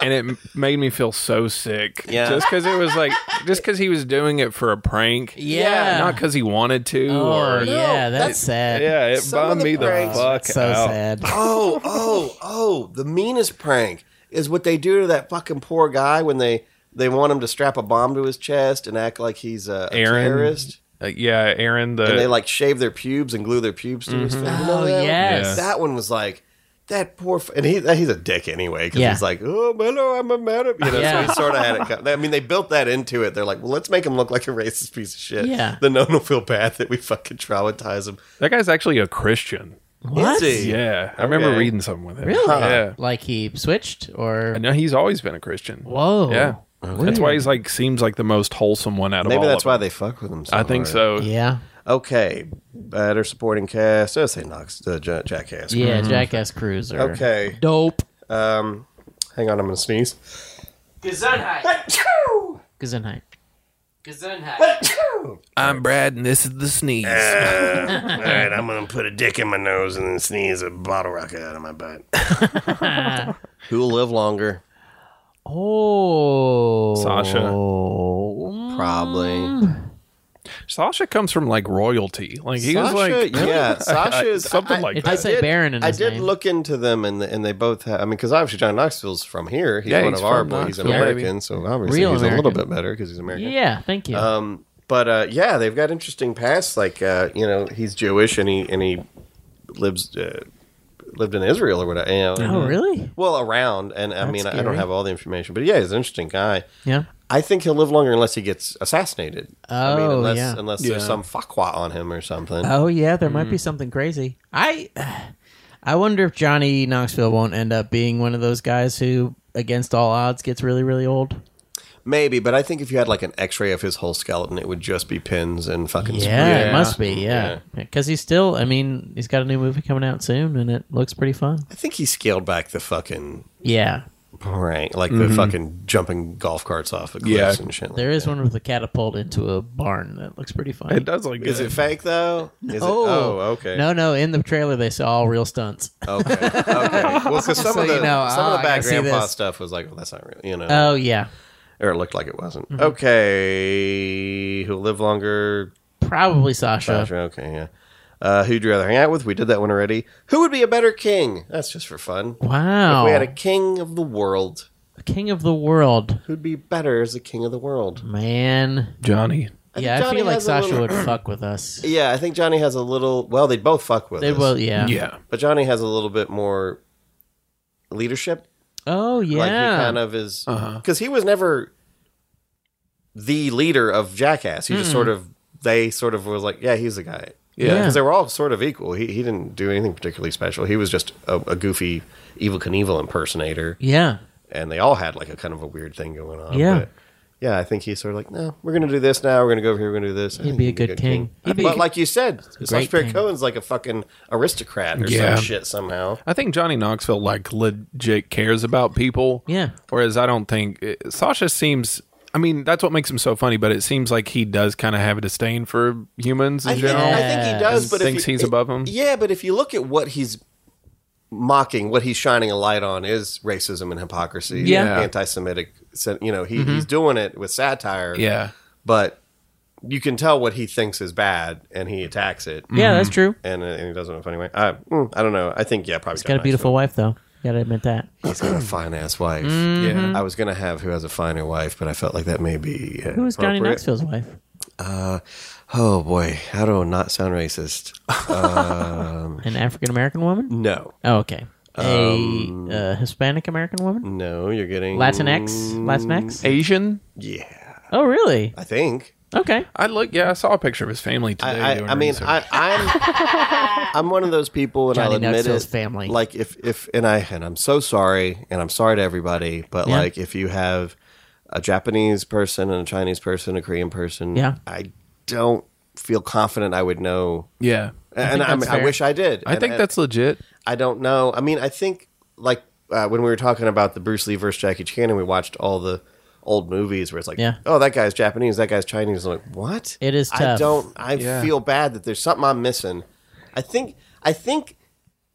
Speaker 5: And it m- made me feel so sick.
Speaker 4: Yeah.
Speaker 5: Just because it was like, just because he was doing it for a prank.
Speaker 6: Yeah.
Speaker 5: Not because he wanted to.
Speaker 6: oh
Speaker 5: or,
Speaker 6: yeah, that's sad.
Speaker 5: yeah, it
Speaker 4: Some of
Speaker 5: bummed
Speaker 4: the
Speaker 5: me the
Speaker 4: pranks-
Speaker 5: fuck
Speaker 6: so
Speaker 5: out.
Speaker 6: sad.
Speaker 4: Oh, oh, oh, the meanest prank is what they do to that fucking poor guy when they, they want him to strap a bomb to his chest and act like he's a, a
Speaker 5: Aaron.
Speaker 4: terrorist.
Speaker 5: Uh, yeah, Aaron, the.
Speaker 4: and they like shave their pubes and glue their pubes to his face. You know
Speaker 6: Oh,
Speaker 4: that one?
Speaker 6: yes.
Speaker 5: Uh, Mm-hmm. Yeah.
Speaker 4: that one was like that poor. F-. And he he's a dick anyway because
Speaker 6: Yeah.
Speaker 4: he's like, oh, hello, I'm a man. of-" You know,
Speaker 6: Yeah.
Speaker 4: so he sort of had it. co- I mean, they built that into it. They're like, well, let's make him look like a racist piece of shit.
Speaker 6: Yeah.
Speaker 4: then no one will feel bad that we fucking traumatize him.
Speaker 5: that guy's actually a Christian.
Speaker 6: What?
Speaker 4: Is he?
Speaker 5: Yeah, I remember
Speaker 4: Okay.
Speaker 5: reading something with him.
Speaker 6: Really?
Speaker 5: Yeah.
Speaker 6: Like he switched or
Speaker 5: I know he's always been a Christian.
Speaker 6: whoa.
Speaker 5: Yeah. That's why he's like seems like the most wholesome one out of all.
Speaker 4: Maybe that's
Speaker 5: of
Speaker 4: why
Speaker 5: them.
Speaker 4: they fuck with him. So
Speaker 5: I think
Speaker 4: hard.
Speaker 5: so.
Speaker 6: Yeah.
Speaker 4: Okay, better supporting cast. I say Knox, uh, J- Jackass.
Speaker 6: Yeah. Jackass Cruiser.
Speaker 4: Okay.
Speaker 6: Dope.
Speaker 4: Um, hang on, I'm gonna sneeze.
Speaker 6: Gesundheit. Gesundheit.
Speaker 5: I'm Brad, and this is the sneeze.
Speaker 4: All right, I'm gonna put a dick in my nose and then sneeze a bottle rocket out of my butt. Who'll live longer?
Speaker 6: Oh. Mm,
Speaker 5: Sasha.
Speaker 4: Probably.
Speaker 5: Sasha comes from like royalty. Like he was
Speaker 4: Sasha,
Speaker 5: like
Speaker 4: yeah,
Speaker 5: I-
Speaker 4: Sasha is
Speaker 5: something
Speaker 4: I-
Speaker 5: like
Speaker 6: If
Speaker 5: that.
Speaker 6: I say
Speaker 4: did-
Speaker 6: Baron in
Speaker 4: I
Speaker 6: his
Speaker 4: did
Speaker 6: name.
Speaker 4: look into them, and and they both. Have, I mean, because obviously John Knoxville's from here. He's
Speaker 5: Yeah,
Speaker 4: one
Speaker 5: he's
Speaker 4: of our,
Speaker 5: from
Speaker 4: but he's
Speaker 5: Knoxville,
Speaker 4: American,
Speaker 5: baby.
Speaker 4: so obviously
Speaker 6: Real
Speaker 4: he's a little
Speaker 6: American.
Speaker 4: bit better because he's American.
Speaker 6: Yeah, thank you.
Speaker 4: Um, but uh, yeah, they've got interesting pasts. Like uh, you know, he's Jewish and he and he lives uh, lived in Israel or whatever. You know,
Speaker 6: oh, really?
Speaker 4: Well, around, and I
Speaker 6: That's
Speaker 4: mean, I- I
Speaker 6: scary.
Speaker 4: don't have all the information, but yeah, he's an interesting guy.
Speaker 6: Yeah.
Speaker 4: I think he'll live longer unless he gets assassinated. I mean,
Speaker 6: Oh,
Speaker 4: unless,
Speaker 6: yeah.
Speaker 4: Unless there's
Speaker 5: Yeah.
Speaker 4: some fakwa on him or something.
Speaker 6: Oh yeah, there might be
Speaker 5: Hmm.
Speaker 6: something crazy. I I wonder if Johnny Knoxville won't end up being one of those guys who against all odds gets really really old.
Speaker 4: Maybe, but I think if you had like an X-ray of his whole skeleton, it would just be pins and fucking.
Speaker 6: Yeah,
Speaker 4: screws.
Speaker 6: it must be. Yeah, because he's still. I mean, he's got a new movie coming out soon, and it looks pretty fun.
Speaker 4: I think he scaled back the fucking
Speaker 6: Yeah,
Speaker 4: rank, like the fucking jumping golf carts off of
Speaker 5: Mm-hmm. Yeah.
Speaker 4: cliffs and shit. Like
Speaker 6: there is one with a catapult into a barn that looks pretty fun.
Speaker 5: It does look good.
Speaker 4: Is it fake though? Is it, oh, okay. Oh.
Speaker 6: No, no. In the trailer, they saw all real stunts.
Speaker 4: Okay. Okay. Well, because some
Speaker 6: So
Speaker 4: of the
Speaker 6: you know,
Speaker 4: some of the
Speaker 6: ah, I gotta
Speaker 4: bad
Speaker 6: see
Speaker 4: grandpa
Speaker 6: this.
Speaker 4: stuff was like, well, that's not real, you know,
Speaker 6: Oh yeah,
Speaker 4: or it looked like it wasn't. Okay, who live longer?
Speaker 6: probably Sasha.
Speaker 4: Sasha, Okay, yeah. Uh, who'd you rather hang out with? We did that one already. Who would be a better king? That's just for fun.
Speaker 6: Wow,
Speaker 4: If we had a king of the world,
Speaker 6: king of the world,
Speaker 4: who'd be better as a king of the world?
Speaker 6: man.
Speaker 5: Johnny.
Speaker 4: think
Speaker 6: yeah, I
Speaker 4: Johnny
Speaker 6: feel like
Speaker 4: has a
Speaker 6: Sasha
Speaker 4: little-
Speaker 6: would fuck with us.
Speaker 4: Yeah, I think Johnny has a little. Well, they both fuck with
Speaker 6: They
Speaker 4: us,
Speaker 6: will. Yeah.
Speaker 5: Yeah.
Speaker 4: but Johnny has a little bit more leadership.
Speaker 6: Oh yeah.
Speaker 4: Like he kind of is because he was never the leader of Jackass. He just sort of they sort of was like, yeah, he's the guy.
Speaker 5: Yeah.
Speaker 4: because they were all sort of equal. He he didn't do anything particularly special. He was just a, a goofy evil Knievel impersonator,
Speaker 6: yeah.
Speaker 4: and they all had like a kind of a weird thing going on.
Speaker 6: Yeah.
Speaker 4: But yeah, I think he's sort of like, no, we're gonna do this now. We're gonna go over here. We're gonna do this. I think
Speaker 6: be a
Speaker 4: he'd
Speaker 6: good king. He'd be a
Speaker 4: But
Speaker 6: g-
Speaker 4: like you said, Sacha Baron
Speaker 6: king.
Speaker 4: Cohen's like a fucking aristocrat or
Speaker 5: Yeah.
Speaker 4: some shit somehow.
Speaker 5: I think Johnny Knoxville like legit cares about people.
Speaker 6: Yeah.
Speaker 5: Whereas I don't think eh, Sasha seems. I mean, that's what makes him so funny. But it seems like he does kind of have a disdain for humans in
Speaker 4: I think,
Speaker 5: general.
Speaker 4: I think he does, but
Speaker 5: thinks
Speaker 4: if you-
Speaker 5: he's above him.
Speaker 4: Yeah, but if you look at what he's mocking, what he's shining a light on is racism and hypocrisy,
Speaker 6: Yeah.
Speaker 4: and anti-Semitic. sen- You know, he, he's doing it with satire.
Speaker 5: Mm-hmm. Yeah.
Speaker 4: but you can tell what he thinks is bad, and he attacks it,
Speaker 6: Yeah, that's true.
Speaker 4: and, uh, and he does it in a funny way. I, mm, I don't know. I think yeah, probably.
Speaker 6: He's got a beautiful wife though. Got to admit that.
Speaker 4: He's got a fine ass wife.
Speaker 5: Yeah.
Speaker 4: I was gonna have who has a finer wife, but I felt like that may be uh,
Speaker 6: Who was Johnny
Speaker 4: appropriate.
Speaker 6: Knoxville's wife?
Speaker 4: Oh boy, how do I not sound racist?
Speaker 6: An African American woman?
Speaker 4: No,
Speaker 6: Oh, okay. A
Speaker 4: Um,
Speaker 6: uh, Hispanic American woman?
Speaker 4: no, you're getting
Speaker 6: Latinx?
Speaker 4: mm,
Speaker 6: Latinx?
Speaker 5: Asian.
Speaker 4: Yeah,
Speaker 6: Oh, really?
Speaker 4: I think.
Speaker 6: Okay.
Speaker 5: I look. Yeah, I saw a picture of his family today.
Speaker 4: I, I,
Speaker 5: doing
Speaker 4: I mean,
Speaker 5: research.
Speaker 4: I, I'm I'm one of those people, and
Speaker 6: Johnny
Speaker 4: I'll admit
Speaker 6: Knoxville's
Speaker 4: it.
Speaker 6: family.
Speaker 4: Like if if and I and I'm so sorry, and I'm sorry to everybody, but
Speaker 6: Yeah.
Speaker 4: like if you have a Japanese person and a Chinese person, a Korean person,
Speaker 6: Yeah.
Speaker 4: I don't feel confident I would know.
Speaker 5: yeah.
Speaker 4: and I,
Speaker 6: that's
Speaker 4: mean, I
Speaker 6: fair.
Speaker 4: wish I did.
Speaker 5: I
Speaker 4: And-
Speaker 5: think
Speaker 4: and
Speaker 5: that's legit.
Speaker 4: I don't know. I mean, I think like uh, when we were talking about the Bruce Lee versus Jackie Chan, and we watched all the old movies where it's like,
Speaker 6: Yeah.
Speaker 4: oh, that guy's Japanese, that guy's Chinese. I'm like, what?
Speaker 6: It is
Speaker 4: I
Speaker 6: tough.
Speaker 4: don't. I feel bad that there's something I'm missing. I think. I think.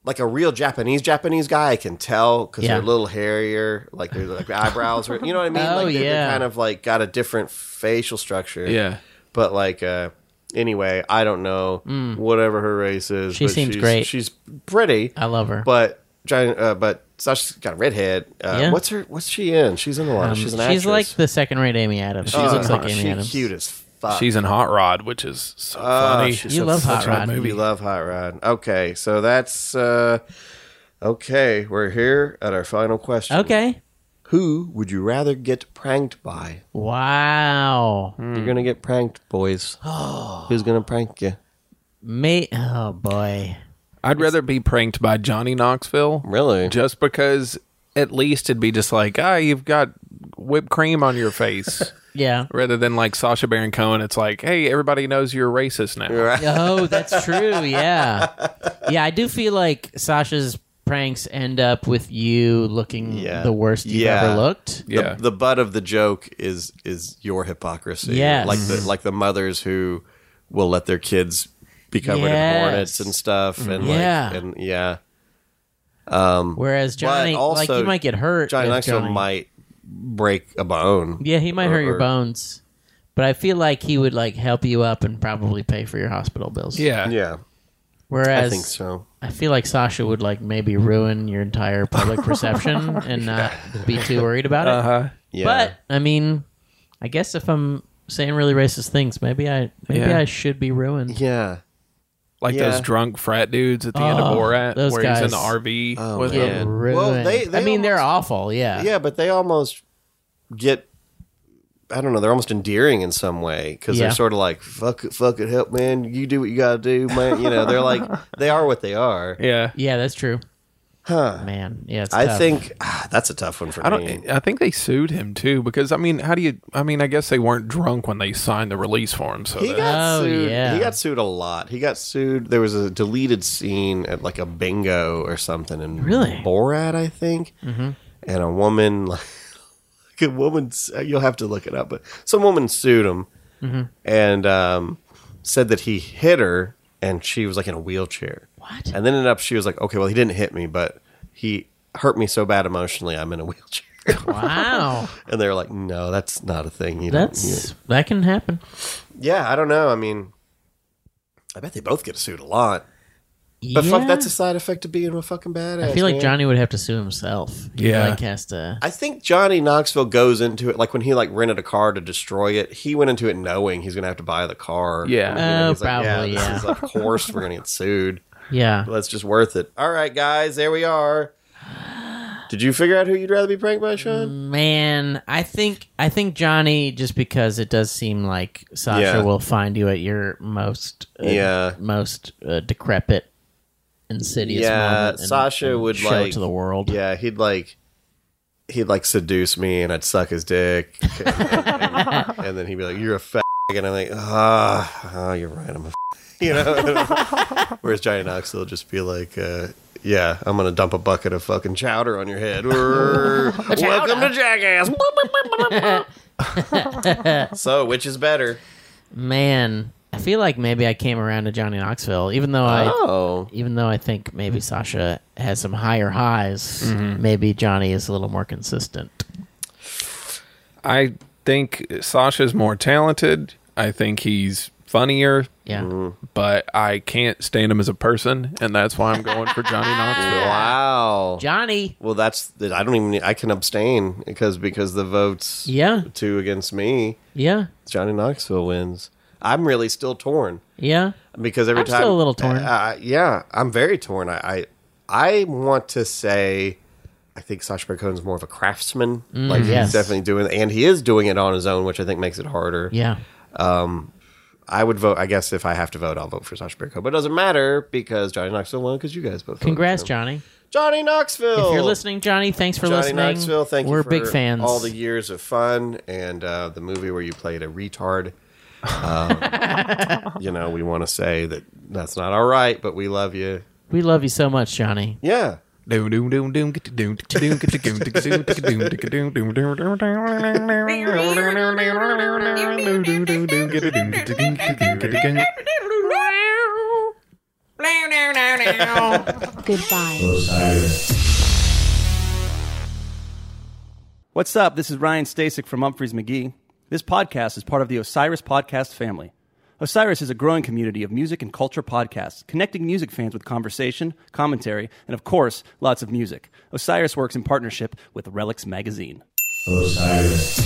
Speaker 4: Like a real Japanese Japanese guy, I can tell because
Speaker 6: Yeah.
Speaker 4: they're a little hairier, like their like eyebrows, are, you know what I mean?
Speaker 6: Oh,
Speaker 4: like they're- they're
Speaker 6: yeah.
Speaker 4: kind of like got a different facial structure.
Speaker 5: Yeah.
Speaker 4: But like uh anyway, I don't know whatever her race is.
Speaker 6: Hmm. She
Speaker 4: but
Speaker 6: seems
Speaker 4: she's,
Speaker 6: great. Oh,
Speaker 4: She's pretty.
Speaker 6: I love her.
Speaker 4: But giant. Uh, but Sasha's got a redhead. Uh,
Speaker 6: Yeah. Um,
Speaker 4: What's her? What's she in? She's in a lot. she's an actress.
Speaker 6: She's like the second rate Amy Adams. She
Speaker 4: Uh,
Speaker 6: looks like Amy
Speaker 4: she
Speaker 6: Adams.
Speaker 4: cute as fuck.
Speaker 5: She's in Hot Rod, which is so
Speaker 4: Oh,
Speaker 5: funny.
Speaker 4: she's
Speaker 6: You love
Speaker 4: such
Speaker 6: Hot
Speaker 4: a
Speaker 6: Rod.
Speaker 4: good movie. You love Hot Rod. Okay, so that's uh, okay. We're here at our final question.
Speaker 6: Okay.
Speaker 4: Who would you rather get pranked by?
Speaker 6: Wow.
Speaker 4: You're gonna get pranked, boys. Who's gonna prank you?
Speaker 6: Mate. Oh boy.
Speaker 5: I'd rather be pranked by Johnny Knoxville.
Speaker 4: Really?
Speaker 5: Just because at least it'd be just like, ah, you've got whipped cream on your face.
Speaker 6: Yeah.
Speaker 5: Rather than like Sasha Baron Cohen, it's like, hey, everybody knows you're racist now.
Speaker 6: Oh, that's true. Yeah. Yeah, I do feel like Sasha's pranks end up with you looking
Speaker 4: Yeah.
Speaker 6: the worst you've
Speaker 4: Yeah.
Speaker 6: ever looked.
Speaker 5: Yeah.
Speaker 4: the, the butt of the joke is is your hypocrisy.
Speaker 6: Yes.
Speaker 4: like
Speaker 5: Mm-hmm.
Speaker 4: the like the mothers who will let their kids be covered
Speaker 6: Yes.
Speaker 4: in hornets and stuff,
Speaker 5: Mm-hmm.
Speaker 4: and
Speaker 6: Yeah.
Speaker 4: like, and yeah,
Speaker 6: Whereas Johnny, like
Speaker 4: also,
Speaker 6: you might get hurt.
Speaker 4: Johnny
Speaker 6: with
Speaker 4: Knoxville
Speaker 6: Johnny.
Speaker 4: might break a bone.
Speaker 6: Yeah, he might hurt
Speaker 4: or-
Speaker 6: your bones, but I feel like he would like help you up and probably pay for your hospital bills.
Speaker 5: Yeah.
Speaker 4: yeah,
Speaker 6: Whereas
Speaker 4: I think so.
Speaker 6: I feel like Sasha would like maybe ruin your entire public perception and not be too worried about it.
Speaker 4: Uh-huh. Yeah,
Speaker 6: But I mean, I guess if I'm saying really racist things, maybe I maybe
Speaker 5: Yeah.
Speaker 6: I should be ruined.
Speaker 4: yeah,
Speaker 5: Like
Speaker 4: Yeah.
Speaker 5: those drunk frat dudes at the end
Speaker 6: Oh,
Speaker 5: of Borat
Speaker 6: those
Speaker 5: where he's in
Speaker 6: guys.
Speaker 5: the RV with
Speaker 4: Oh, man.
Speaker 5: them.
Speaker 6: Get ruined.
Speaker 4: Well, they- they
Speaker 6: I mean, they're
Speaker 4: almost-
Speaker 6: awful. Yeah.
Speaker 4: yeah, but they almost get. I don't know. They're almost endearing in some way because
Speaker 6: Yeah.
Speaker 4: they're sort of like "fuck it, fuck it, help, man. You do what you gotta do, man." You know, they're like they are what they are.
Speaker 5: Yeah.
Speaker 6: Yeah, that's true. Man, yeah, it's
Speaker 4: I
Speaker 6: tough.
Speaker 4: think ah, that's a tough one for
Speaker 5: I
Speaker 4: me.
Speaker 5: don't. I think they sued him too because I mean, how do you? I mean, I guess they weren't drunk when they signed the release form. So
Speaker 4: He
Speaker 5: that-
Speaker 4: got
Speaker 6: Oh,
Speaker 4: sued.
Speaker 6: yeah.
Speaker 4: He got sued a lot. He got sued. There was a deleted scene at like a bingo or something in
Speaker 6: Really?
Speaker 4: Borat, I think. Mm-hmm. And a woman, like a woman, uh, you'll have to look it up, but some woman sued him
Speaker 6: Mm-hmm.
Speaker 4: and um, said that he hit her, and she was like in a wheelchair.
Speaker 6: What?
Speaker 4: And then ended up, she was like, okay, well, he didn't hit me, but he hurt me so bad emotionally, I'm in a wheelchair.
Speaker 6: Wow,
Speaker 4: and they're like, no, that's not a thing. You don't- you-
Speaker 6: that's that can happen.
Speaker 4: yeah, I don't know. I mean, I bet they both get sued a lot. But fuck,
Speaker 6: Yeah.
Speaker 4: that's a side effect of being a fucking badass.
Speaker 6: I feel like
Speaker 4: man.
Speaker 6: Johnny would have to sue himself. He,
Speaker 5: Yeah.
Speaker 6: like has to.
Speaker 4: I think Johnny Knoxville goes into it like when he like rented a car to destroy it. He went into it knowing he's gonna have to buy the car.
Speaker 5: Yeah.
Speaker 6: Oh,
Speaker 4: he's like,
Speaker 6: probably,
Speaker 4: This
Speaker 6: yeah.
Speaker 4: is, of course, we're gonna get sued.
Speaker 6: Yeah.
Speaker 4: That's just worth it. All right, guys, there we are. Did you figure out who you'd rather be pranked by, Sean?
Speaker 6: Man, I think I think Johnny just because it does seem like Sasha
Speaker 4: Yeah.
Speaker 6: will find you at your most uh,
Speaker 4: Yeah.
Speaker 6: most uh, decrepit insidious
Speaker 4: yeah,
Speaker 6: moment and-
Speaker 4: Sasha
Speaker 6: and
Speaker 4: would
Speaker 6: show
Speaker 4: like
Speaker 6: it to the world.
Speaker 4: Yeah, he'd like he'd like seduce me and I'd suck his dick, and, and then he'd be like, "You're a fag," and I'm like, "Ah, ah, you're right, I'm a," f-. you know. Whereas Johnny Knoxville will just be like. Uh, yeah, I'm gonna dump a bucket of fucking chowder on your head. Welcome to Jackass. so, which is better?
Speaker 6: Man, I feel like maybe I came around to Johnny Knoxville even though I
Speaker 4: Oh,
Speaker 6: even though I think maybe Sasha has some higher highs,
Speaker 4: Mm-hmm.
Speaker 6: maybe Johnny is a little more consistent.
Speaker 5: I think Sasha's more talented. I think he's funnier,
Speaker 6: Yeah.
Speaker 5: but I can't stand him as a person, and that's why I'm going for Johnny Knoxville.
Speaker 4: wow.
Speaker 6: Johnny.
Speaker 4: Well, that's I don't even I can abstain because because the votes
Speaker 6: Yeah.
Speaker 4: two against me.
Speaker 6: Yeah.
Speaker 4: Johnny Knoxville wins. I'm really still torn
Speaker 6: Yeah.
Speaker 4: because every
Speaker 6: I'm
Speaker 4: time
Speaker 6: still a little torn.
Speaker 4: Uh, yeah, I'm very torn. I, I I want to say I think Sacha Baron Cohen's more of a craftsman. like
Speaker 6: Mm, yes.
Speaker 4: he's definitely doing, and he is doing it on his own, which I think makes it harder.
Speaker 6: Yeah.
Speaker 4: I would vote. I guess if I have to vote, I'll vote for Sacha Baron Cohen. But it doesn't matter because Johnny Knoxville won because you guys both. voted for
Speaker 6: Congrats,
Speaker 4: him.
Speaker 6: Johnny.
Speaker 4: Johnny Knoxville.
Speaker 6: If you're listening, Johnny, thanks for
Speaker 4: Johnny
Speaker 6: listening.
Speaker 4: Knoxville, thank
Speaker 6: We're
Speaker 4: you. for
Speaker 6: big fans.
Speaker 4: All the years of fun and uh, the movie where you played a retard. Um, you know, we want to say that that's not all right, but we love you.
Speaker 6: we love you so much, Johnny.
Speaker 4: Yeah.
Speaker 5: Doom, doom, doom, doom, get to doom, get to doom, get to doom, get to doom, get to doom, get to doom, doom, doom, doom, doom, doom, doom, get to doom, get to doom, get to doom, get to doom.
Speaker 9: Goodbye.
Speaker 2: Osiris.
Speaker 10: What's up? This is Ryan Stasek from Humphreys McGee. This podcast is part of the Osiris Podcast family. Osiris is a growing community of music and culture podcasts, connecting music fans with conversation, commentary, and of course, lots of music. Osiris works in partnership with Relics Magazine.
Speaker 2: Osiris.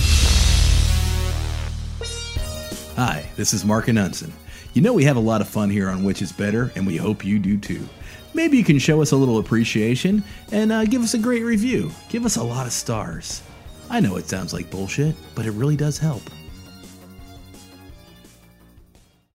Speaker 3: Hi, this is Mark Anunson. You know we have a lot of fun here on Which Is Better, and we hope you do too. Maybe you can show us a little appreciation and uh, give us a great review. Give us a lot of stars. I know it sounds like bullshit, but it really does help.